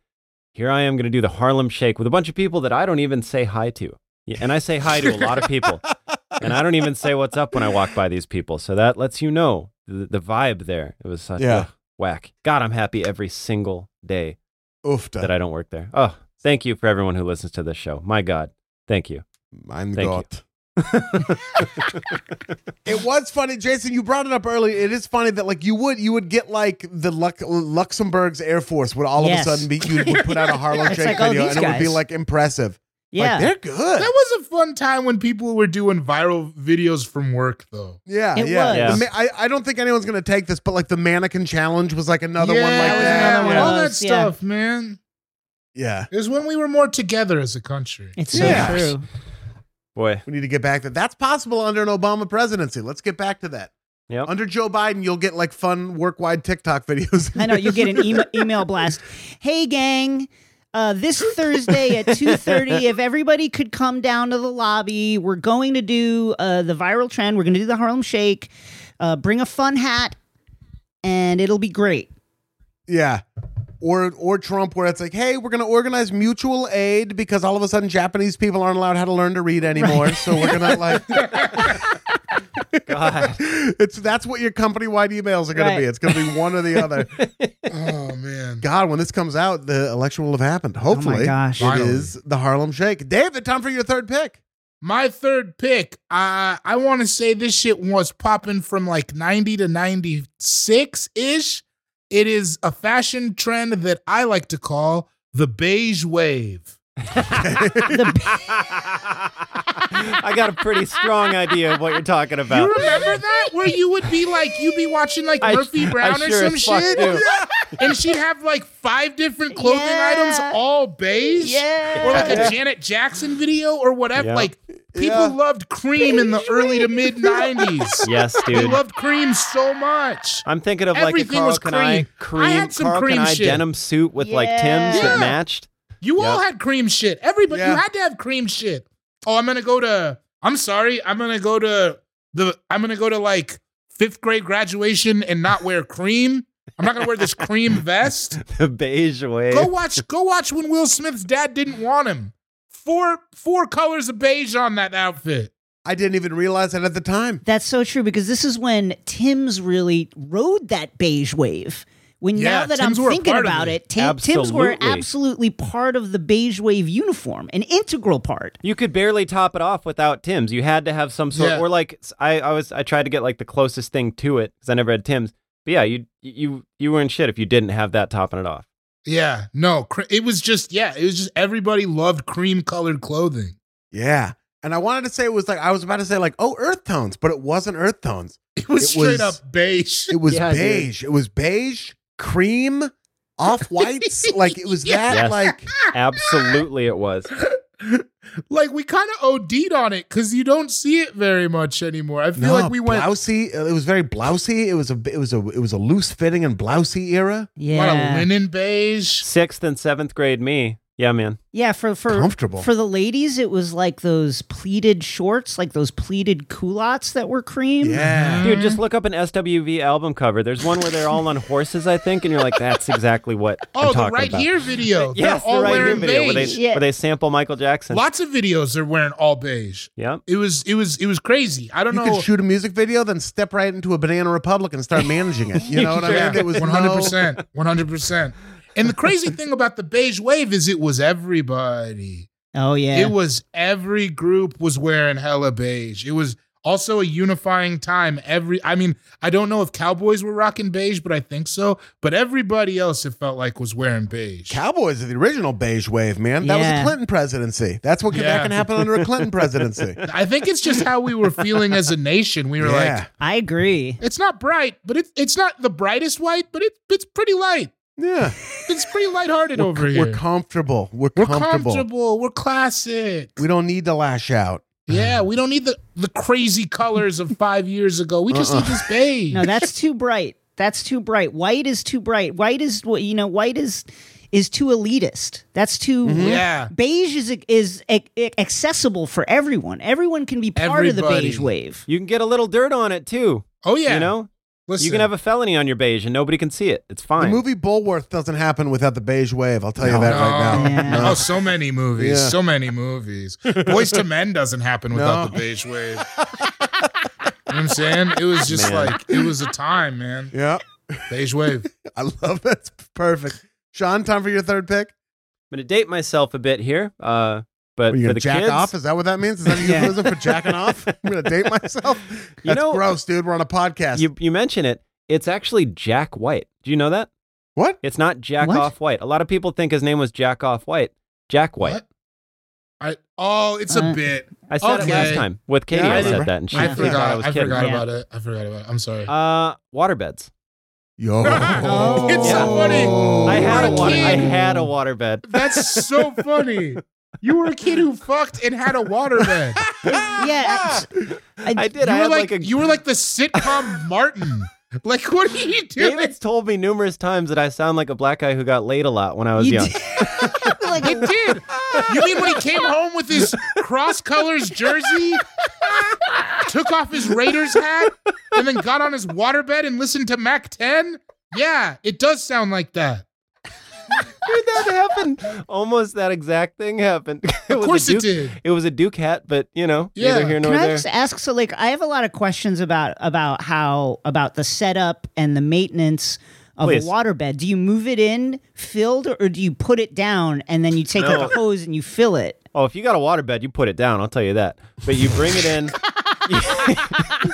S6: here I am going to do the Harlem Shake with a bunch of people that I don't even say hi to. Yeah, and I say hi to a lot of people, and I don't even say what's up when I walk by these people. So that lets you know the, the vibe there. It was such
S2: Yeah.
S6: ugh, whack. God, I'm happy every single day
S2: Oofta.
S6: that I don't work there. Oh, thank you for everyone who listens to this show. My God, thank you.
S2: Mein
S6: Thank
S2: Gott. it was funny, Jason. You brought it up earlier. It is funny that like you would you would get like the Lux- Luxembourg's Air Force would all
S5: Yes.
S2: of a sudden be you would put out a Harlem
S5: It's
S2: Shake
S5: like, oh,
S2: video
S5: these
S2: and it would be
S5: guys.
S2: like impressive.
S5: Yeah,
S2: like, they're good.
S4: That was a fun time when people were doing viral videos from work though.
S2: yeah,
S5: It
S2: yeah.
S6: was.
S2: The ma- I, I don't think anyone's gonna take this, but like the mannequin challenge was like another one
S4: Yeah,
S2: like
S5: was
S2: that.
S5: another one of
S4: All that
S5: those, yeah.
S4: stuff, man.
S2: Yeah,
S4: It was when we were more together as a country.
S5: it's so
S2: Yeah.
S5: true.
S6: Boy,
S2: we need to get back to that. That's possible under an Obama presidency. Let's get back to that.
S6: Yep.
S2: Under Joe Biden, you'll get like fun work wide TikTok videos.
S5: I know you get an email, email blast. Hey gang, uh, this Thursday at two thirty, if everybody could come down to the lobby, we're going to do uh, the viral trend. We're going to do the Harlem Shake. Uh, bring a fun hat, and it'll be great.
S2: Yeah. Or or Trump where it's like, hey, we're gonna organize mutual aid because all of a sudden Japanese people aren't allowed how to learn to read anymore. So we're gonna like
S6: God,
S2: it's that's what your company wide emails are gonna
S5: Right.
S2: be. It's gonna be one or the other.
S4: oh man.
S2: God, when this comes out, the election will have happened. Hopefully.
S5: Oh gosh.
S2: It is the Harlem Shake. David, time for your third pick.
S4: My third pick, uh, I want to say this shit was popping from like 90 to 96 ish. It is a fashion trend that I like to call the beige wave.
S6: I got a pretty strong idea of what you're talking about.
S4: You remember that? Where you would be like, you'd be watching like
S6: I-
S4: Murphy Brown
S6: I
S4: or
S6: sure
S4: some
S6: as fuck
S4: shit.
S6: do.
S4: And she'd have like five different clothing
S5: Yeah.
S4: items, all beige.
S5: Yeah.
S4: Or like a
S6: Yeah.
S4: Janet Jackson video or whatever.
S6: Yeah.
S4: Like people
S2: Yeah.
S4: loved cream in the early to mid 90s.
S6: Yes,
S4: They
S6: dude.
S4: loved cream so much.
S6: I'm thinking of like a
S4: Everything
S6: Carl
S4: was
S6: Kanai
S4: cream.
S6: cream,
S4: I had some
S6: Carl
S4: cream
S6: Kanai
S4: shit.
S6: denim suit with like Tim's
S4: Yeah.
S6: that matched.
S4: You all
S6: Yep.
S4: had cream shit. Everybody, you
S2: Yeah.
S4: had to have cream shit. Oh, I'm gonna go to. I'm sorry. I'm gonna go to the. I'm gonna go to like fifth grade graduation and not wear cream. I'm not gonna wear this cream vest.
S6: The beige wave.
S4: Go watch. Go watch when Will Smith's dad didn't want him. Four four colors of beige on that outfit.
S2: I didn't even realize that at the time.
S5: That's so true because this is when Tim's really rode that beige wave. When now
S4: Yeah,
S5: that
S4: Tims
S5: I'm
S4: were a
S5: thinking
S4: part of
S5: about
S4: it.
S5: it, Tim, Tim's were
S6: Absolutely.
S5: absolutely part of the beige wave uniform, an integral part.
S6: You could barely top it off without Tim's. You had to have some sort,
S4: Yeah.
S6: or like s- I, I was, I tried to get like the closest thing to it because I never had Tim's. But yeah, you, you, you were in shit if you didn't have that topping it off.
S4: Yeah, no, cre- it was just yeah, it was just everybody loved cream colored clothing.
S2: Yeah. And I wanted to say it was like I was about to say like oh earth tones, but it wasn't earth tones.
S4: It was
S2: It was-
S4: straight up beige.
S2: It was
S6: Yeah, dude.
S2: beige. It was beige, cream, off whites. like it was that
S6: Yes.
S2: like
S6: Absolutely, it was.
S4: like we kind of OD'd on it because you don't see it very much anymore. I feel
S2: no,
S4: like we went
S2: blousy. It was very blousy. It was a it was a it was a loose fitting and blousy era.
S4: a lot of
S5: Yeah.
S4: linen beige.
S6: Sixth and seventh grade me. Yeah, man.
S5: Yeah, for for
S2: Comfortable.
S5: for the ladies it was like those pleated shorts, like those pleated culottes that were cream.
S2: Yeah.
S6: Dude,
S5: Mm.
S6: just look up an SWV album cover. There's one where they're all on horses, I think, and you're like, that's exactly what I'm
S4: Oh, the
S6: talking
S4: right
S6: about.
S4: here video. They're
S6: Yes,
S4: all
S6: the right here
S4: wearing
S6: video where they,
S4: beige.
S5: Yeah.
S6: where they sample Michael Jackson.
S4: Lots of videos are wearing all beige.
S6: Yeah.
S4: It was it was it was crazy. I don't
S2: You
S4: know.
S2: could shoot a music video, then step right into a Banana Republic and start managing it. You know what I mean? It was no-
S4: One hundred percent. One hundred percent. And the crazy thing about the beige wave is it was everybody.
S5: Oh yeah.
S4: It was every group was wearing hella beige. It was also a unifying time. Every I mean, I don't know if cowboys were rocking beige, but I think so. But everybody else it felt like was wearing beige.
S2: Cowboys are the original beige wave, man. That was
S5: Yeah.
S2: a Clinton presidency. That's what
S4: Yeah.
S2: that can happen under a Clinton presidency.
S4: I think it's just how we were feeling as a nation. We were
S2: yeah.
S4: like,
S5: I agree.
S4: it's not bright, but it's it's not the brightest white, but it's it's pretty light.
S2: yeah.
S4: It's pretty lighthearted over here.
S2: We're comfortable. We're,
S4: We're
S2: comfortable.
S4: comfortable. We're classic.
S2: We don't need to lash out.
S4: yeah, we don't need the, the crazy colors of five years ago. We just
S2: Uh-uh.
S4: need this beige.
S5: No, that's too bright. That's too bright. White is too bright. White is what you know. White is is too elitist. That's too
S4: Yeah.
S5: Beige is is ac- ac- accessible for everyone. Everyone can be part of the
S4: Everybody.
S5: beige wave.
S6: you can get a little dirt on it, too.
S4: Oh yeah.
S6: You know?
S4: Listen,
S6: You can have a felony on your beige and nobody can see it. It's fine.
S2: The movie Bulworth doesn't happen without the beige wave. I'll tell you
S6: No.
S2: that
S4: No.
S2: right now.
S5: Yeah.
S4: Oh, so many movies.
S2: Yeah.
S4: So many movies. Boys to Men doesn't happen
S2: No.
S4: without the beige wave. you know what I'm saying? It was just
S6: Man.
S4: like it was a time, man.
S2: Yeah.
S4: Beige wave.
S2: I love that. It's perfect. Sean, time for your third pick.
S6: I'm going to date myself a bit here, uh,
S2: Are
S6: but
S2: you
S6: for
S2: gonna
S6: the
S2: jack
S6: kids,
S2: off? Is that what that means? Is that a
S6: Yeah.
S2: euphemism for jacking off? I'm gonna date myself. That's
S6: You know-
S2: gross, dude. We're on a podcast.
S6: you, you mention it. It's actually Jack White. Do you know that?
S2: what?
S6: It's not Jack
S5: What?
S6: Off White. A lot of people think his name was Jack Off White. Jack White.
S4: What? I oh, it's a
S5: Uh,
S4: bit.
S6: I said
S4: Okay.
S6: it last time with Katie.
S2: Yeah, I
S6: I said
S2: remember.
S6: that, and she
S4: I
S6: thought
S4: forgot.
S6: I
S4: I,
S6: was kidding.
S4: forgot
S5: Yeah.
S4: about it. I forgot about it. I'm sorry.
S6: Uh, waterbeds.
S2: Yo.
S4: It's
S6: so
S4: funny.
S5: Oh.
S6: I had a
S4: What a
S6: water. I
S4: kid.
S6: had a waterbed.
S4: That's so funny. You were a kid who fucked and had a waterbed.
S5: Yeah, I,
S6: I did.
S4: You
S6: I
S4: were
S6: had
S4: like,
S6: like, a.
S4: you were like the sitcom Martin. Like what are you doing?
S6: David's told me numerous times that I sound like a black guy who got laid a lot when I was
S5: You
S6: young.
S5: like
S4: It did. You mean when he came home with his cross colors jersey, took off his Raiders hat, and then got on his waterbed and listened to Mac 10? Yeah, it does sound like that.
S6: Dude, that happened. Almost that exact thing happened. It
S4: Of
S6: was a
S4: course it
S6: Duke-
S4: did.
S6: It was a Duke hat, but you know,
S4: Yeah.
S6: neither here nor
S5: Can I
S6: there.
S5: just ask? So, like, I have a lot of questions about about how about the setup and the maintenance of
S6: Please.
S5: a waterbed. Do you move it in filled, or do you put it down and then you take
S6: No.
S5: like a hose and you fill it?
S6: Oh, if you got a waterbed, you put it down. I'll tell you that. But you bring it in.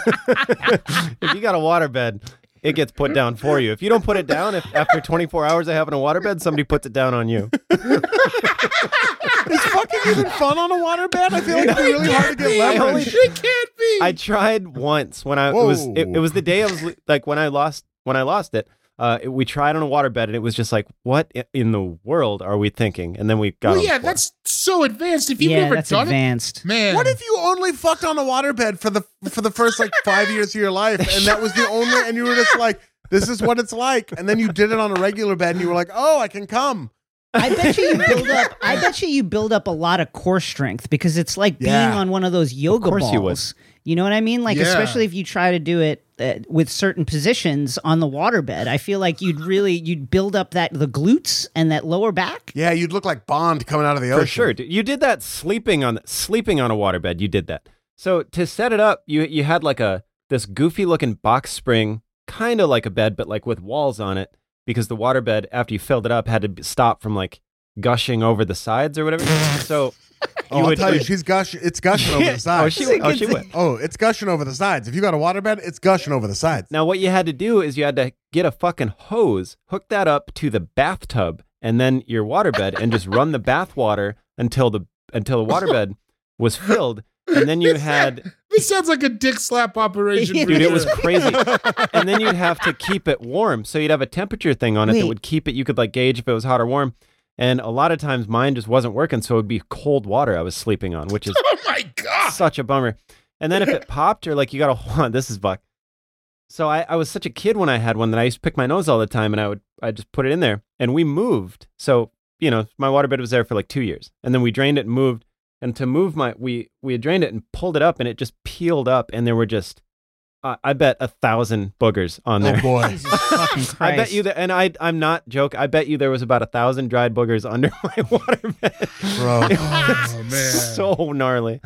S6: if you got a waterbed, it gets put down for you. If you don't put it down, if after 24 hours of having a waterbed, somebody puts it down on you.
S2: Is fucking even fun on a waterbed? I feel like it's really hard to get leverage.
S4: It can't be.
S6: I tried once when I it was. It, it was the day I was lo- like when I lost when I lost it. Uh, it- we tried on a waterbed and it was just like, what i- in the world are we thinking? And then we got.
S4: well,
S6: on the
S4: yeah,
S6: floor.
S4: that's so advanced. If you've
S5: yeah,
S4: never
S5: that's
S4: done
S5: advanced.
S4: it, man.
S2: What if you only fucked on a waterbed for the for the first like five years of your life, and that was the only, and you were just like, "This is what it's like," and then you did it on a regular bed, and you were like, "Oh, I can come."
S5: I bet you, you build up. I bet you you build up a lot of core strength because it's like
S2: Yeah.
S5: being on one of those yoga
S6: course
S5: balls.
S6: you would.
S5: You know what I mean? Like
S4: Yeah.
S5: especially if you try to do it uh, with certain positions on the waterbed, I feel like you'd really you'd build up that the glutes and that lower back.
S2: Yeah, you'd look like Bond coming out of the ocean.
S6: For sure, dude. you did that sleeping on sleeping on a waterbed. You did that. So to set it up, you you had like a this goofy looking box spring, kind of like a bed, but like with walls on it, because the waterbed after you filled it up had to b- stop from like gushing over the sides or whatever. so
S2: Oh, I'll tell you, she's gushing. It's gushing over the
S6: oh
S2: sides.
S6: she would, oh she would.
S2: Oh, it's gushing over the sides. If you got a waterbed, it's gushing over the sides.
S6: Now what you had to do is you had to get a fucking hose, hook that up to the bathtub, and then your waterbed, and just run the bath water until the until the waterbed was filled. and then you had
S4: This sounds like a dick slap operation. for
S6: dude, it was
S4: sure.
S6: crazy. and then you'd have to keep it warm, so you'd have a temperature thing on it that
S5: Wait.
S6: would keep it. You could like gauge if it was hot or warm. And a lot of times mine just wasn't working, so it would be cold water I was sleeping on, which is
S4: Oh my god!
S6: such a bummer. And then if it popped, or like you got a this is buck. So I, I was such a kid when I had one that I used to pick my nose all the time, and I would I just put it in there. And we moved, so you know my waterbed was there for like two years, and then we drained it and moved. And to move my we we had drained it and pulled it up, and it just peeled up, and there were just uh, I bet a thousand boogers on there.
S2: Oh boy.
S5: Jesus fucking Christ.
S6: I bet you that, and I I'm not joke. I bet you there was about a thousand dried boogers under my waterbed.
S2: Bro.
S4: Oh man!
S6: so gnarly.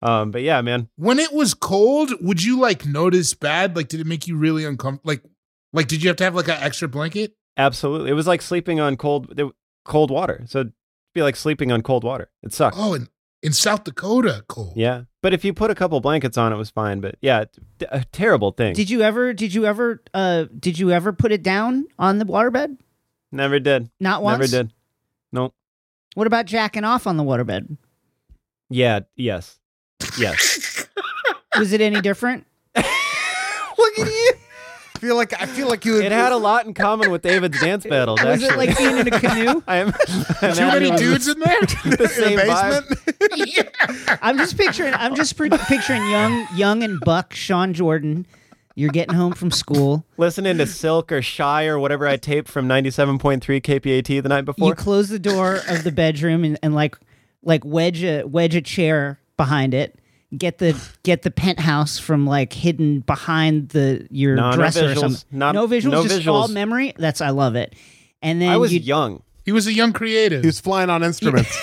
S6: Um, but yeah, man,
S4: when it was cold, would you like notice bad? Like, did it make you really uncomfortable? Like, like did you have to have like an extra blanket?
S6: Absolutely. It was like sleeping on cold there- cold water. So it'd be like sleeping on cold water. It sucked.
S4: Oh, in, in South Dakota, cold.
S6: Yeah. But if you put a couple blankets on, it was fine. But yeah, t- a terrible thing.
S5: Did you ever? Did you ever? Uh, did you ever put it down on the waterbed?
S6: Never did.
S5: Not once.
S6: Never did.
S5: What about jacking off on the waterbed?
S6: Yeah. Yes. Yes.
S5: Was it any different?
S2: Look at you. I feel like I feel like you
S6: it had a lot in common with David's dance battles.
S5: Was it
S6: actually.
S5: like being in a canoe?
S6: I am, I'm
S4: Too many
S6: having
S4: dudes in there.
S6: the same vibe.
S5: I'm just picturing. I'm just pre- picturing young, young and Buck, Sean Jordan. You're getting home from school.
S6: Listening to Silk or Shy or whatever I taped from 97.3 KPAT the night before.
S5: You close the door of the bedroom and, and like like wedge a wedge a chair behind it. Get the get the penthouse from like hidden behind the your
S6: No, no
S5: dresser or
S6: visuals.
S5: something.
S6: Not-
S5: no visuals,
S6: no
S5: just all
S6: visuals.
S5: memory. That's I love it. And then
S6: I was
S5: you
S6: young.
S4: He was a young creative.
S2: He was flying on instruments.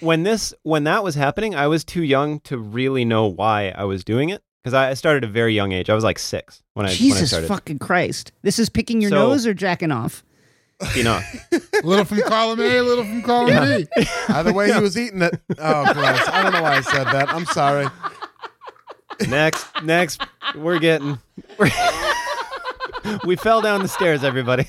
S6: when this when that was happening, I was too young to really know why I was doing it because I I started at a very young age. I was like six when I when I
S5: Jesus
S6: started.
S5: fucking Christ! This is picking your
S6: So-
S5: nose or jacking off.
S6: You know,
S4: a little from column A, a little from column B.
S2: Either way, he was eating it. Oh, gross. I don't know why I said that. I'm sorry.
S6: next next we're getting we're- we fell down the stairs, everybody.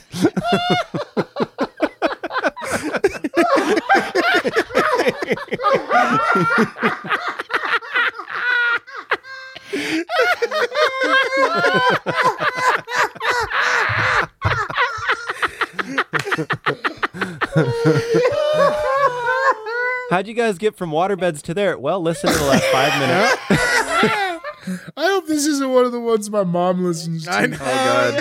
S6: How'd you guys get from waterbeds to there? Well, listen to the last five minutes.
S4: I hope this isn't one of the ones my mom listens to.
S2: I know.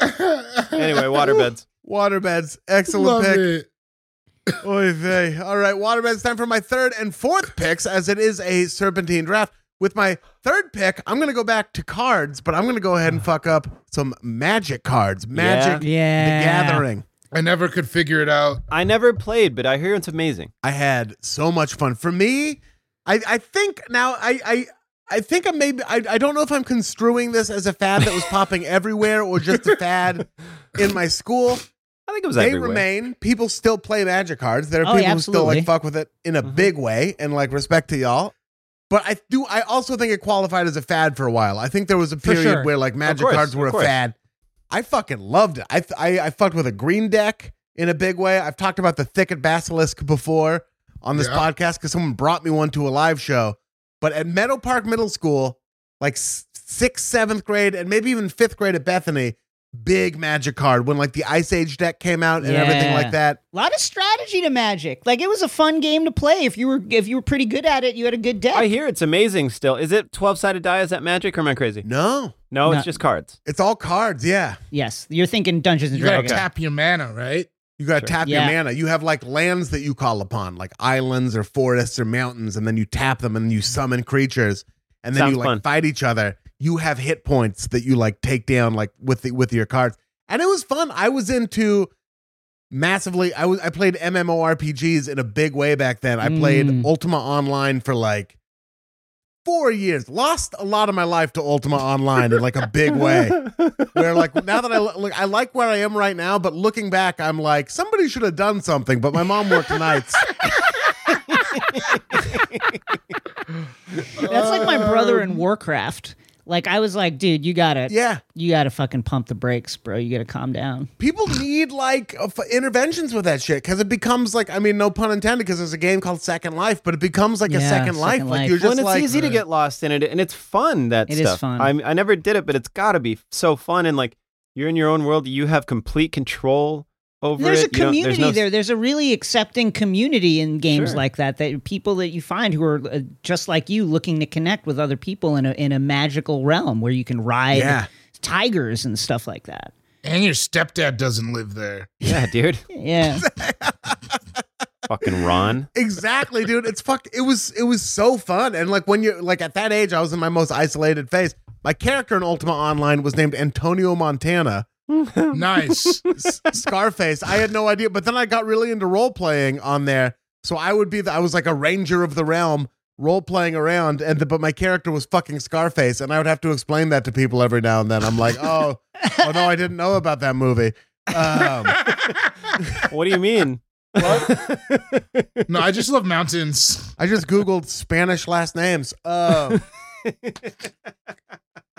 S2: Oh,
S6: Anyway, waterbeds.
S2: Waterbeds. Excellent
S4: Love
S2: pick.
S4: it.
S2: Oy vey. All right, Waterbeds, time for my third and fourth picks, as it is a serpentine draft. With my third pick, I'm going to go back to cards, but I'm going to go ahead and fuck up some magic cards. Magic
S5: Yeah.
S2: the Gathering.
S4: I never could figure it out.
S6: I never played, but I hear it's amazing.
S2: I had so much fun. For me, I, I think now I, I I think I'm maybe I, I don't know if I'm construing this as a fad that was popping everywhere or just a fad in my school.
S6: I think it was
S2: they
S6: everywhere.
S2: remain. People still play magic cards. There are
S5: Oh, yeah,
S2: people who still
S5: absolutely. Mm-hmm.
S2: like fuck with it in a
S6: Mhm.
S2: big way and like respect to y'all. But I do. I also think it qualified as a fad for a while. I think there was a period
S5: sure.
S2: where like magic
S6: course,
S2: cards were a
S6: of course.
S2: fad. I fucking loved it. I, th- I I fucked with a green deck in a big way. I've talked about the thicket basilisk before on this
S4: Yeah.
S2: podcast because someone brought me one to a live show. But at Meadow Park Middle School, like s- sixth, seventh grade, and maybe even fifth grade at Bethany, big magic card when like the Ice Age deck came out and everything
S5: Yeah.
S2: like that.
S5: A lot of strategy to Magic. Like it was a fun game to play if you were if you were pretty good at it. You had a good deck.
S6: I hear it's amazing still. Is it 12 sided die? Is that magic or am I crazy?
S2: No,
S6: No,
S5: No.
S6: it's just cards.
S2: it's all cards. Yeah.
S5: yes, you're thinking Dungeons and
S4: You gotta
S5: Dragons.
S4: tap your mana, right?
S2: You got to tap
S5: Yeah.
S2: your mana. You have like lands that you call upon, like islands or forests or mountains, and then you tap them and you summon creatures, and then
S6: Sounds
S2: you like
S6: fun.
S2: fight each other. You have hit points that you like take down like with the, with your cards, and it was fun. I was into massively. I was I played MMORPGs in a big way back then. I played
S5: Mm.
S2: Ultima Online for like four years. Lost a lot of my life to Ultima Online in like a big way where like now that I lo- look, I like where I am right now, but looking back, I'm like somebody should have done something. But my mom worked nights.
S6: Um,
S5: That's like my brother in Warcraft. Like I was like, dude, you gotta,
S2: Yeah.
S5: you gotta fucking pump the brakes, bro. You gotta calm down.
S2: People need like uh, f- interventions with that shit because it becomes like, I mean, no pun intended, because there's a game called Second Life, but it becomes like a
S5: Yeah,
S2: Second
S5: Second
S2: Life. Like
S5: Life.
S2: you're just
S6: Well, and it's
S2: like,
S6: easy to get lost in it, and it's fun. That
S5: It is
S6: stuff.
S5: fun.
S6: I'm- I never did it, but it's got to be so fun. And like you're in your own world, you have complete control over
S5: There's a
S6: it. You don't-
S5: community
S6: no-
S5: there. There's a really accepting community in games
S6: Sure.
S5: like that. That people that you find who are uh, just like you, looking to connect with other people in a in a magical realm where you can ride
S2: Yeah.
S5: tigers and stuff like that.
S4: And your stepdad doesn't live there.
S6: Yeah, dude.
S5: Yeah,
S6: Fucking Ron.
S2: Exactly, dude. It's fuck. It was it was so fun, and like when you like at that age, I was in my most isolated phase. My character in Ultima Online was named Antonio Montana
S4: Nice.
S2: S- Scarface. I had no idea, but then I got really into role playing on there. So I would be the, I was like a ranger of the realm, role playing around, and the, but my character was fucking Scarface, and I would have to explain that to people every now and then. I'm like, oh, oh no, I didn't know about that movie. Um,
S6: What do you mean?
S4: no, I just love mountains.
S2: I just googled Spanish last names. Uh,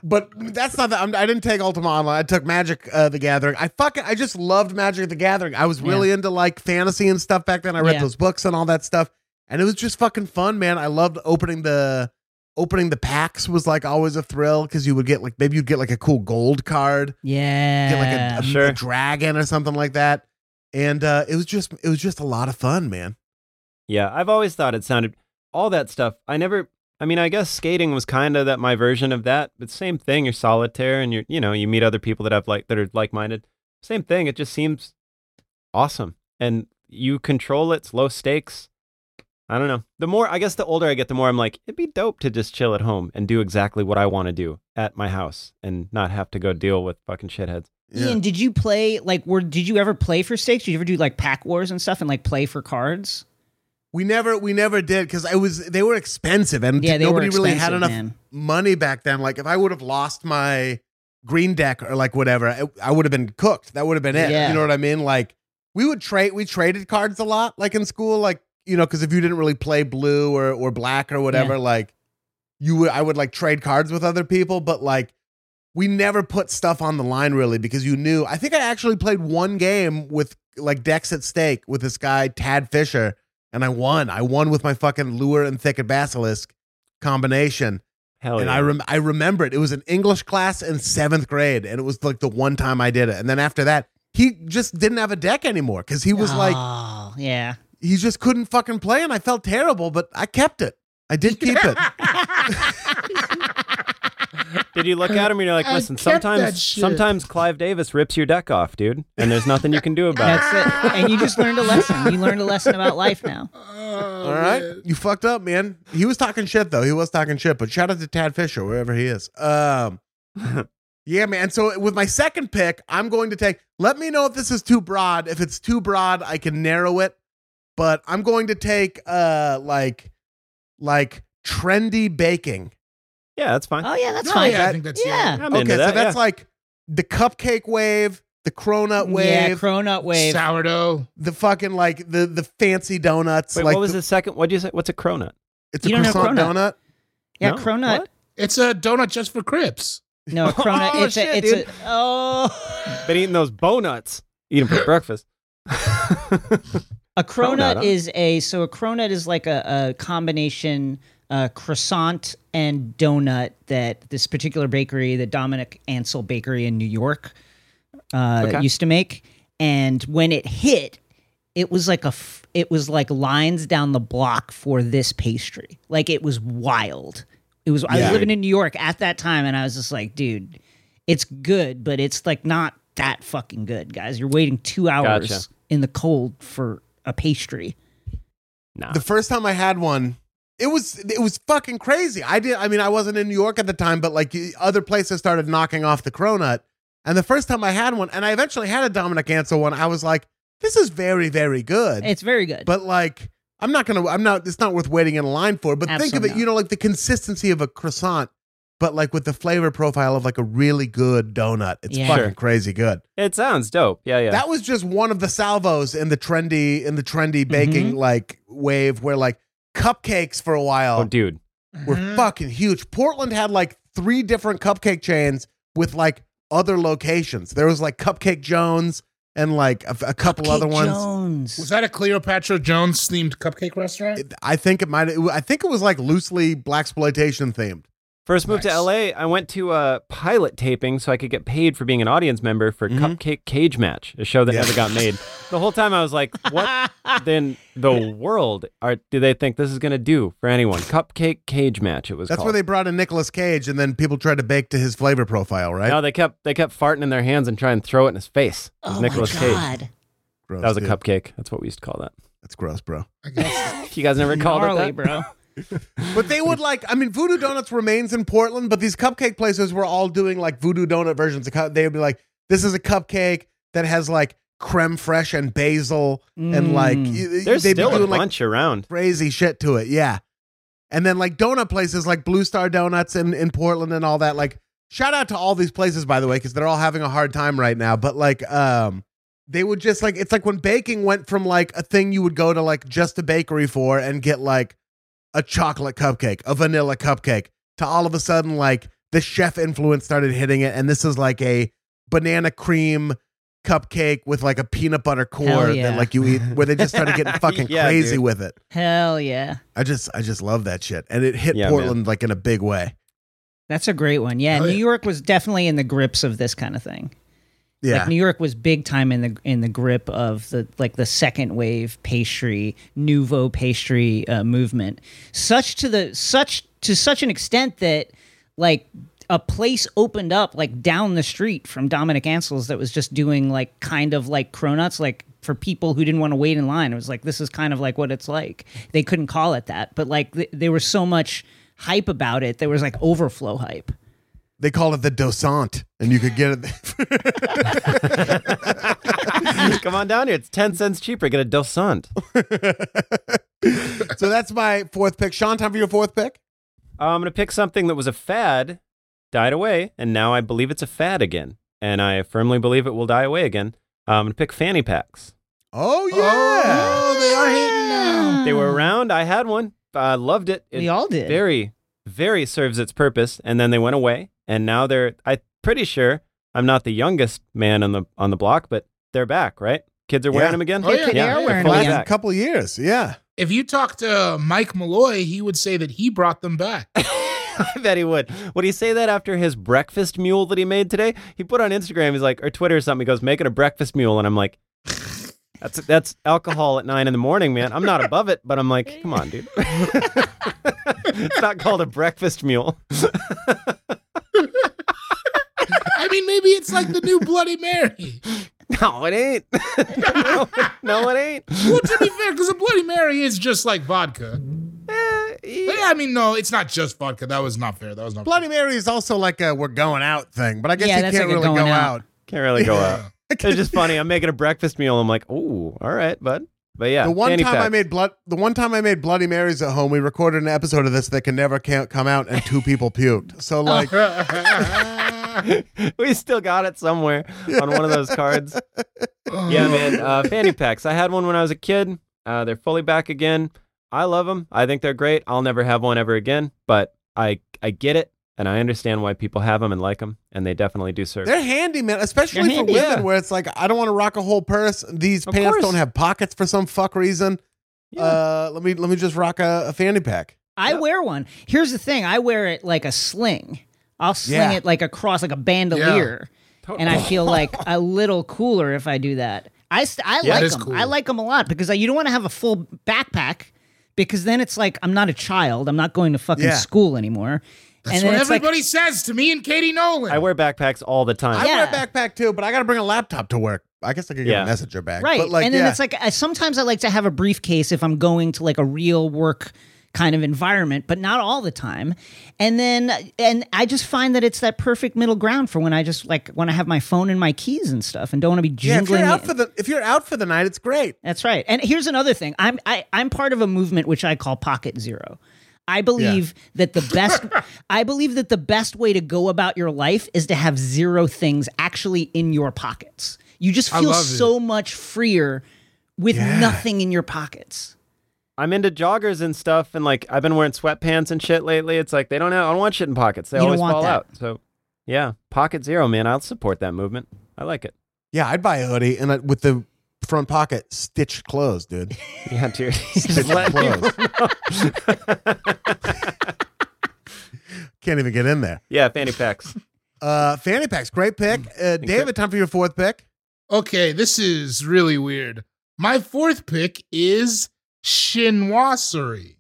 S2: but that's not that. I'm, I didn't take Ultima Online. I took Magic uh, the Gathering. I fucking I just loved Magic the Gathering. I was really into like fantasy and stuff back then. I read
S5: Yeah.
S2: those books and all that stuff, and it was just fucking fun, man. I loved opening the opening the packs was like always a thrill because you would get like maybe you'd get like a cool gold card
S5: yeah.
S2: get like a- a, a
S6: Sure.
S2: dragon or something like that and uh it was just it was just a lot of fun man
S6: Yeah, I've always thought it sounded all that stuff. I never. I mean, I guess skating was kind of that my version of that, but same thing. You're solitaire, and you're you know you meet other people that have like that are like minded. Same thing. It just seems awesome, and you control it. It's low stakes. I don't know. The more I guess the older I get, the more I'm like, it'd be dope to just chill at home and do exactly what I want to do at my house and not have to go deal with fucking shitheads.
S2: Yeah.
S5: Ian, did you play like were did you ever play for stakes? Did you ever do like pack wars and stuff and like play for cards?
S2: We never we never did because I was they were expensive and
S5: Yeah, they were
S2: nobody really had
S5: expensive,
S2: enough
S5: man.
S2: money back then. Like if I would have lost my green deck or like whatever, I, I would have been cooked. That would have been it.
S5: Yeah.
S2: You know what I mean? Like we would trade we traded cards a lot, like in school, like you know, because if you didn't really play blue or or black or whatever, like you would I would like trade cards with other people, but like we never put stuff on the line really because you knew. I think I actually played one game with like decks at stake with this guy Tad Fisher, and I won. I won with my fucking lure and thicket basilisk combination,
S6: Hell
S2: and
S6: yeah.
S2: I rem- I remember it. It was an English class in seventh grade, and it was like the one time I did it. And then after that, he just didn't have a deck anymore because he was like
S5: Oh, yeah.
S2: he just couldn't fucking play, and I felt terrible, but I kept it. I did keep it.
S6: Did you look at him and you're like,
S4: I
S6: listen,
S4: kept that
S6: sometimes
S4: shit."
S6: sometimes Clive Davis rips your deck off, dude, and there's nothing you can do about it.
S5: That's it. And you just learned a lesson. You learned a lesson about life now.
S4: Oh,
S6: Oh,
S2: All right, you fucked up, man. He was talking shit though. He was talking shit, but shout out to Tad Fisher wherever he is. Um, yeah, man. So with my second pick, I'm going to take. Let me know if this is too broad. If it's too broad, I can narrow it. But I'm going to take uh like like trendy baking.
S6: Yeah, that's fine.
S5: Oh yeah, that's
S4: No,
S5: fine.
S4: yeah, I think that's-
S5: yeah.
S6: I'm
S2: okay,
S6: into that.
S2: so that's
S6: yeah.
S2: like the cupcake wave, the cronut
S5: Yeah,
S2: wave,
S5: cronut wave.
S4: Sourdough.
S2: the fucking like the the fancy donuts.
S6: Wait,
S2: like
S6: what was
S2: the-
S6: the, second? What'd you say? What's a cronut?
S2: It's a
S5: You don't have
S2: croissant donut.
S5: cronut. yeah,
S6: No?
S5: cronut.
S6: What?
S4: It's a donut just for Crips.
S5: No, a cronut.
S6: Oh,
S5: it's a,
S6: shit,
S5: it's
S6: dude.
S5: a oh.
S6: Been eating those bow nuts. Eat 'em for breakfast.
S5: A
S6: Cronut,
S5: cronut
S6: huh?
S5: is a so a cronut is like a, a combination uh, croissant and donut that this particular bakery, the Dominic Ansel Bakery in New York, uh,
S6: Okay.
S5: used to make. And when it hit, it was like a f- it was like lines down the block for this pastry. Like it was wild. It was I was living in New York at that time, and I was just like, dude, it's good, but it's like not that fucking good, guys. You're waiting two hours
S6: Gotcha.
S5: in the cold for a pastry.
S6: Nah.
S2: The first time I had one, it was it was fucking crazy. I did. I mean, I wasn't in New York at the time, but like other places started knocking off the cronut. And the first time I had one, and I eventually had a Dominic Ansel one, I was like, "This is very, very good."
S5: It's very good.
S2: but like, I'm not gonna. I'm not. It's not worth waiting in line for. But think of
S5: Absolutely
S2: it. You know, like the consistency of a croissant, but like with the flavor profile of like a really good donut. It's
S5: Yeah.
S2: fucking
S6: Sure.
S2: crazy good.
S6: it sounds dope. Yeah, yeah.
S2: That was just one of the salvos in the trendy in the trendy
S6: Mm-hmm.
S2: baking like wave where like cupcakes for a while
S6: oh, dude.
S2: were
S4: Mhm.
S2: fucking huge. Portland had like three different cupcake chains with like other locations. There was like Cupcake Jones and like a, a couple other
S5: Cake
S2: ones.
S5: Jones.
S4: Was that a Cleopatra Jones themed cupcake restaurant?
S2: It- I think it might. I think it was like loosely black exploitation themed.
S6: First moved
S4: Nice.
S6: to LA, I went to a pilot taping so I could get paid for being an audience member for
S2: Mhm.
S6: Cupcake Cage Match, a show that
S2: Yeah.
S6: never got made. The whole time I was like, what in the world are, do they think this is going to do for anyone? Cupcake Cage Match, it was
S2: That's
S6: called.
S2: where they brought in Nicolas Cage, and then people tried to bake to his flavor profile, right?
S6: No, they kept they kept farting in their hands and trying to throw it in his face. It was
S5: oh
S6: Nicolas
S5: my
S6: Cage.
S5: god.
S2: Gross,
S6: That was a
S2: dude.
S6: cupcake. That's what we used to call that.
S2: That's gross, bro.
S4: I guess.
S6: You guys never called
S5: Gnarly,
S6: it that,
S5: bro.
S2: But they would like, I mean, Voodoo Donuts remains in Portland, but these cupcake places were all doing like Voodoo Donut versions. Of cup- they would be like, this is a cupcake that has like creme fraiche and basil, and like,
S5: Mm.
S2: you-
S6: There's
S2: they'd
S6: still
S2: be
S6: a
S2: doing like
S6: bunch around.
S2: crazy shit to it. Yeah. And then like donut places like Blue Star Donuts in, in Portland and all that. Like, shout out to all these places, by the way, because they're all having a hard time right now. But like, um, they would just like, it's like when baking went from like a thing you would go to like just a bakery for and get like a chocolate cupcake, a vanilla cupcake, to all of a sudden like the chef influence started hitting it. And this is like a banana cream cupcake with like a peanut butter core
S5: yeah.
S2: that like you eat where they just started getting fucking
S6: Yeah,
S2: crazy
S6: dude.
S2: with it.
S5: Hell yeah.
S2: I just I just love that shit. And it hit
S6: Yeah,
S2: Portland like in a big way.
S5: That's a great one. Yeah,
S4: Oh,
S5: New
S4: yeah.
S5: York was definitely in the grips of this kind of thing.
S2: Yeah.
S5: Like New York was big time in the in the grip of the like the second wave pastry nouveau pastry uh, movement, such to the such to such an extent that like a place opened up like down the street from Dominic Ansel's that was just doing like kind of like cronuts like for people who didn't want to wait in line. It was like this is kind of like what it's like. They couldn't call it that, but like th- there was so much hype about it. There was like overflow hype.
S2: they call it the dosant and you could get it
S6: Come on down here. It's ten cents cheaper. Get a Uh, dosant.
S2: so that's my fourth pick. Sean, time for your fourth pick?
S6: I'm gonna pick something that was a fad, died away, and now I believe it's a fad again. And I firmly believe it will die away again. Uh, I'm gonna pick fanny packs.
S2: Oh yeah.
S4: Oh, they are hitting now.
S6: They were around. I had one. I loved it.
S5: Uh.
S6: It
S5: we all did.
S6: very, very serves its purpose. And then they went away, and now they're. I'm pretty sure I'm not the youngest man on the on the block, but they're back, right? Kids are wearing
S2: Yeah.
S6: them again.
S4: Oh, yeah.
S5: They
S6: Yeah,
S5: are
S6: they're
S5: wearing
S6: fully
S5: them
S2: Last
S5: again.
S6: back.
S2: couple years. Yeah.
S4: If you talk to Mike Malloy, he would say that he brought them back.
S6: I bet he would. Would he say that after his breakfast mule that he made today? He put on Instagram, he's like, or Twitter or something. He goes, "Make it a breakfast mule," and I'm like, "That's that's alcohol at nine in the morning, man. I'm not above it, but I'm like, come on, dude. it's not called a breakfast mule.
S4: I mean, maybe it's like the new Bloody Mary.
S6: No, it ain't. no, no, it ain't.
S4: Well, to be fair, because a Bloody Mary is just like vodka.
S6: Eh,
S4: But
S6: yeah.
S4: yeah, I mean, no, it's not just vodka. That was not fair. That was not
S2: Bloody
S4: fair.
S2: Mary is also like a we're going out thing, but I guess
S5: Yeah,
S2: you
S5: that's
S2: can't
S5: like a
S2: really
S5: going
S2: go out.
S5: out.
S6: Can't really go out. It's just funny. I'm making a breakfast mule. I'm like, oh, all right, bud. But yeah,
S2: the one
S6: fanny
S2: time I
S6: pack.
S2: made blood the one time I made Bloody Marys at home, we recorded an episode of this that can never can't come out and two people puked. So like
S6: we still got it somewhere on one of those cards. yeah, man. Uh, fanny packs. I had one when I was a kid. Uh, they're fully back again. I love them. I think they're great. I'll never have one ever again, but I I get it and I understand why people have them and like them, and they definitely do serve.
S2: They're handy, man, especially
S5: They're
S2: for
S5: handy.
S2: women
S6: Yeah.
S2: where it's like, I don't want to rock a whole purse. These
S6: Of
S2: pants
S6: course.
S2: don't have pockets for some fuck reason.
S6: Yeah.
S2: Uh, let me let me just rock a, a fanny pack.
S5: I wear one. Here's the thing: I wear it like a sling. I'll sling
S2: Yeah.
S5: it like across, like a bandolier, and I feel like a little cooler if I do that. I st- I
S4: Yeah, it
S5: like
S4: is
S5: them.
S4: cool.
S5: I like them a lot because I, you don't want to have a full backpack because then it's like I'm not a child. I'm not going to fucking
S2: Yeah.
S5: school anymore.
S4: That's
S5: and then
S4: what
S5: it's like-
S4: everybody says to me and Katie Nolan.
S6: I wear backpacks all the time.
S2: I wear a
S5: Yeah.
S2: backpack too, but I got to bring a laptop to work. I guess I could get
S6: Yeah.
S2: a messenger back.
S5: right
S2: But like,
S5: and then
S2: yeah.
S5: it's like I, sometimes i like to have a briefcase if i'm going to like a real work kind of environment but not all the time and then and i just find that it's that perfect middle ground for when i just like want to have my phone and my keys and stuff and don't want to be
S2: yeah, if you're
S5: jingling
S2: out
S5: it.
S2: for the if you're out for the night, it's great.
S5: That's right. And here's another thing. I'm I, I'm part of a movement which I call Pocket Zero. I believe that the best I believe that the best way to go about your life is to have zero things actually in your pockets. You just
S4: I
S5: feel
S4: love it.
S5: so much freer with
S2: Yeah.
S5: nothing in your pockets.
S6: I'm into joggers and stuff, and like I've been wearing sweatpants and shit lately. It's like they don't have, I don't want shit in pockets. They
S5: You don't
S6: always
S5: want
S6: fall
S5: that.
S6: out. So, yeah, pocket zero, man. I'll support that movement. I like it.
S2: Yeah, I'd buy a hoodie and I, with the front pocket stitched closed, dude.
S6: Yeah, dude.
S2: Stitched closed. Can't even get in there.
S6: yeah, fanny packs.
S2: Uh, fanny packs, great pick. Uh, David, time for your fourth pick.
S4: Okay, this is really weird. My fourth pick is Shinwassery.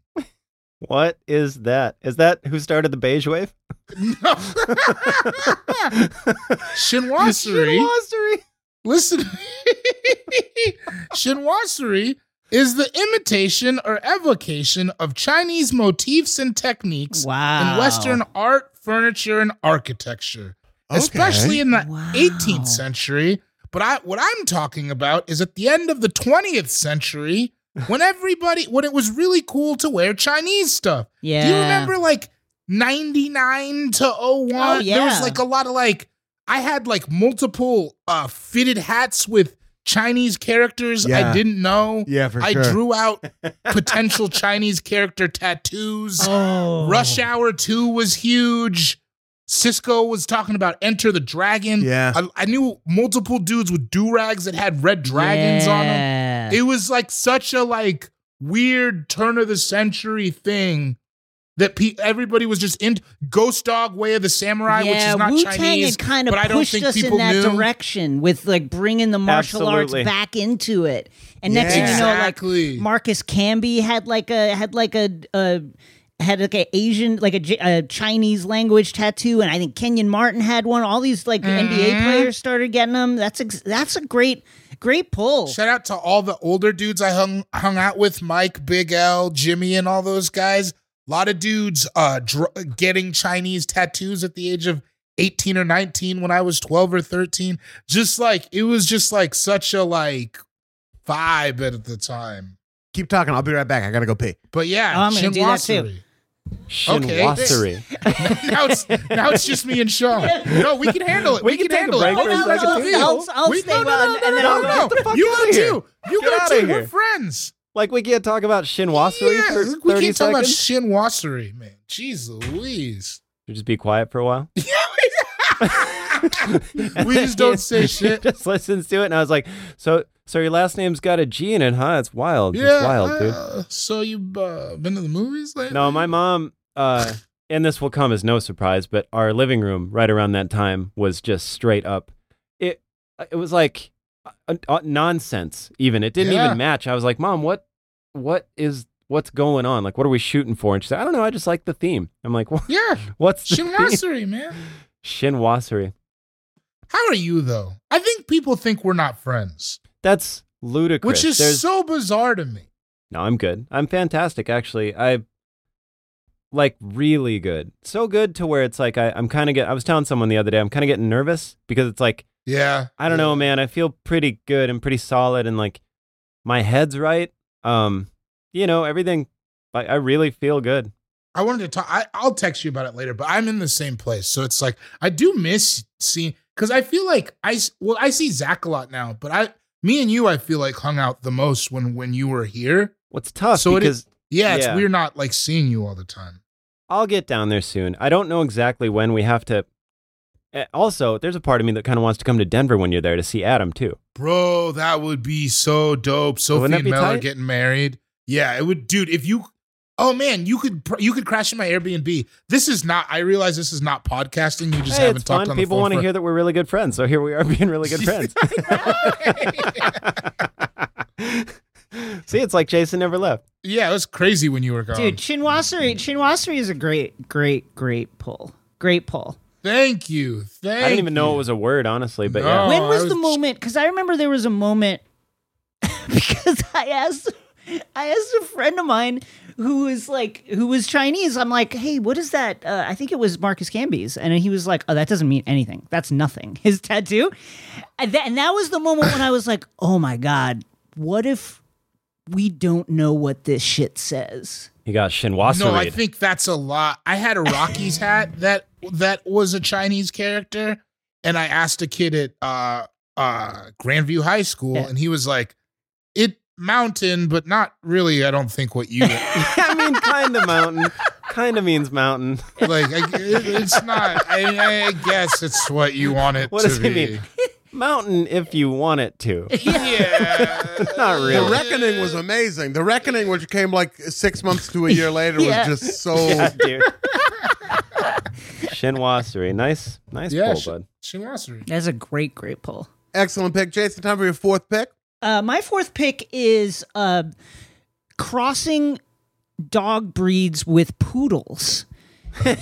S6: What is that? Is that who started the beige wave?
S4: No. Shinwassery.
S6: Shinwassery.
S4: Listen, Shinwassery is the imitation or evocation of Chinese motifs and techniques
S5: Wow.
S4: in Western art, furniture, and architecture, especially in the
S5: Wow.
S4: 18th century. But I, what I'm talking about is at the end of the 20th century when everybody, when it was really cool to wear Chinese stuff.
S5: Yeah.
S4: Do you remember like 99 to 01?
S5: Oh,
S4: There was
S5: yeah.
S4: like a lot of like, I had like multiple uh, fitted hats with Chinese characters
S2: Yeah.
S4: I didn't know.
S2: Yeah, for
S4: I
S2: sure.
S4: drew out potential Chinese character tattoos.
S5: Oh.
S4: Rush Hour 2 was huge. Cisco was talking about Enter the Dragon.
S2: Yeah.
S4: I, I knew multiple dudes with do rags that had red dragons on them
S5: yeah.
S4: it was like such a like weird turn of the century thing that pe- everybody was just in Ghost Dog Way of the Samurai, which
S5: yeah,
S4: is not
S5: Wu-Tang
S4: Chinese,
S5: had kind of
S4: but I don't
S5: pushed
S4: think
S5: us
S4: people
S5: in that
S4: knew.
S5: direction with like bringing the martial
S6: Absolutely.
S5: arts back into it. And next
S2: Yeah.
S5: thing you know,
S4: Exactly.
S5: like Marcus Camby had like a had like a. a had like a Asian, like a, J- a Chinese language tattoo, and I think Kenyon Martin had one. All these like NBA players started getting them. That's ex- that's a great, great pull.
S4: Shout out to all the older dudes I hung hung out with, Mike, Big L, Jimmy, and all those guys. A lot of dudes uh, dr- getting Chinese tattoos at the age of 18 or 19 when I was 12 or 13. Just like, it was just like such a like vibe at the time.
S2: Keep talking. I'll be right back. I gotta go pee.
S4: But yeah,
S5: Oh, I'm gonna do that too.
S4: Shinwassery. Okay.
S6: Shinwassery.
S4: now it's now it's just me and Sean. No, we can handle it.
S6: We
S4: We,
S6: can
S4: can,
S6: take a
S4: handle
S6: break
S4: it.
S6: for a
S4: Oh,
S6: second.
S4: no, no,
S5: I'll- I'll
S4: we,
S5: stay
S4: no, no,
S5: well,
S4: no,
S5: and then I'll-
S4: no, no,
S6: Get the
S4: no.
S6: fuck
S4: You go
S6: outta here.
S4: too. You
S6: Get
S4: go
S6: outta
S4: too.
S6: here.
S4: We're friends.
S6: Like we can't talk about Shinwassery
S4: Yeah,
S6: for
S4: we
S6: thirty
S4: can't talk about
S6: seconds.
S4: shinwassery, man. Jeez Louise.
S6: Should we just be quiet for a while.
S4: We just don't say shit.
S6: Just listens to it, and I was like, "So, so your last name's got a G in it, huh? It's wild.
S4: Yeah.
S6: it's wild, dude."
S4: uh, so you've uh, been to the movies lately?
S6: No, my mom, uh, and this will come as no surprise, but our living room right around that time was just straight up. It it was like uh, uh, nonsense. Even it didn't
S4: Yeah.
S6: even match. I was like, Mom, what what is what's going on? Like, what are we shooting for? And she said, I don't know. I just like the theme. I'm like, what?
S4: Yeah.
S6: What's the theme?
S4: Shinwassery, man.
S6: Shinwassery.
S4: How are you though? I think people think we're not friends,
S6: That's ludicrous.
S4: which is
S6: There's-
S4: so bizarre to me.
S6: No, I'm good. I'm fantastic, actually. I like really good. So good to where it's like I, I'm kind of get. I was telling someone the other day. I'm kind of getting nervous because it's like
S4: Yeah.
S6: I don't know, man. I feel pretty good and pretty solid, and like my head's right. Um, you know, everything. I, I really feel good.
S4: I wanted to talk. I, I'll text you about it later, but I'm in the same place, so it's like I do miss seeing because I feel like I s- well I see Zach a lot now, but I me and you I feel like hung out the most when when you were here.
S6: What's tough
S4: So it
S6: because
S4: is- Yeah, it's
S6: Yeah.
S4: we're not like seeing you all the time.
S6: I'll get down there soon. I don't know exactly when we have to. eh, Also, there's a part of me that kind of wants to come to Denver when you're there to see Adam too.
S4: Bro, that would be so dope. Sophie
S6: Wouldn't that
S4: and
S6: be
S4: Mel are
S6: tight?
S4: getting married. Yeah, it would, dude. If you, oh man, you could pr- you could crash in my Airbnb. This is not. I realize this is not podcasting. You just
S6: hey,
S4: haven't
S6: it's
S4: talked
S6: fun.
S4: on
S6: People
S4: the phone.
S6: want to
S4: for-
S6: hear that we're really good friends, so here we are being really good friends. See, it's like Jason never left.
S4: yeah, it was crazy when you were gone.
S5: Dude, Shinwassery, Shinwassery is a great, great, great pull. Great pull.
S4: Thank you. Thank.
S6: I didn't even know
S4: you.
S6: it was a word, honestly, but
S4: No.
S6: yeah.
S4: Oh,
S5: when
S4: I
S5: was,
S4: was
S5: the
S4: ch-
S5: moment? Because I remember there was a moment because I asked, I asked a friend of mine who was like, who was Chinese. I'm like, hey, what is that? Uh, I think it was Marcus Camby's, and he was like, oh, that doesn't mean anything. That's nothing. His tattoo, and that, and that was the moment when I was like, oh my god, what if we don't know what this shit says?
S6: He got shinwassery.
S4: No, I think that's a lot. I had a Rockies hat that that was a Chinese character, and I asked a kid at uh uh Grandview High School,
S5: Yeah.
S4: and he was like, "It mountain, but not really. I don't think what you
S6: I mean, kind of mountain. Kind of means mountain.
S4: like. I, it- it's not. I, mean, I I guess it's what you want it
S6: What
S4: to
S6: does
S4: be.
S6: it mean? Mountain if you want it to.
S4: Yeah,
S6: Not
S2: The
S6: really.
S2: Reckoning was amazing. The Reckoning, which came like six months to a year later,
S5: Yeah.
S2: was just so.
S6: Yeah, dude. Shin Wassery. Nice, nice
S4: yeah.
S6: pull,
S4: She,
S6: bud.
S4: she wants her.
S5: That's a great, great pull.
S2: Excellent pick, Jason. Time for your fourth pick.
S5: Uh, my fourth pick is uh, crossing dog breeds with poodles.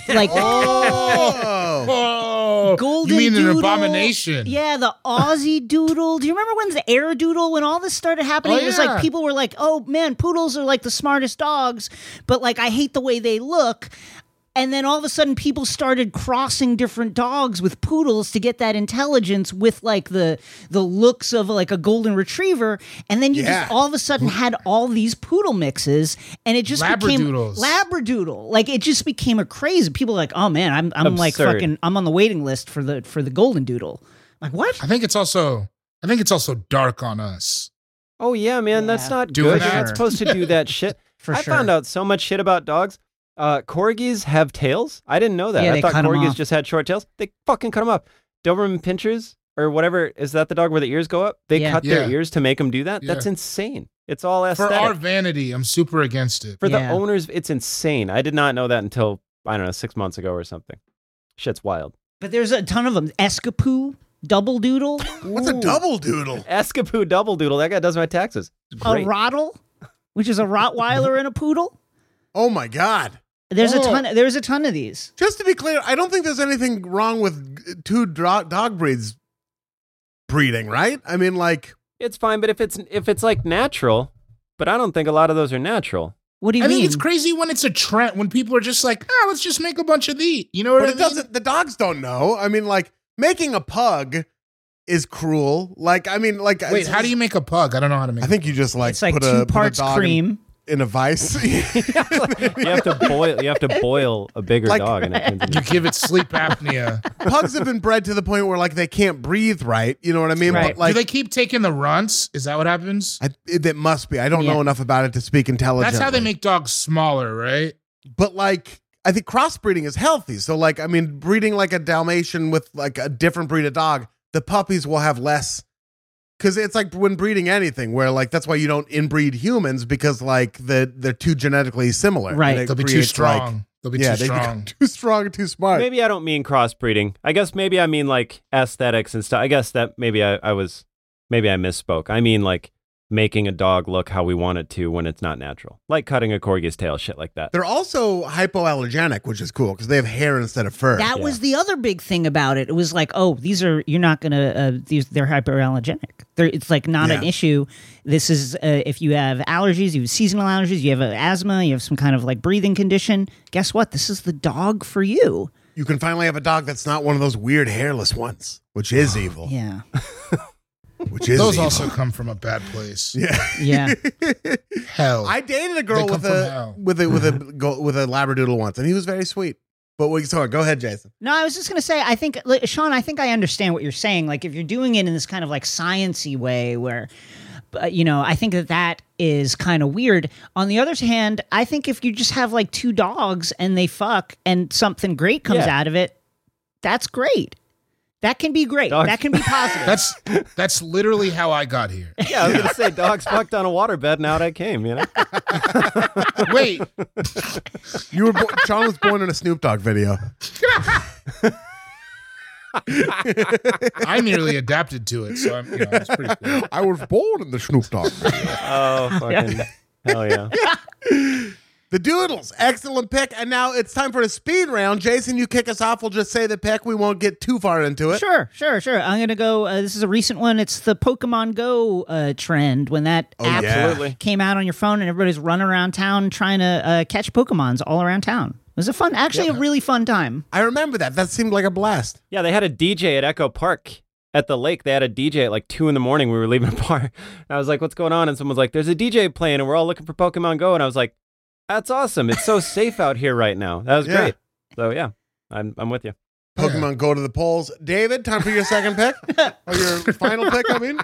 S5: like
S2: Oh,
S4: Oh,
S5: golden
S4: you mean
S5: doodle.
S4: an abomination?
S5: Yeah, the Aussie doodle. Do you remember when the air doodle when all this started happening?
S4: Oh,
S5: It was
S4: yeah.
S5: like people were like, "Oh man, poodles are like the smartest dogs, but like I hate the way they look." And then all of a sudden people started crossing different dogs with poodles to get that intelligence with like the the looks of like a golden retriever and then you
S2: Yeah.
S5: just all of a sudden had all these poodle mixes and it just became
S4: Labradoodles.
S5: labradoodle like it just became a craze people were like oh man i'm, I'm like
S6: Absurd.
S5: fucking I'm on the waiting list for the for the golden doodle. I'm like what?
S4: I think it's also. I think it's also dark on us.
S6: Oh yeah, man, that's
S5: Yeah.
S6: not
S4: Doing
S6: good.
S4: that.
S6: You're not supposed to do that shit.
S5: For
S6: I
S5: sure.
S6: found out so much shit about dogs. Uh, corgis have tails. I didn't know that.
S5: Yeah,
S6: I
S5: they
S6: thought
S5: cut 'em
S6: corgis
S5: off.
S6: just had short tails. They fucking cut them up. Doberman pinchers or whatever is that the dog where the ears go up? They
S5: Yeah.
S6: cut their
S4: Yeah.
S6: ears to make them do that.
S4: Yeah.
S6: That's insane. It's all
S4: For
S6: aesthetic.
S4: our vanity, I'm super against it.
S6: For
S5: Yeah.
S6: the owners, it's insane. I did not know that until I don't know six months ago or something. Shit's wild.
S5: But there's a ton of them. Escapoo, double doodle,
S2: what's a double doodle?
S6: Escapoo double doodle. That guy does my taxes. It's
S5: a
S6: great.
S5: rottle, which is a Rottweiler and a poodle.
S2: Oh my god!
S5: There's
S4: Oh.
S5: a ton. There's a ton of these.
S2: Just to be clear, I don't think there's anything wrong with two dro- dog breeds breeding, right? I mean, like
S6: it's fine, but if it's if it's like natural, but I don't think a lot of those are natural.
S5: What do you
S4: I
S5: mean?
S4: think it's crazy when it's a trend when people are just like, ah, let's just make a bunch of these. You know what
S2: But
S4: I
S2: it
S4: mean?
S2: doesn't. The dogs don't know. I mean, like making a pug is cruel. Like, I mean, like
S4: Wait, how do you make a pug? I don't know how to make.
S2: I think you just like
S5: It's like
S2: put
S5: two
S2: a, put a
S5: parts
S2: dog in-
S5: cream.
S2: in, a vice.
S6: You have to boil. You have to boil a bigger
S2: Like-
S6: dog, and it turns
S4: you
S6: into
S4: give it sleep apnea.
S2: Pugs have been bred to the point where like they can't breathe right. You know what I mean?
S5: Right.
S2: But like
S4: Do they keep taking the runts? Is that what happens?
S2: I, it, it must be. I don't know
S5: Yeah.
S2: enough about it to speak intelligently.
S4: That's how they make dogs smaller, right?
S2: But like, I think crossbreeding is healthy. So like, I mean, breeding like a Dalmatian with like a different breed of dog, the puppies will have less. Because it's like when breeding anything, where like that's why you don't inbreed humans because like the they're too genetically similar.
S5: Right.
S2: And it
S4: They'll be too
S2: creates, like-
S4: strong. They'll be
S2: yeah,
S4: too
S2: they become
S4: strong.
S2: too strong and too smart.
S6: maybe I don't mean crossbreeding. I guess maybe I mean like aesthetics and stuff. I guess that maybe I, I was maybe I misspoke. I mean like making a dog look how we want it to when it's not natural, like cutting a corgi's tail, shit like that.
S2: They're also hypoallergenic, which is cool because they have hair instead of fur.
S5: That was the other big thing about it. It was like, oh, these are you're not gonna uh, these they're hyperallergenic. They're, it's like not an
S2: Yeah.
S5: issue. This is uh, if you have allergies, you have seasonal allergies, you have uh, asthma, you have some kind of like breathing condition. Guess what? This is the dog for you.
S2: you can finally have a dog that's not one of those weird hairless ones, which is evil.
S5: Yeah,
S2: Which is
S4: Those
S2: evil.
S4: also come from a bad place.
S5: yeah.
S4: Hell.
S2: I dated a girl
S4: They come
S2: with
S4: from
S2: a,
S4: hell.
S2: with a with a go- with a labradoodle once, and he was very sweet. But wait, sorry, go ahead, Jason.
S5: No, I was just gonna say. I think, like, Sean, I think I understand what you're saying. Like, if you're doing it in this kind of like sciency way, where, but you know, I think that that is kind of weird. On the other hand, I think if you just have like two dogs and they fuck and something great comes
S6: Yeah.
S5: out of it, that's great. That can be great.
S6: Dogs-
S5: That can be positive.
S4: That's that's literally how I got here.
S6: Yeah, I was gonna say dogs fucked on a waterbed, and out I came. You know,
S4: Wait,
S2: You were bo- Sean was born in a Snoop Dogg video.
S4: I merely adapted to it, so I'm you know, it's pretty cool.
S2: I was born in the Snoop Dogg. Video.
S6: oh fucking hell yeah.
S2: the Doodles, excellent pick. And now it's time for a speed round. Jason, you kick us off. We'll just say the pick. We won't get too far into it.
S5: Sure, sure, sure. I'm gonna go. Uh, this is a recent one. It's the Pokemon Go uh, trend when that
S2: Oh,
S5: app
S2: yeah.
S6: Absolutely.
S5: came out on your phone and everybody's running around town trying to uh, catch Pokemon's all around town. It was a fun, actually a really fun time.
S2: I remember that. That seemed like a blast.
S6: Yeah, they had a DJ at Echo Park at the lake. They had a DJ at like two in the morning. We were leaving a bar. And I was like, "What's going on?" And someone's like, "There's a DJ playing, and we're all looking for Pokemon Go." And I was like, "That's awesome! It's so safe out here right now. That was
S2: Yeah.
S6: great." So yeah, I'm I'm with you.
S2: Pokemon go to the polls. David, time for your second pick or your final pick. I mean,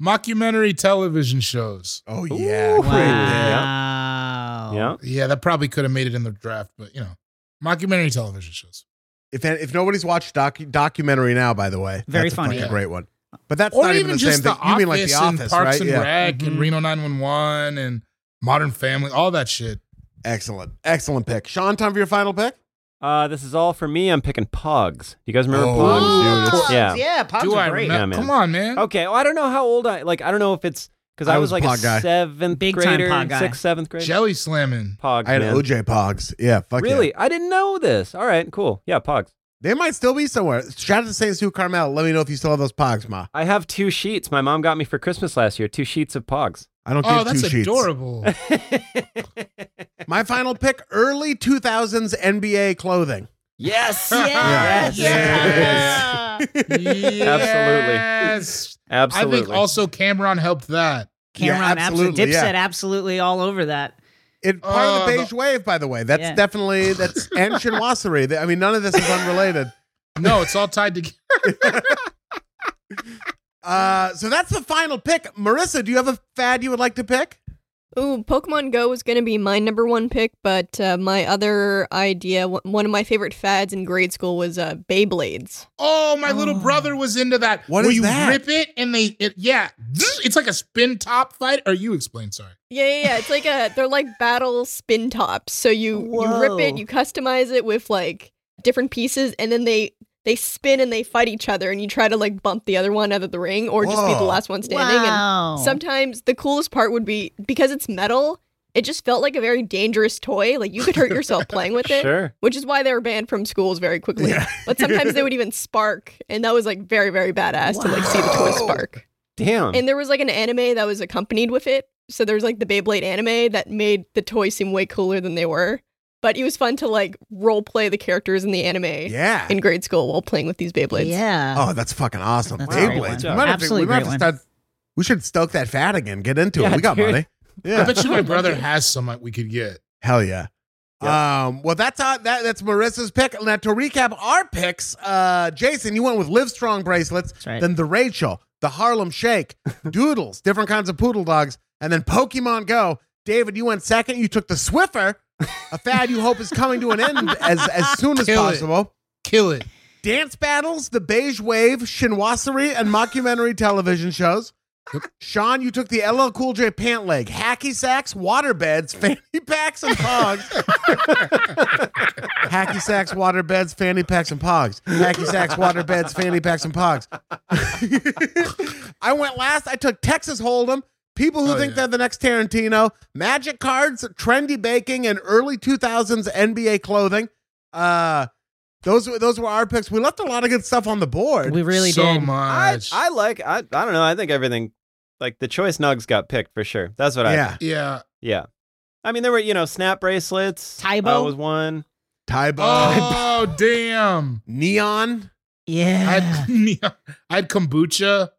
S4: mockumentary television shows.
S2: Oh yeah.
S6: Ooh.
S2: great. Yeah. Oh.
S5: Wow.
S6: Yeah.
S4: Yeah, that probably could have made it in the draft, but you know, mockumentary television shows.
S2: If if nobody's watched docu- documentary now, by the way,
S5: Very
S2: that's a
S5: funny.
S2: fucking great one. But that's
S4: or
S2: not
S4: even,
S2: even, the same
S4: just the
S2: thing.
S4: office,
S2: you mean like the
S4: and
S2: office,
S4: Parks
S2: right?
S4: and
S2: yeah.
S4: Rec and
S5: Mhm.
S4: Reno 911 and Modern Family, all that shit.
S2: Excellent, excellent pick. Sean, time for your final pick.
S6: Uh, this is all for me. I'm picking Pogs. You guys remember
S2: Oh,
S6: Pogs?
S2: dude, it's-
S6: Yeah.
S5: Yeah, Pogs
S4: Do
S5: are
S4: I
S5: great.
S6: Yeah,
S4: remember?
S6: man.
S4: Come on, man.
S6: Okay. Well, I don't know how old I like. I don't know if it's because I,
S2: I
S6: was
S2: was
S6: like
S2: a
S6: a
S2: Pog guy.
S6: seventh
S5: Big time
S6: grader,
S5: Pog guy.
S6: sixth, seventh grade.
S4: Jelly slamming.
S6: Pogs.
S2: I had
S6: man.
S2: OJ Pogs. Yeah, fuck yeah.
S6: Really? I didn't know this. All right. Cool. Yeah. Pogs.
S2: They might still be somewhere. Shout out to St. Sue Carmel. Let me know if you still have those Pogs, Ma.
S6: I have two sheets. My mom got me for Christmas last year. Two sheets of Pogs.
S2: I don't
S4: Oh,
S2: give
S4: that's
S2: two sheets.
S4: adorable.
S2: My final pick: early 2000s NBA clothing.
S6: yes.
S5: Yes.
S4: Yeah. Yes.
S6: Absolutely.
S4: I think also Cameron helped that.
S5: Cameron,
S2: Yeah,
S5: absolutely.
S2: absolutely,
S5: Dipset,
S2: yeah.
S5: absolutely all over that.
S2: It part of the
S4: Oh,
S2: beige
S4: the-
S2: wave, by the way. That's
S5: Yeah.
S2: definitely that's and chinoiserie. I mean, none of this is unrelated.
S4: No, it's all tied together.
S2: Uh, so that's the final pick. Marissa, do you have a fad you would like to pick?
S8: Ooh, Pokemon Go was going to be my number one pick, but uh, my other idea, w- one of my favorite fads in grade school was uh, Beyblades.
S4: Oh, my little brother was into that.
S2: What
S4: Where
S2: is
S4: you
S2: that?
S4: rip it and they, it, yeah, it's like a spin top fight. Or you explain, sorry.
S8: Yeah, yeah, yeah. It's like a they're like battle spin tops. So you you rip
S5: Whoa.
S8: it, you customize it with like different pieces, and then they they spin and they fight each other, and you try to like bump the other one out of the ring or just be the
S2: Whoa.
S8: last one standing. And
S5: wow.
S8: Sometimes the coolest part would be because it's metal, it just felt like a very dangerous toy. Like you could hurt yourself playing with it,
S6: Sure.
S8: which is why they were banned from schools very quickly. But sometimes they would even spark, and that was like very, very badass to like see the toy spark.
S6: Damn.
S8: And there was like an anime that was accompanied with it. So there was like the Beyblade anime that made the toys seem way cooler than they were. But it was fun to like role play the characters in the anime
S2: Yeah.
S8: in grade school while playing with these Beyblades.
S5: yeah.
S2: Oh, that's fucking awesome.
S5: That's
S6: a great
S2: Beyblades.
S6: one.
S2: We might have to-
S5: Absolutely
S2: we might have
S5: great
S2: to start. We should stoke that fad again. Get into
S6: Yeah,
S2: it. We got
S6: dude.
S2: money.
S4: I
S2: Yeah.
S4: bet you my brother has some that we could get.
S2: Hell yeah. Um, well, that's uh, that, that's Marissa's pick. Now to recap our picks, uh, Jason, you went with Livestrong bracelets,
S5: That's right.
S2: then the Rachel, the Harlem Shake, Doodles, different kinds of poodle dogs, and then Pokemon Go. David, you went second. You took the Swiffer, a fad you hope is coming to an end as as soon as
S4: Kill it.
S2: possible.
S4: Kill it.
S2: Dance battles, the beige wave, chinoiserie, and mockumentary television shows. Sean, you took the LL Cool J pant leg, hacky sacks, water beds, fanny packs, and pogs. hacky sacks, water beds, fanny packs, and pogs. Hacky sacks, water beds, fanny packs, and pogs. I went last. I took Texas Hold'em. People who
S4: Oh,
S2: think
S4: yeah.
S2: they're the next Tarantino, magic cards, trendy baking, and early 2000s NBA clothing. Uh, those were those were our picks. We left a lot of good stuff on the board.
S5: we really
S4: so
S5: did.
S6: I,
S4: much.
S6: I like I, I don't know. I think everything like the choice nugs got picked for sure. That's what I
S2: yeah,
S4: yeah.
S6: yeah. I mean there were, you know, snap bracelets.
S5: Taibo?
S6: uh, was one.
S2: Tybo,
S4: Oh, damn.
S2: neon.
S5: Yeah.
S4: I'd, I'd kombucha.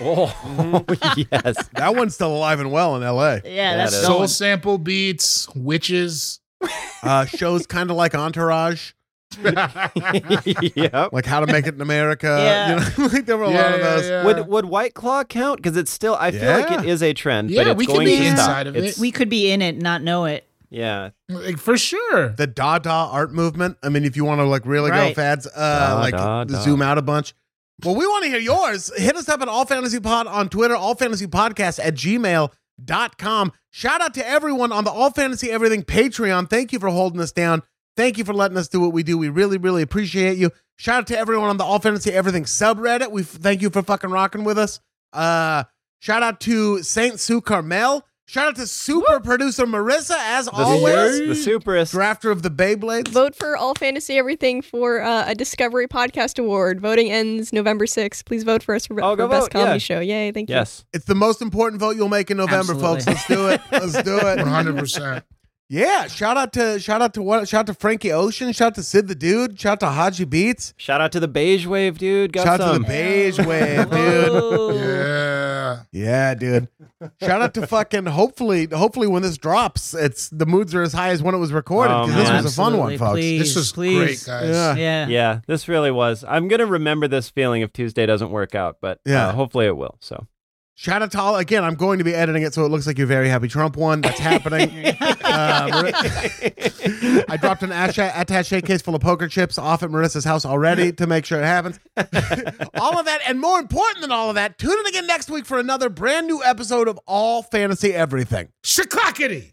S6: Oh yes.
S2: That one's still alive and well in L.A.
S5: yeah,
S6: That
S5: that's
S6: is-
S5: going.
S4: Soul sample beats, witches.
S2: Uh, shows kind of like Entourage,
S6: yep.
S2: like How to Make It in America.
S5: Yeah.
S2: you know, like there were a lot of those.
S4: yeah.
S6: Would would White Claw count? Because it's still I feel like it
S2: uh, Yeah.
S6: is a trend,
S4: Yeah,
S6: but it's
S4: we could
S6: going
S4: be
S6: to stop.
S4: inside of it.
S6: It's-
S5: We could be in it, not know it.
S6: yeah.
S4: Like, for sure.
S2: The Dada art movement. I mean, if you want to like really
S5: Right.
S2: go fads, uh,
S6: Da,
S2: like
S6: da, da.
S2: zoom out a bunch. Well, we want to hear yours. Hit us up at All Fantasy Pod on Twitter, All Fantasy Podcast at gmail.com. Shout out to everyone on the All Fantasy Everything Patreon. Thank you for holding us down. Thank you for letting us do what we do. We really, really appreciate you. Shout out to everyone on the All Fantasy Everything subreddit. We f- thank you for fucking rocking with us. Uh, shout out to Saint Sue Carmel. Shout out to super producer Marissa, as
S6: The,
S2: always.
S6: the superest.
S2: Drafter of the Beyblades.
S8: Vote for All Fantasy Everything for uh, a Discovery Podcast Award. Voting ends November 6th. Please vote for us for,
S6: Oh, go
S8: for Best
S6: vote,
S8: Comedy
S6: yeah.
S8: Show. Yay, thank you.
S6: yes.
S2: It's the most important vote you'll make in November,
S5: Absolutely.
S2: folks. Let's do it. Let's do it.
S4: 100%.
S2: Yeah. Shout out to shout out to what shout out to Frankie Ocean. Shout out to Sid the Dude. Shout out to Haji Beats.
S6: Shout out to the beige wave, dude. Got
S2: shout out to
S6: some.
S2: the beige wave, dude.
S5: Whoa.
S4: yeah.
S2: Yeah, dude. Shout out to fucking hopefully hopefully when this drops, it's the moods are as high as when it was recorded.
S6: Oh,
S2: Because this
S6: man.
S2: was a fun one,
S5: Um, Absolutely.
S2: folks.
S5: Please,
S4: This was
S5: please.
S4: great, guys.
S2: Yeah.
S5: Yeah.
S6: yeah, this really was. I'm gonna remember this feeling if Tuesday doesn't work out, but yeah,
S2: Yeah.
S6: hopefully it will. So
S2: Shadowtall, again, I'm going to be editing it so it looks like you're very happy Trump won. That's happening. Uh, Mar- I dropped an attache, attache case full of poker chips off at Marissa's house already to make sure it happens. all of that, and more important than all of that, tune in again next week for another brand new episode of All Fantasy Everything.
S4: Shaklackety!